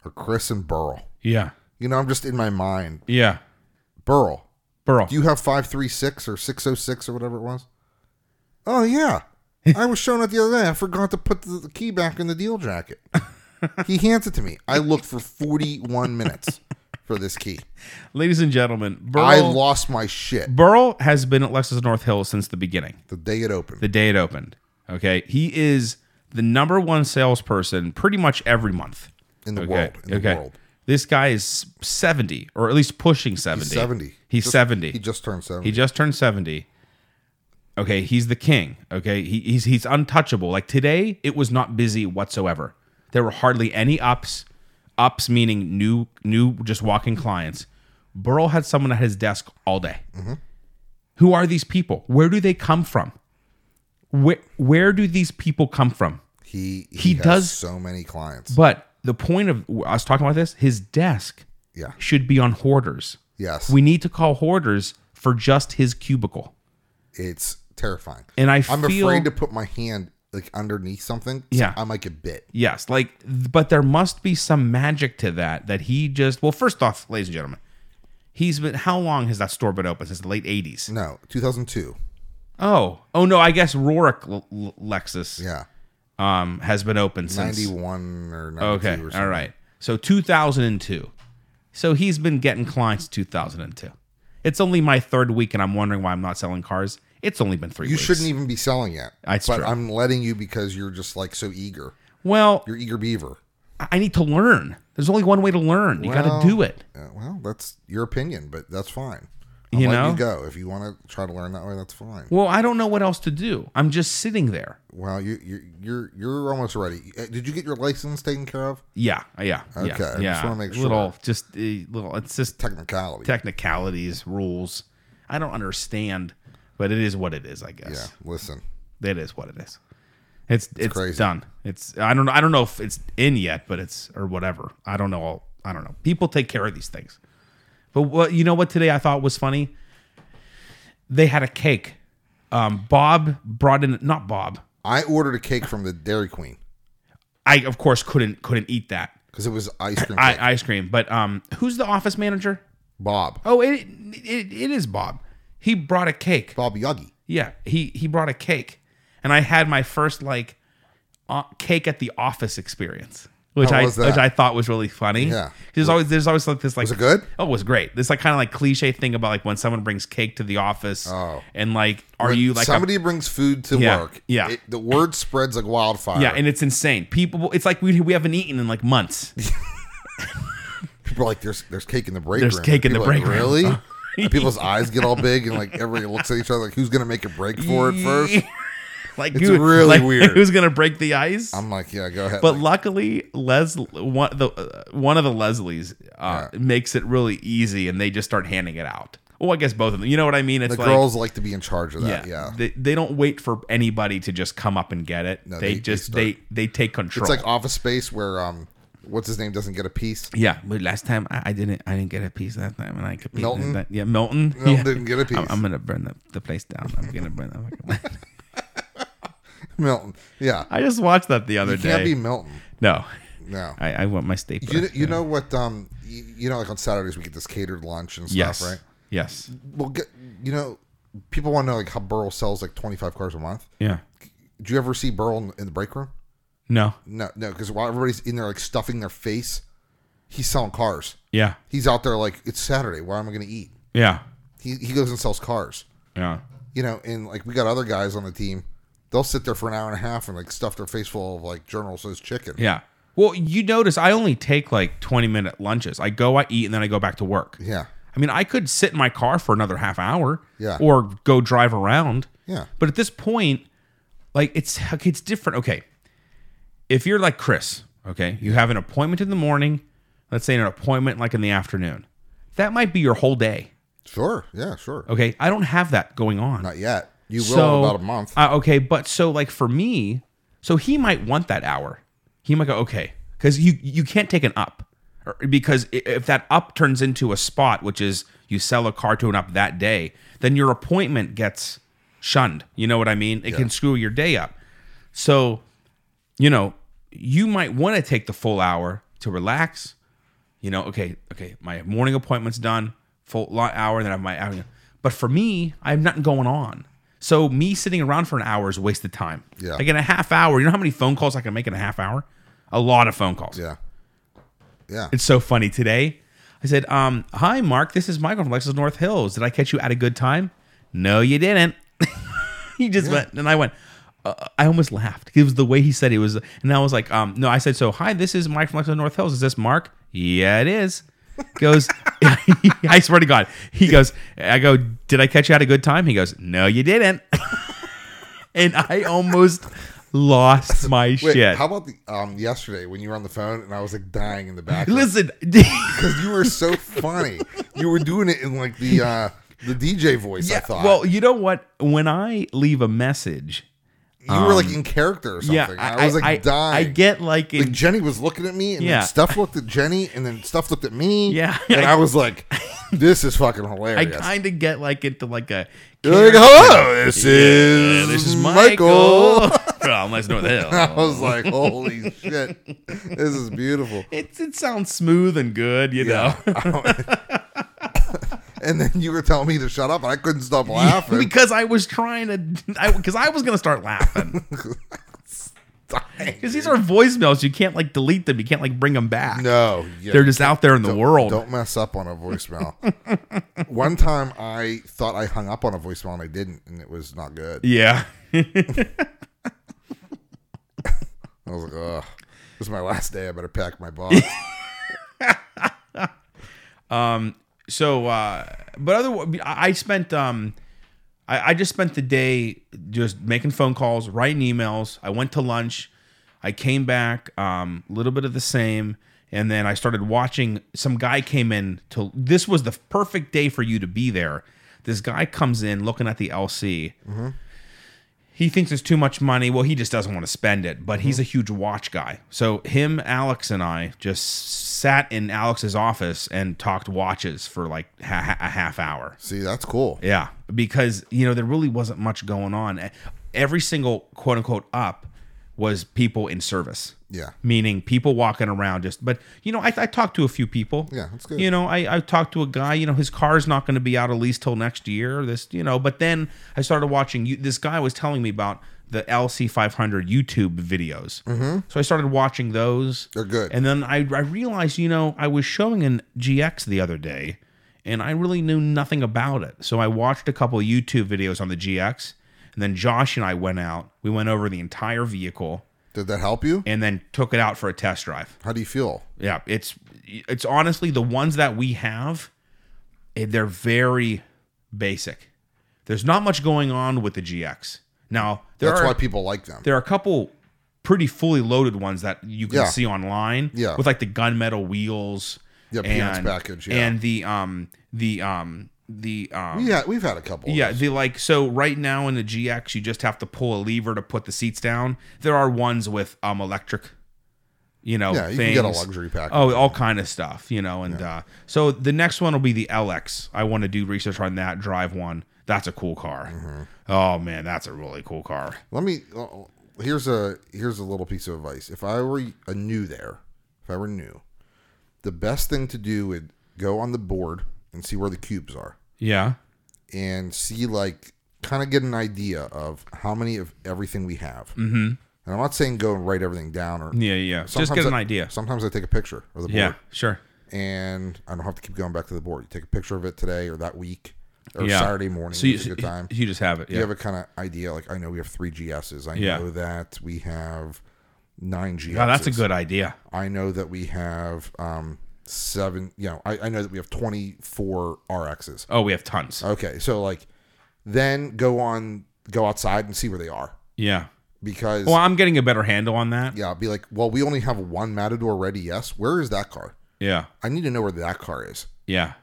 Speaker 2: are Chris and Burl.
Speaker 1: Yeah.
Speaker 2: You know, I'm just in my mind.
Speaker 1: Yeah.
Speaker 2: Burl,
Speaker 1: Burl.
Speaker 2: do you have 536 or 606 or whatever it was? Oh, yeah. I was shown it the other day. I forgot to put the the key back in the deal jacket. he hands it to me. I looked for 41 minutes for this key.
Speaker 1: Ladies and gentlemen, Burl,
Speaker 2: I lost my shit
Speaker 1: Burl has been at Lexus North Hill since the beginning,
Speaker 2: the day it opened.
Speaker 1: the day it opened. Okay. He is the number one salesperson pretty much every month.
Speaker 2: In the
Speaker 1: okay?
Speaker 2: world. In
Speaker 1: okay.
Speaker 2: the world.
Speaker 1: This guy is 70 or at least pushing 70.
Speaker 2: 70.
Speaker 1: He's
Speaker 2: Just-
Speaker 1: 70.
Speaker 2: He just turned 70.
Speaker 1: He just turned 70. Okay, he's the king. Okay, he, he's he's untouchable. Like today, it was not busy whatsoever. There were hardly any ups, ups meaning new new just walking clients. Burl had someone at his desk all day.
Speaker 2: Mm-hmm.
Speaker 1: Who are these people? Where do they come from? Where where do these people come from?
Speaker 2: he he,
Speaker 1: he
Speaker 2: has
Speaker 1: does-
Speaker 2: so many clients.
Speaker 1: But the point of I was talking about this. His desk
Speaker 2: yeah.
Speaker 1: should be on hoarders.
Speaker 2: Yes.
Speaker 1: We need to call hoarders for just his cubicle.
Speaker 2: it's terrifying.
Speaker 1: And I
Speaker 2: I'm
Speaker 1: feel
Speaker 2: afraid to put my hand like underneath something. so
Speaker 1: Yeah.
Speaker 2: I might get bit.
Speaker 1: Yes, like, but there must be some magic to that. That he just well, first off, ladies and gentlemen, he's been how long has that store been open since the late eighties?
Speaker 2: No, 2002.
Speaker 1: Oh, oh no, I guess Rorick L- L- Lexus
Speaker 2: Yeah.
Speaker 1: um has been open since
Speaker 2: 91 or 92
Speaker 1: okay,
Speaker 2: or something.
Speaker 1: all right, so two thousand and two. So he's been getting clients two thousand and two. It's only my third week, and I'm wondering why I'm not selling cars. It's only been three.
Speaker 2: You
Speaker 1: weeks.
Speaker 2: shouldn't e-, even be selling yet.
Speaker 1: That's
Speaker 2: but
Speaker 1: true.
Speaker 2: I'm letting you because you're just like so eager.
Speaker 1: Well,
Speaker 2: You're eager beaver.
Speaker 1: I I need to learn. There's only one way to learn. You got
Speaker 2: Well-
Speaker 1: to do it.
Speaker 2: Uh, well, that's your opinion, but that's fine. I'll
Speaker 1: you
Speaker 2: let
Speaker 1: know.
Speaker 2: you go if you want to try to learn that way. That's fine.
Speaker 1: Well, I don't know what else to do. I'm just sitting there.
Speaker 2: Well, you you you're you're almost ready. Uh, Did you get your license taken care of?
Speaker 1: Yeah, yeah,
Speaker 2: Okay, I
Speaker 1: yeah.
Speaker 2: just
Speaker 1: yeah.
Speaker 2: wanna make sure.
Speaker 1: Little, just uh, little. It's just
Speaker 2: Technicality.
Speaker 1: technicalities, rules. I don't understand, but it is what it is. I
Speaker 2: yeah.
Speaker 1: guess
Speaker 2: Listen,
Speaker 1: it is what it is. It's it's,
Speaker 2: crazy.
Speaker 1: done. It's I don't know. I don't know if it's in yet, but it's or whatever. I don't know. I'll, I don't know. People take care of these things. But what you know what today I thought was funny. They had a cake. Um, Bob brought in not Bob.
Speaker 2: I ordered a cake from the Dairy Queen
Speaker 1: I of course couldn't couldn't eat that
Speaker 2: because it was ice cream. cake.
Speaker 1: I, ice cream. But um, who's the office manager?
Speaker 2: Bob,
Speaker 1: Oh, it, it it is Bob. He brought a cake.
Speaker 2: Bob Yagi.
Speaker 1: Yeah, he he brought a cake, and I had my first like uh, cake at the office experience, which
Speaker 2: How
Speaker 1: I
Speaker 2: was
Speaker 1: which
Speaker 2: that?
Speaker 1: I thought was really funny.
Speaker 2: Yeah.
Speaker 1: there's always there's always like this like
Speaker 2: Was it good?
Speaker 1: Oh, it was great. This like kind of like cliche thing about like when someone brings cake to the office.
Speaker 2: Oh.
Speaker 1: and like are
Speaker 2: When
Speaker 1: you like a-
Speaker 2: somebody brings food to
Speaker 1: Yeah,
Speaker 2: work?
Speaker 1: yeah.
Speaker 2: it- the word spreads like wildfire.
Speaker 1: yeah, and it's insane. People, it's like we we haven't eaten in like months.
Speaker 2: people are like, "There's there's cake in the break
Speaker 1: There's
Speaker 2: room."
Speaker 1: cake in the
Speaker 2: People are like,
Speaker 1: break room.
Speaker 2: Really? And people's eyes get all big and like everybody looks at each other like, "Who's gonna make a break for it first?
Speaker 1: like
Speaker 2: It's really
Speaker 1: like,
Speaker 2: weird.
Speaker 1: Who's gonna break the ice?
Speaker 2: I'm like, "Yeah, go ahead."
Speaker 1: But
Speaker 2: Like,
Speaker 1: luckily, Les one the uh, one of the Leslies uh, makes it really easy, and they just start handing it out. Well, I guess both of them. You know what I mean? It's
Speaker 2: the
Speaker 1: like
Speaker 2: girls like to be in charge of that. Yeah,
Speaker 1: They, they don't wait for anybody to just come up and get it. they,
Speaker 2: they- they
Speaker 1: just
Speaker 2: start.
Speaker 1: they, they take control.
Speaker 2: it's like Office Space where um, what's his name doesn't get a piece.
Speaker 1: yeah, but last time I, I didn't I didn't get a piece that time, and I could
Speaker 2: Milton?
Speaker 1: That, yeah, Milton.
Speaker 2: Milton
Speaker 1: yeah.
Speaker 2: didn't get a piece.
Speaker 1: I'm, I'm gonna burn the, the place down. I'm gonna burn the. fucking-
Speaker 2: Milton. Yeah,
Speaker 1: I just watched that the other
Speaker 2: you
Speaker 1: day.
Speaker 2: can't be Milton.
Speaker 1: no,
Speaker 2: No.
Speaker 1: I, I want my staple.
Speaker 2: You, you know what? Um, you, you know, like on Saturdays we get this catered lunch and stuff,
Speaker 1: yes,
Speaker 2: right?
Speaker 1: yes,
Speaker 2: Well, get, you know, people want to know like how Burl sells like twenty five cars a month.
Speaker 1: yeah,
Speaker 2: Did you ever see Burl in, in the break room?
Speaker 1: no,
Speaker 2: No, no, because while everybody's in there like stuffing their face, he's selling cars.
Speaker 1: yeah,
Speaker 2: He's out there like it's Saturday. Why am I going to eat?
Speaker 1: yeah,
Speaker 2: He he goes and sells cars.
Speaker 1: yeah.
Speaker 2: You know, and like we got other guys on the team. They'll sit there for an hour and a half and like stuff their face full of like General So's chicken.
Speaker 1: Yeah. Well, you notice I only take like 20 minute lunches. I go, I eat, and then I go back to work.
Speaker 2: yeah,
Speaker 1: I mean, I could sit in my car for another half hour
Speaker 2: Yeah.
Speaker 1: or go drive around.
Speaker 2: Yeah.
Speaker 1: But at this point, like it's okay, it's different. Okay. If you're like Chris, okay, you have an appointment in the morning, let's say an appointment like in the afternoon. That might be your whole day.
Speaker 2: sure, yeah, sure.
Speaker 1: Okay. I don't have that going on.
Speaker 2: Not yet. You will
Speaker 1: So-
Speaker 2: in about a month.
Speaker 1: Uh, okay, but so like for me, so he might want that hour. He might go okay because you you can't take an up Or- because i- if that up turns into a spot, which is you sell a car to an up that day, then your appointment gets shunned. You know what I mean? It can screw your day up. So, you know, you might want to take the full hour to relax. You know, okay, okay, my morning appointment's done, full lot hour, then I have my hour. But for me, I have nothing going on. So me sitting around for an hour is wasted time.
Speaker 2: Yeah.
Speaker 1: Like in a half hour, you know how many phone calls I can make in a half hour? A lot of phone calls.
Speaker 2: yeah, yeah.
Speaker 1: It's so funny today. I said, um, hi Mark, this is Michael from Lexus North Hills. Did I catch you at a good time? No, you didn't. he just went and I went. Uh, I almost laughed. It was the way he said it was, and I was like, um, no, I said, so hi, this is Mike from Lexus North Hills. Is this Mark? Yeah, it is. Goes, I swear to God, he goes. I go, did I catch you at a good time? He goes, no, you didn't. and I almost lost my
Speaker 2: Wait,
Speaker 1: shit.
Speaker 2: how about the um yesterday when you were on the phone and I was like dying in the back?
Speaker 1: Listen,
Speaker 2: because you were so funny. You were doing it in like the uh the DJ voice. I thought.
Speaker 1: Well, you know what? When I leave a message,
Speaker 2: you were like in character or something.
Speaker 1: Um, yeah,
Speaker 2: I, was like
Speaker 1: I,
Speaker 2: dying.
Speaker 1: I get like, in,
Speaker 2: Like Jenny was looking at me, and
Speaker 1: Yeah.
Speaker 2: then Steph looked at Jenny, and then Steph looked at me.
Speaker 1: Yeah.
Speaker 2: and I was like, "This is fucking
Speaker 1: I
Speaker 2: hilarious."
Speaker 1: kind of get like into like a.
Speaker 2: You're like, hello, this is
Speaker 1: Yeah, this is
Speaker 2: Michael.
Speaker 1: Michael. Well, Unless North Hill.
Speaker 2: I was like, "Holy shit, this is beautiful."
Speaker 1: It, it sounds smooth and good, you know.
Speaker 2: And then you were telling me to shut up, and I couldn't stop laughing.
Speaker 1: because I was trying to, I because I, was going to start laughing.
Speaker 2: Dying,
Speaker 1: Because
Speaker 2: dude.
Speaker 1: these are voicemails. You can't like delete them. You can't like bring them back.
Speaker 2: no, yeah.
Speaker 1: They're just out there in the world.
Speaker 2: Don't mess up on a voicemail. One time I thought I hung up on a voicemail and I didn't, and it was not good.
Speaker 1: Yeah.
Speaker 2: I was like, ugh, this is my last day. I better pack my box.
Speaker 1: so uh but other i I spent um I, I just spent the day just making phone calls writing emails i went to lunch i came back um a little bit of the same and then i started watching some guy came in to this was the perfect day for you to be there this guy comes in looking at the lc he thinks it's too much money. Well, he just doesn't want to spend it, but
Speaker 2: Mm-hmm.
Speaker 1: he's a huge watch guy. So him, Alex, and I just sat in Alex's office and talked watches for like ha- a half hour.
Speaker 2: See, that's cool.
Speaker 1: Yeah, because you know there really wasn't much going on. E, Every single quote unquote up was people in service.
Speaker 2: Yeah.
Speaker 1: meaning people walking around just. But you know, I, I talked to a few people.
Speaker 2: Yeah, that's good.
Speaker 1: You know, I I talked to a guy. You know, his car's not going to be out of lease till next year. This you know, but then I started watching. You, this guy was telling me about the LC500 YouTube videos. Mm-hmm. So I started watching those.
Speaker 2: They're good.
Speaker 1: And then I, I realized, you know, I was showing an GX the other day and I really knew nothing about it. So I watched a couple YouTube videos on the GX. And then Josh and I went out. We went over the entire vehicle
Speaker 2: Did that help you?
Speaker 1: and then took it out for a test drive.
Speaker 2: How do you feel?
Speaker 1: Yeah, it's it's honestly the ones that we have, eh, they're very basic. There's not much going on with the GX. Now, there
Speaker 2: That's
Speaker 1: are
Speaker 2: why people like them.
Speaker 1: there are a couple pretty fully loaded ones that you can
Speaker 2: Yeah.
Speaker 1: see online.
Speaker 2: Yeah.
Speaker 1: With like the gunmetal wheels.
Speaker 2: Yeah, peanuts package, yeah.
Speaker 1: And the um the um the um
Speaker 2: Yeah, we've had a couple.
Speaker 1: yeah, the like so right now in the GX you just have to pull a lever to put the seats down. There are ones with um electric you know
Speaker 2: Yeah, you can
Speaker 1: things.
Speaker 2: get a luxury package.
Speaker 1: Oh, all kind of stuff, you know, and uh so the next one will be the LX. I want to do research on that, drive one. That's a cool car.
Speaker 2: Mm-hmm.
Speaker 1: Oh man, that's a really cool car.
Speaker 2: Let me. uh, Here's a here's a little piece of advice. If I were a new there, if I were new, the best thing to do would go on the board and see where the cubes are
Speaker 1: Yeah.
Speaker 2: and see like kind of get an idea of how many of everything we have. Mm-hmm. And I'm not saying go and write everything down or
Speaker 1: Yeah, yeah. Just
Speaker 2: sometimes
Speaker 1: get an
Speaker 2: I-
Speaker 1: idea.
Speaker 2: Sometimes I take a picture of the board
Speaker 1: Yeah, sure.
Speaker 2: and I don't have to keep going back to the board. You take a picture of it today or that week or
Speaker 1: Yeah.
Speaker 2: Saturday morning.
Speaker 1: So you,
Speaker 2: it's a good time.
Speaker 1: you just have it. Yeah.
Speaker 2: you have a kind of idea like i know we have three gss i
Speaker 1: Yeah.
Speaker 2: know that we have nine gss
Speaker 1: God, Oh, that's a good idea.
Speaker 2: i know that we have um seven you know i, I know that we have 24 rxs
Speaker 1: Oh, we have tons.
Speaker 2: okay so like then go on go outside and see where they are
Speaker 1: yeah.
Speaker 2: because
Speaker 1: Well, I'm getting a better handle on that.
Speaker 2: yeah be like well we only have one matador ready yes where is that car
Speaker 1: Yeah.
Speaker 2: i need to know where that car is
Speaker 1: Yeah.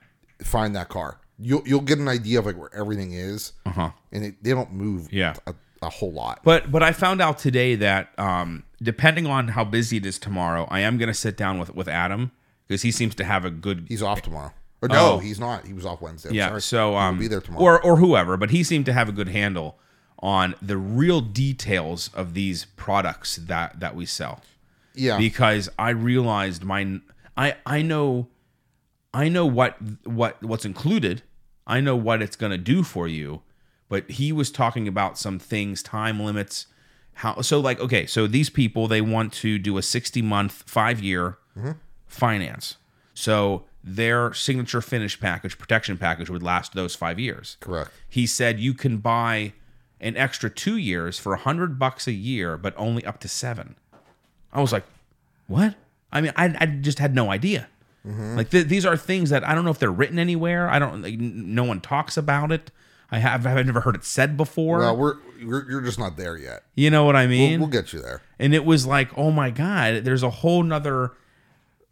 Speaker 2: find that car you'll, you'll get an idea of like where everything is uh-huh. and it, they don't move
Speaker 1: Yeah.
Speaker 2: a, a whole lot
Speaker 1: But but I found out today that um, depending on how busy it is tomorrow, I am gonna sit down with with Adam because he seems to have a good
Speaker 2: He's off tomorrow. Or no,
Speaker 1: Oh.
Speaker 2: he's not. He was off Wednesday. I'm
Speaker 1: yeah.
Speaker 2: sorry.
Speaker 1: So um,
Speaker 2: be there tomorrow.
Speaker 1: or or whoever, but he seemed to have a good handle on the real details of these products that that we sell.
Speaker 2: yeah,
Speaker 1: because I realized my I I know I know what what what's included. I know what it's going to do for you, but he was talking about some things, time limits, how so like okay, so these people they want to do a 60 month, 5 year finance. So their signature finish package, protection package would last those 5 years
Speaker 2: correct.
Speaker 1: he said you can buy an extra two years for a hundred bucks a year, but only up to seven. I was like, what? I mean, I, I just had no idea.
Speaker 2: Mm-hmm.
Speaker 1: Like th- these are things that I don't know if they're written anywhere. I don't. Like, n- no one talks about it. I have. I've never heard it said before.
Speaker 2: Well, we're, we're you're just not there yet.
Speaker 1: you know what I mean?
Speaker 2: We'll, we'll get you there.
Speaker 1: and it was like oh my god there's a whole nother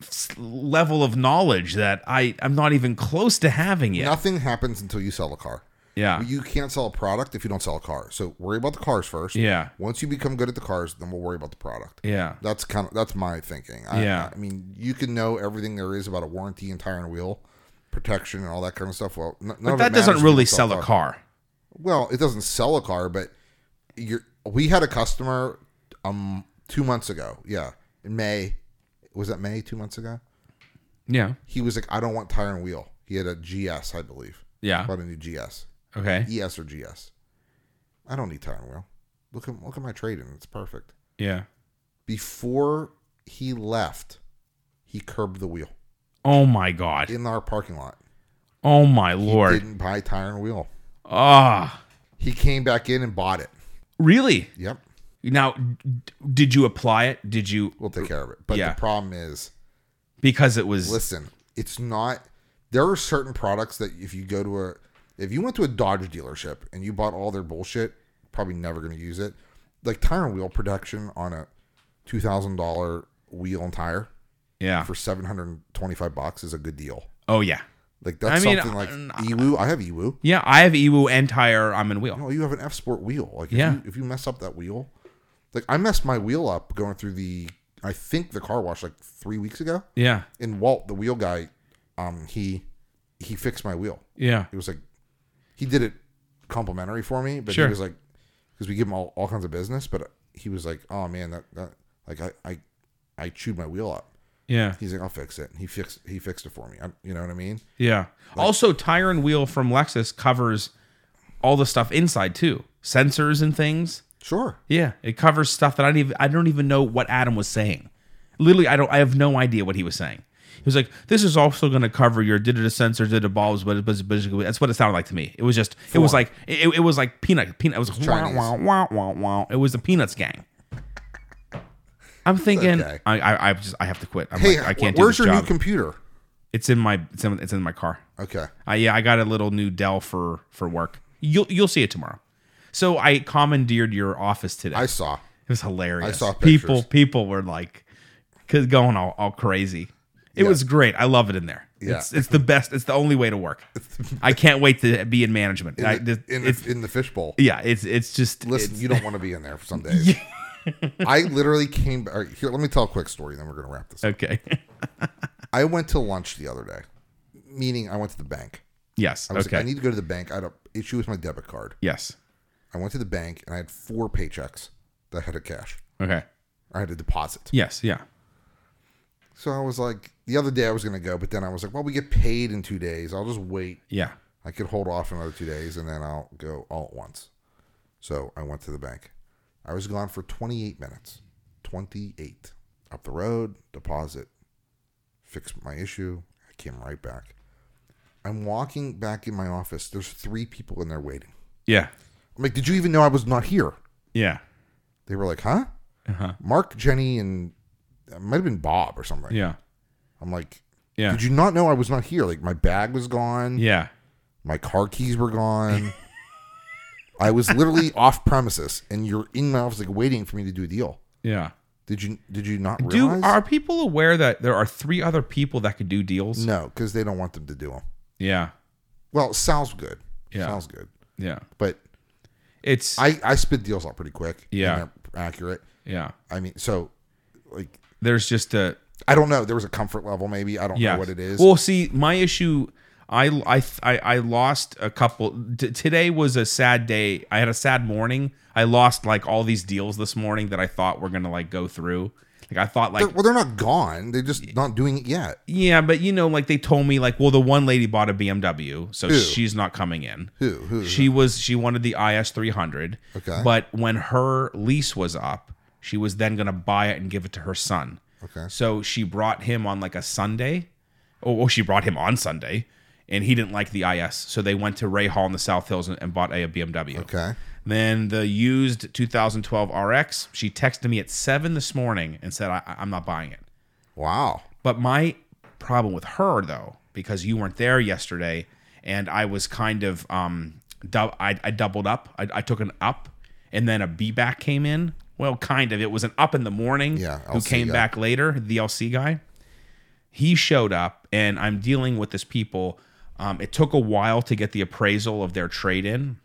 Speaker 1: s- level of knowledge that i i'm not even close to having yet
Speaker 2: Nothing happens until you sell a car.
Speaker 1: yeah
Speaker 2: You can't sell a product if you don't sell a car. So worry about the cars first.
Speaker 1: Yeah.
Speaker 2: Once you become good at the cars, then we'll worry about the product.
Speaker 1: yeah
Speaker 2: That's kind of that's my thinking. I,
Speaker 1: Yeah.
Speaker 2: I mean, you can know everything there is about a warranty and tire and wheel protection and all that kind of stuff. Well, n- none
Speaker 1: but
Speaker 2: of
Speaker 1: that
Speaker 2: it matters if
Speaker 1: doesn't
Speaker 2: you
Speaker 1: really
Speaker 2: don't
Speaker 1: sell a car
Speaker 2: Well, it doesn't sell a car, but you're, we had a customer um two months ago. Yeah, in May. Was that May two months ago?
Speaker 1: yeah
Speaker 2: He was like, I don't want tire and wheel. He had a GS, I believe.
Speaker 1: yeah
Speaker 2: Bought a new GS,
Speaker 1: okay
Speaker 2: ES or GS. I don't need tire and wheel. Look at look at my trade in. It's perfect.
Speaker 1: yeah
Speaker 2: Before he left, he curbed the wheel
Speaker 1: oh my god
Speaker 2: in our parking lot.
Speaker 1: oh my lord
Speaker 2: Didn't buy tire and wheel.
Speaker 1: ah
Speaker 2: He came back in and bought it.
Speaker 1: really
Speaker 2: Yep.
Speaker 1: now d- did you apply it did you
Speaker 2: We'll take care of it. But
Speaker 1: Yeah.
Speaker 2: the problem is
Speaker 1: because it was
Speaker 2: listen, it's not there are certain products that if you go to a if you went to a Dodge dealership and you bought all their bullshit, probably never going to use it. Like tire and wheel production on a two thousand dollar wheel and tire
Speaker 1: Yeah.
Speaker 2: for seven hundred and twenty five bucks is a good deal.
Speaker 1: Oh yeah.
Speaker 2: Like that's
Speaker 1: I mean,
Speaker 2: something like
Speaker 1: I-
Speaker 2: Ewu. I have Ewu.
Speaker 1: Yeah, I have Ewu and tire. I'm in wheel.
Speaker 2: No, you have an F Sport wheel. Like if,
Speaker 1: Yeah.
Speaker 2: you, if you mess up that wheel, like I messed my wheel up going through the I think the car wash like three weeks ago.
Speaker 1: Yeah.
Speaker 2: And Walt, the wheel guy, um, he he fixed my wheel.
Speaker 1: Yeah.
Speaker 2: It was like he did it complimentary for me, but
Speaker 1: Sure.
Speaker 2: he was like because we give him all, all kinds of business, but he was like, oh man, that, that like I, I I chewed my wheel up.
Speaker 1: Yeah.
Speaker 2: He's like, I'll fix it. And he fixed he fixed it for me. I, you know what I mean?
Speaker 1: Yeah. also, tire and wheel from Lexus covers all the stuff inside too, sensors and things.
Speaker 2: Sure.
Speaker 1: Yeah, it covers stuff that I don't even I don't even know what Adam was saying. Literally, I don't. I have no idea what he was saying. He was like, "This is also going to cover your did it a sensor, did it bulbs, but it was basically that's what it sounded like to me. It was just it was like it, it was like peanut peanut. It was wah,
Speaker 2: Chinese.
Speaker 1: wah, wah, wah, wah. It was the Peanuts gang. I'm thinking
Speaker 2: okay.
Speaker 1: I, I I just I have to quit. I'm
Speaker 2: Hey,
Speaker 1: like, I can't.
Speaker 2: where's
Speaker 1: do this
Speaker 2: your
Speaker 1: job.
Speaker 2: new computer?
Speaker 1: It's in my it's in, it's in my car.
Speaker 2: Okay.
Speaker 1: I yeah, I got a little new Dell for for work. You'll you'll see it tomorrow. So I commandeered your office today.
Speaker 2: I saw.
Speaker 1: It was hilarious.
Speaker 2: I saw
Speaker 1: people
Speaker 2: pictures.
Speaker 1: people were like 'cause going all, all crazy. It was great. I love it in there.
Speaker 2: Yeah.
Speaker 1: It's, it's the best. It's the only way to work. I can't wait to be in management. I,
Speaker 2: in,
Speaker 1: this-
Speaker 2: the,
Speaker 1: it's,
Speaker 2: in the fishbowl.
Speaker 1: yeah, it's it's just
Speaker 2: Listen,
Speaker 1: it's-
Speaker 2: you don't want to be in there for some days. I literally came back. all right, here, let me tell a quick story, then we're going to wrap this up.
Speaker 1: okay.
Speaker 2: I went to lunch the other day, meaning I went to the bank.
Speaker 1: yes.
Speaker 2: I was
Speaker 1: Okay.
Speaker 2: like, I need to go to the bank. I had an issue with my debit card.
Speaker 1: yes.
Speaker 2: I went to the bank and I had four paychecks that had a cash.
Speaker 1: Okay.
Speaker 2: I had a deposit.
Speaker 1: Yes. Yeah.
Speaker 2: So I was like, the other day I was going to go, but then I was like, well, we get paid in two days. I'll just wait.
Speaker 1: Yeah.
Speaker 2: I could hold off another two days and then I'll go all at once. So I went to the bank. I was gone for 28 minutes. 28. Up the road, deposit, fixed my issue. I came right back. I'm walking back in my office. There's three people in there waiting.
Speaker 1: Yeah.
Speaker 2: I'm like, did you even know I was not here?
Speaker 1: Yeah.
Speaker 2: They were like, huh?
Speaker 1: Uh-huh.
Speaker 2: Mark, Jenny, and it might have been Bob or something.
Speaker 1: Yeah.
Speaker 2: I'm like,
Speaker 1: Yeah.
Speaker 2: did you not know I was not here? Like, my bag was gone.
Speaker 1: Yeah.
Speaker 2: My car keys were gone. I was literally off premises, and you're in my office, like waiting for me to do a deal.
Speaker 1: Yeah.
Speaker 2: Did you did you not
Speaker 1: Do
Speaker 2: realize?
Speaker 1: are people aware that there are three other people that could do deals?
Speaker 2: no, because they don't want them to do them.
Speaker 1: Yeah.
Speaker 2: Well, Sal's good.
Speaker 1: Yeah.
Speaker 2: Sal's good.
Speaker 1: Yeah.
Speaker 2: But
Speaker 1: It's
Speaker 2: I I spit deals out pretty quick. and
Speaker 1: Yeah.
Speaker 2: they're accurate.
Speaker 1: yeah.
Speaker 2: I mean, so like
Speaker 1: There's just a
Speaker 2: I don't know. There was a comfort level, maybe. I don't
Speaker 1: yeah
Speaker 2: know what it is.
Speaker 1: well see my issue i i i, I lost a couple t- today was a sad day i had a sad morning i lost like all these deals this morning that i thought were gonna like go through like i thought like
Speaker 2: They're- well, they're not gone. They're just not doing it yet.
Speaker 1: yeah but you know like they told me like well the one lady bought a bmw so she's not coming in
Speaker 2: Who who?
Speaker 1: she was she wanted the is 300
Speaker 2: Okay.
Speaker 1: but when her lease was up she was then gonna buy it and give it to her son
Speaker 2: Okay.
Speaker 1: so she brought him on like a Sunday. Oh, oh, she brought him on Sunday, and he didn't like the IS. So they went to Ray Hall in the South Hills and, and bought a, BMW.
Speaker 2: okay.
Speaker 1: Then the used 2012 RX. She texted me at seven this morning and said, I, I- "I'm not buying it."
Speaker 2: Wow.
Speaker 1: But my problem with her though, because you weren't there yesterday, and I was kind of um, dou- I, I doubled up. I, I took an up, and then a B back came in. Well, kind of. It was an up in the morning.
Speaker 2: Yeah,
Speaker 1: who
Speaker 2: LC
Speaker 1: came
Speaker 2: guy.
Speaker 1: back later? The LC guy. He showed up, and I'm dealing with this people. Um, it took a while to get the appraisal of their trade in,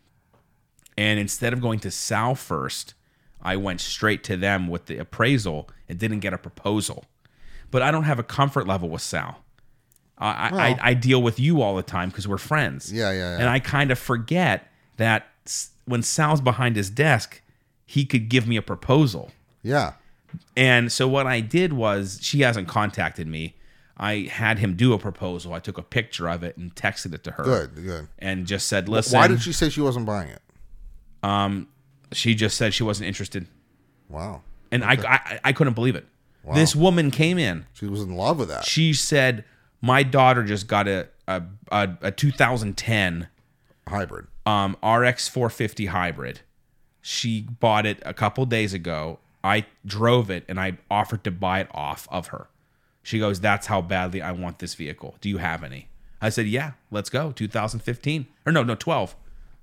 Speaker 1: and instead of going to Sal first, I went straight to them with the appraisal and didn't get a proposal. But I don't have a comfort level with Sal. I, I I, I deal with you all the time because we're friends.
Speaker 2: Yeah, yeah, yeah.
Speaker 1: And I kind of forget that s- when Sal's behind his desk, he could give me a proposal.
Speaker 2: Yeah.
Speaker 1: And so what I did was she hasn't contacted me. I had him do a proposal. I took a picture of it and texted it to her.
Speaker 2: Good. Good.
Speaker 1: And just said, "Listen,
Speaker 2: Why did she say she wasn't buying it?
Speaker 1: she just said she wasn't interested."
Speaker 2: Wow.
Speaker 1: and I, I I couldn't believe it. This woman came in.
Speaker 2: She was in love with that.
Speaker 1: She said, "My daughter just got a a, a, a 2010
Speaker 2: Hybrid.
Speaker 1: um, RX 450 hybrid. She bought it a couple days ago. I drove it and I offered to buy it off of her. She goes, "That's how badly I want this vehicle. Do you have any?" I said, yeah, let's go. 2015 or no, no, 12,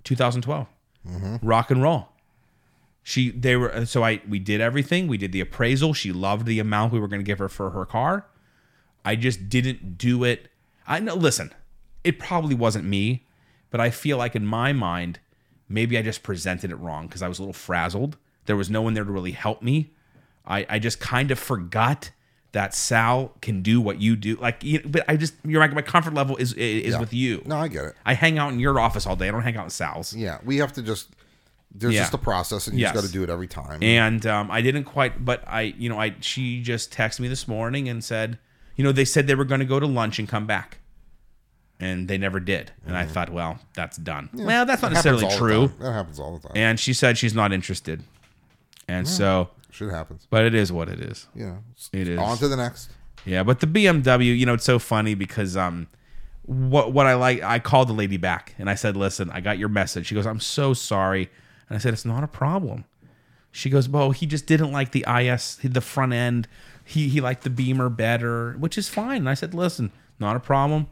Speaker 1: 2012, rock and roll. She, they were, so I, we did everything. We did the appraisal. She loved the amount we were going to give her for her car. I just didn't do it. I know, listen, it probably wasn't me, but I feel like in my mind, maybe I just presented it wrong because I was a little frazzled. There was no one there to really help me. I, I just kind of forgot that Sal can do what you do. Like, you, but I just, you're right. My comfort level is, is with you.
Speaker 2: No, I get it.
Speaker 1: I hang out in your office all day. I don't hang out in Sal's.
Speaker 2: Yeah, we have to just. There's
Speaker 1: Yeah.
Speaker 2: just a process, and you
Speaker 1: Yes.
Speaker 2: just got to do it every time.
Speaker 1: and um, I didn't quite. But I, you know, I she just texted me this morning and said, you know, they said they were going to go to lunch and come back, and they never did. And I thought, well, that's done. well, that's not
Speaker 2: Mm-hmm. It happens
Speaker 1: necessarily
Speaker 2: all
Speaker 1: true.
Speaker 2: the time. That happens all the time.
Speaker 1: And she said she's not interested, and so,
Speaker 2: Shit happens.
Speaker 1: but it is what it is.
Speaker 2: You know,
Speaker 1: It is.
Speaker 2: on to the next.
Speaker 1: Yeah, but the BMW, you know, it's so funny because um what what I like I called the lady back and I said, "Listen, I got your message." She goes, "I'm so sorry." And I said, "It's not a problem." She goes, "Well, he just didn't like the IS the front end. He he liked the Beamer better, which is fine." And I said, "Listen, not a problem.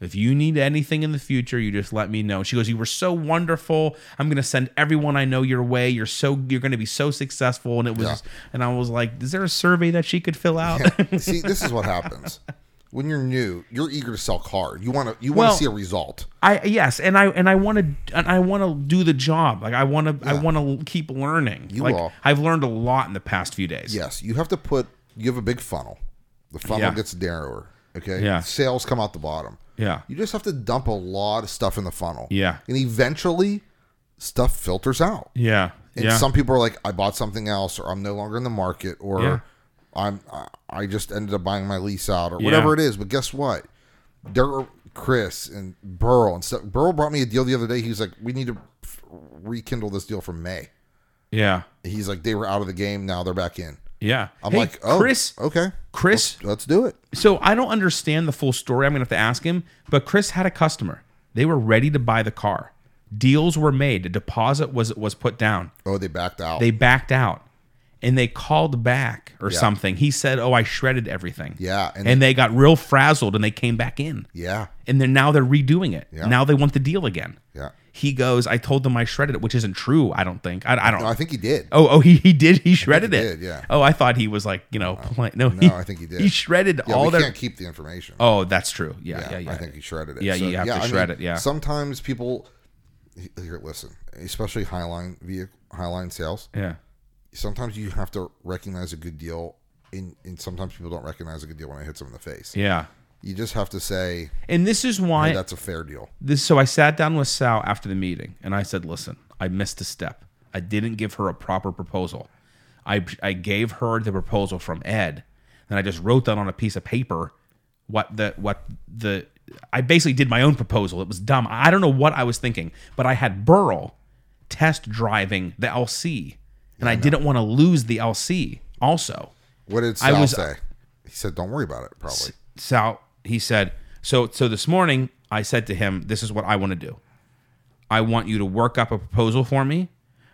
Speaker 1: If you need anything in the future, you just let me know." She goes, "You were so wonderful. I'm going to send everyone I know your way. You're so you're going to be so successful." And it was and I was like, "Is there a survey that she could fill out?"
Speaker 2: see, this is what happens when you're new. You're eager to sell cars. You want to. You want to
Speaker 1: Well-
Speaker 2: see a result.
Speaker 1: I yes, and I and I want to and I want to do the job. Like I want to I want to keep learning.
Speaker 2: You
Speaker 1: like
Speaker 2: will.
Speaker 1: I've learned a lot in the past few days.
Speaker 2: Yes, you have to put. You have a big funnel. The funnel
Speaker 1: Yeah.
Speaker 2: gets narrower. Okay.
Speaker 1: Yeah.
Speaker 2: Sales come out the bottom.
Speaker 1: Yeah.
Speaker 2: You just have to dump a lot of stuff in the funnel.
Speaker 1: Yeah.
Speaker 2: And eventually, stuff filters out.
Speaker 1: Yeah.
Speaker 2: And
Speaker 1: yeah.
Speaker 2: some people are like, I bought something else, or I'm no longer in the market, or
Speaker 1: Yeah.
Speaker 2: I'm I- I just ended up buying my lease out, or whatever it is. But guess what? There are Chris and Burl and stuff. Burl brought me a deal the other day. He's like, we need to f- rekindle this deal from May.
Speaker 1: yeah.
Speaker 2: He's like, they were out of the game, now they're back in.
Speaker 1: Yeah.
Speaker 2: I'm
Speaker 1: Hey,
Speaker 2: like, oh,
Speaker 1: Chris.
Speaker 2: okay,
Speaker 1: Chris.
Speaker 2: let's do it.
Speaker 1: So I don't understand the full story. I'm gonna have to ask him. But Chris had a customer. They were ready to buy the car. Deals were made. A deposit was was put down.
Speaker 2: Oh, they backed out.
Speaker 1: They backed out, and they called back or something. He said, "Oh, I shredded everything."
Speaker 2: yeah, and,
Speaker 1: And they got real frazzled, and they came back in.
Speaker 2: yeah,
Speaker 1: and then now they're redoing it.
Speaker 2: Yeah.
Speaker 1: Now they want the deal again.
Speaker 2: yeah.
Speaker 1: He goes, I told them I shredded it, which isn't true. I don't think. I, I don't.
Speaker 2: No, I think he did.
Speaker 1: oh, oh, he, he did. He shredded
Speaker 2: he
Speaker 1: it.
Speaker 2: did, yeah.
Speaker 1: Oh, I thought he was like, you know, playing. no. he,
Speaker 2: I think he did.
Speaker 1: He shredded
Speaker 2: yeah,
Speaker 1: all
Speaker 2: we
Speaker 1: their.
Speaker 2: can't keep the information.
Speaker 1: Oh, that's true. Yeah, yeah, yeah.
Speaker 2: I think he shredded it.
Speaker 1: Yeah, you have to shred it, yeah.
Speaker 2: sometimes people here. Listen, especially Highline vehicle, Highline sales.
Speaker 1: yeah.
Speaker 2: Sometimes you have to recognize a good deal, and and sometimes people don't recognize a good deal when it hits them in the face.
Speaker 1: Yeah.
Speaker 2: You just have to say
Speaker 1: And this is why
Speaker 2: hey, that's a fair deal.
Speaker 1: this so I sat down with Sal after the meeting and I said, "Listen, I missed a step. I didn't give her a proper proposal. I I gave her the proposal from Ed, and I just wrote that on a piece of paper what the what the I basically did my own proposal. It was dumb. I don't know what I was thinking, but I had Burl test driving the LC, and I, didn't want to lose the LC also.
Speaker 2: What did
Speaker 1: I
Speaker 2: Sal
Speaker 1: was- uh,
Speaker 2: say? He said, "Don't worry about it." Probably.
Speaker 1: Sal, he said, so so this morning I said to him, this is what I want to do. I want you to work up a proposal for me.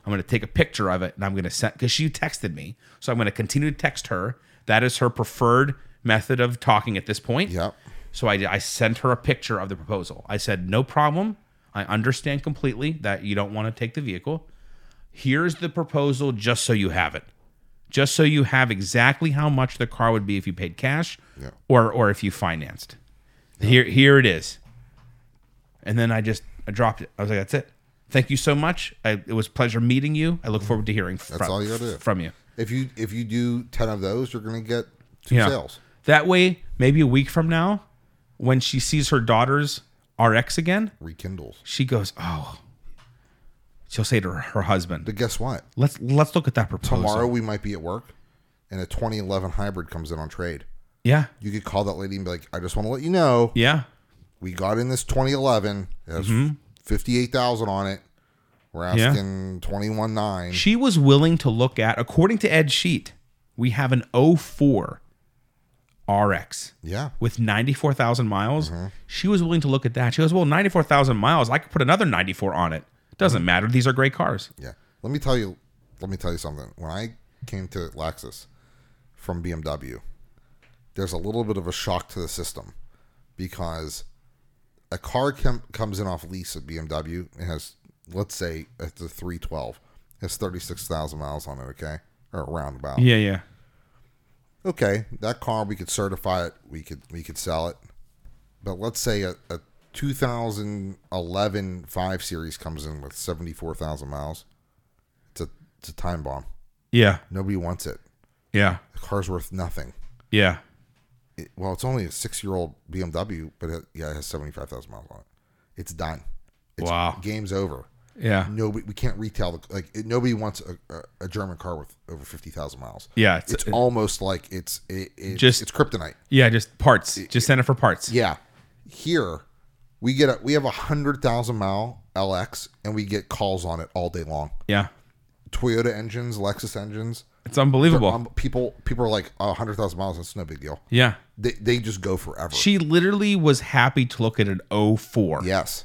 Speaker 1: I'm going to take a picture of it and I'm going to send because she texted me, so I'm going to continue to text her. That is her preferred method of talking at this point.
Speaker 2: Yep.
Speaker 1: So I, I sent her a picture of the proposal. I said, no problem. I understand completely that you don't want to take the vehicle. Here's the proposal just so you have it. Just so you have exactly how much the car would be if you paid cash
Speaker 2: Yeah.
Speaker 1: or or if you financed. Here here it is. And then I just I dropped it. I was like, that's it. Thank you so much. I, it was a pleasure meeting you. I look forward to hearing from,
Speaker 2: all you gotta do.
Speaker 1: from you.
Speaker 2: If you if you do ten of those, you're going to get two
Speaker 1: Yeah.
Speaker 2: sales.
Speaker 1: That way, maybe a week from now, when she sees her daughter's RX again,
Speaker 2: Rekindles.
Speaker 1: she goes, "Oh." She'll say to her, her husband,
Speaker 2: But guess what?
Speaker 1: "Let's let's look at that proposal."
Speaker 2: Tomorrow we might be at work, and a 2011 hybrid comes in on trade.
Speaker 1: Yeah.
Speaker 2: You could call that lady and be like, "I just want to let you know,
Speaker 1: Yeah.
Speaker 2: we got in this 2011. It has 58,000 on it. We're
Speaker 1: Yeah.
Speaker 2: asking 21.9.
Speaker 1: She was willing to look at according to Ed's sheet, we have an 04 RX
Speaker 2: Yeah.
Speaker 1: with 94,000 miles. She was willing to look at that. She goes, "Well, 94,000 miles, I could put another 94 on it. Doesn't matter. These are great cars."
Speaker 2: Yeah. Let me tell you. Let me tell you something. When I came to Lexus from BMW, there's a little bit of a shock to the system because a car com- comes in off lease at BMW and has, let's say, it's a 312, has 36,000 miles on it, okay? Or around about.
Speaker 1: Yeah, yeah.
Speaker 2: Okay, that car, we could certify it, we could we could sell it. But let's say a, a 2011 5 Series comes in with 74,000 miles. It's a, it's a time bomb.
Speaker 1: Yeah.
Speaker 2: Nobody wants it.
Speaker 1: Yeah.
Speaker 2: The car's worth nothing.
Speaker 1: Yeah.
Speaker 2: it- well, it's only a six year old BMW, but it, yeah, it has 75,000 miles on it. It's done. It's,
Speaker 1: Wow.
Speaker 2: Game's over.
Speaker 1: Yeah.
Speaker 2: Nobody, we can't retail the, like, it, nobody wants a, a, a German car with over 50,000 miles.
Speaker 1: Yeah. It's,
Speaker 2: It's, almost like it's, it, it,
Speaker 1: Just-
Speaker 2: it's kryptonite.
Speaker 1: yeah, just parts. Just send it for parts.
Speaker 2: Yeah. Here, we get a, we have a 100,000 mile LX and we get calls on it all day long.
Speaker 1: Yeah.
Speaker 2: Toyota engines, Lexus engines.
Speaker 1: It's unbelievable.
Speaker 2: Um, people, people are like, oh, 100,000 miles, that's no big deal.
Speaker 1: yeah.
Speaker 2: They, they just go forever.
Speaker 1: She literally was happy to look at an 04
Speaker 2: yes.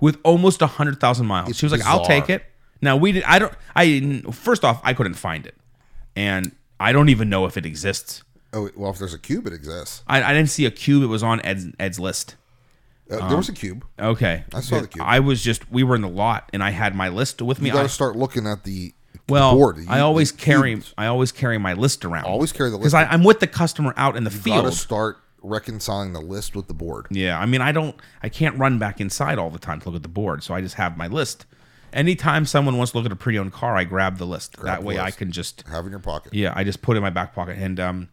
Speaker 1: with almost 100,000 miles.
Speaker 2: It's
Speaker 1: she was like, I'll
Speaker 2: bizarre.
Speaker 1: take it. Now, we did, I don't, I didn't, first off, I couldn't find it. And I don't even know if it exists.
Speaker 2: Oh, well, if there's a cube, it exists.
Speaker 1: I, I didn't see a cube. It was on Ed's, Ed's list.
Speaker 2: Uh,
Speaker 1: Um,
Speaker 2: there was a cube.
Speaker 1: Okay.
Speaker 2: I saw the cube.
Speaker 1: I was just, we were in the lot and I had my list with me.
Speaker 2: You got
Speaker 1: I,
Speaker 2: to start looking at the
Speaker 1: well,
Speaker 2: board. You-
Speaker 1: I always
Speaker 2: you
Speaker 1: carry, I always carry my list around.
Speaker 2: Always carry the
Speaker 1: Because
Speaker 2: list.
Speaker 1: I'm with the customer out in the
Speaker 2: Got to
Speaker 1: field.
Speaker 2: start reconciling the list with the board.
Speaker 1: Yeah, I mean, I don't, I can't run back inside all the time to look at the board, so I just have my list. Anytime someone wants to look at a pre-owned car, I grab the list. that
Speaker 2: the
Speaker 1: way, I
Speaker 2: list.
Speaker 1: can just,
Speaker 2: Have in your pocket.
Speaker 1: yeah, I just put it in my back pocket. And um,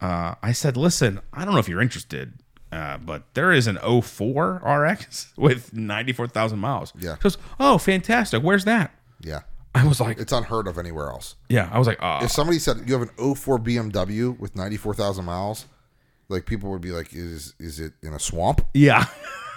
Speaker 1: uh, I said, listen, I don't know if you're interested, uh, but there is an 04 RX with 94,000 miles.
Speaker 2: Yeah.
Speaker 1: She goes, oh, fantastic. Where's that?
Speaker 2: Yeah.
Speaker 1: I was like,
Speaker 2: It's unheard of anywhere else.
Speaker 1: yeah, I was like, oh,
Speaker 2: If somebody said you have an 04 BMW with 94,000 miles, like people would be like, is is it in a swamp? oh
Speaker 1: yeah,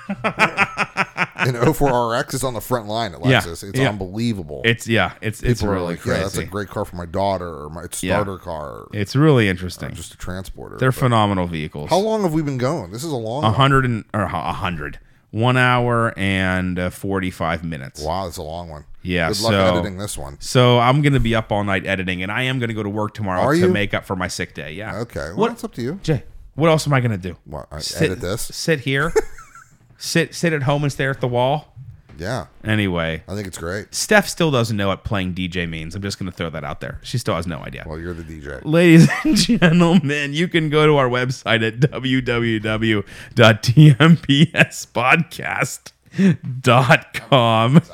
Speaker 2: An 04 RX is on the front line at
Speaker 1: Yeah.
Speaker 2: Lexus. It's
Speaker 1: Yeah.
Speaker 2: unbelievable.
Speaker 1: it's yeah, it's it's
Speaker 2: People are
Speaker 1: really
Speaker 2: like,
Speaker 1: crazy.
Speaker 2: yeah, that's a great car for my daughter or my it's
Speaker 1: Yeah.
Speaker 2: starter car or
Speaker 1: it's really interesting.
Speaker 2: just a transporter.
Speaker 1: They're Uh-huh. phenomenal vehicles.
Speaker 2: How long have we been going? This is a long
Speaker 1: a hundred and or a hundred. One hour and uh, forty-five minutes.
Speaker 2: Wow, that's a long one.
Speaker 1: Yeah,
Speaker 2: Good luck
Speaker 1: so-
Speaker 2: editing this one.
Speaker 1: So I'm gonna be up all night editing, and I am gonna go to work tomorrow
Speaker 2: Are
Speaker 1: to
Speaker 2: you?
Speaker 1: make up for my sick day. Yeah.
Speaker 2: Okay, well,
Speaker 1: What-
Speaker 2: that's up to you.
Speaker 1: Jay, what else am I gonna do?
Speaker 2: Well, I
Speaker 1: Sit-
Speaker 2: edit this.
Speaker 1: Sit here. sit sit at home and stare at the wall.
Speaker 2: Yeah,
Speaker 1: Anyway,
Speaker 2: I think it's great.
Speaker 1: Steph still doesn't know what playing DJ means. I'm just gonna throw that out there. She still has no idea.
Speaker 2: Well, you're the DJ.
Speaker 1: Ladies and gentlemen, you can go to our website at www.tmpspodcast.com.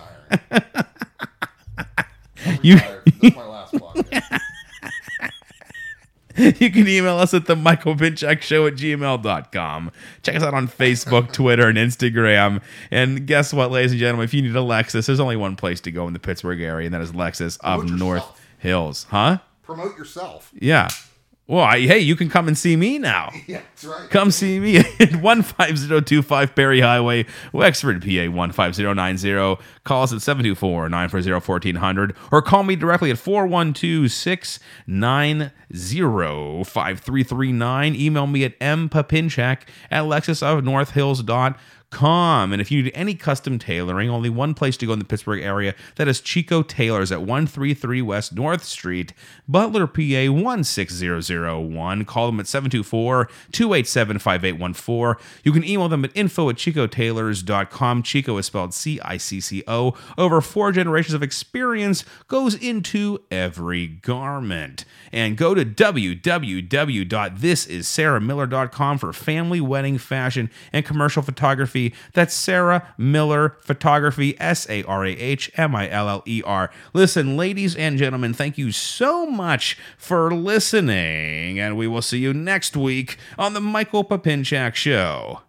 Speaker 1: You-
Speaker 2: this is my last podcast.
Speaker 1: You can email us at the Michael Pinchuk Show at gmail.com. Check us out on Facebook, Twitter, and Instagram. And guess what, ladies and gentlemen? If you need a Lexus, there's only one place to go in the Pittsburgh area, and that is Lexus of
Speaker 2: Promote yourself.
Speaker 1: North Hills. Huh?
Speaker 2: Promote yourself.
Speaker 1: Yeah. Well, I, hey, you can come and see me now.
Speaker 2: Yeah, that's right.
Speaker 1: Come see me at 15025 Perry Highway, Wexford, PA 15090. Call us at 724 940 1400 or call me directly at 412 690 5339. Email me at mpapinchak at lexusofnorthhills.com. And if you need any custom tailoring, only one place to go in the Pittsburgh area that is Chico Taylor's at 133 West North Street, Butler, PA 16001. Call them at 724 287 5814. You can email them at info at chicotailors.com. Chico is spelled C I C C O. Over four generations of experience goes into every garment. And go to www.thisissarahmiller.com for family wedding fashion and commercial photography. That's Sarah Miller Photography, S A R A H M I L L E R. Listen, ladies and gentlemen, thank you so much for listening, and we will see you next week on The Michael Papinchak Show.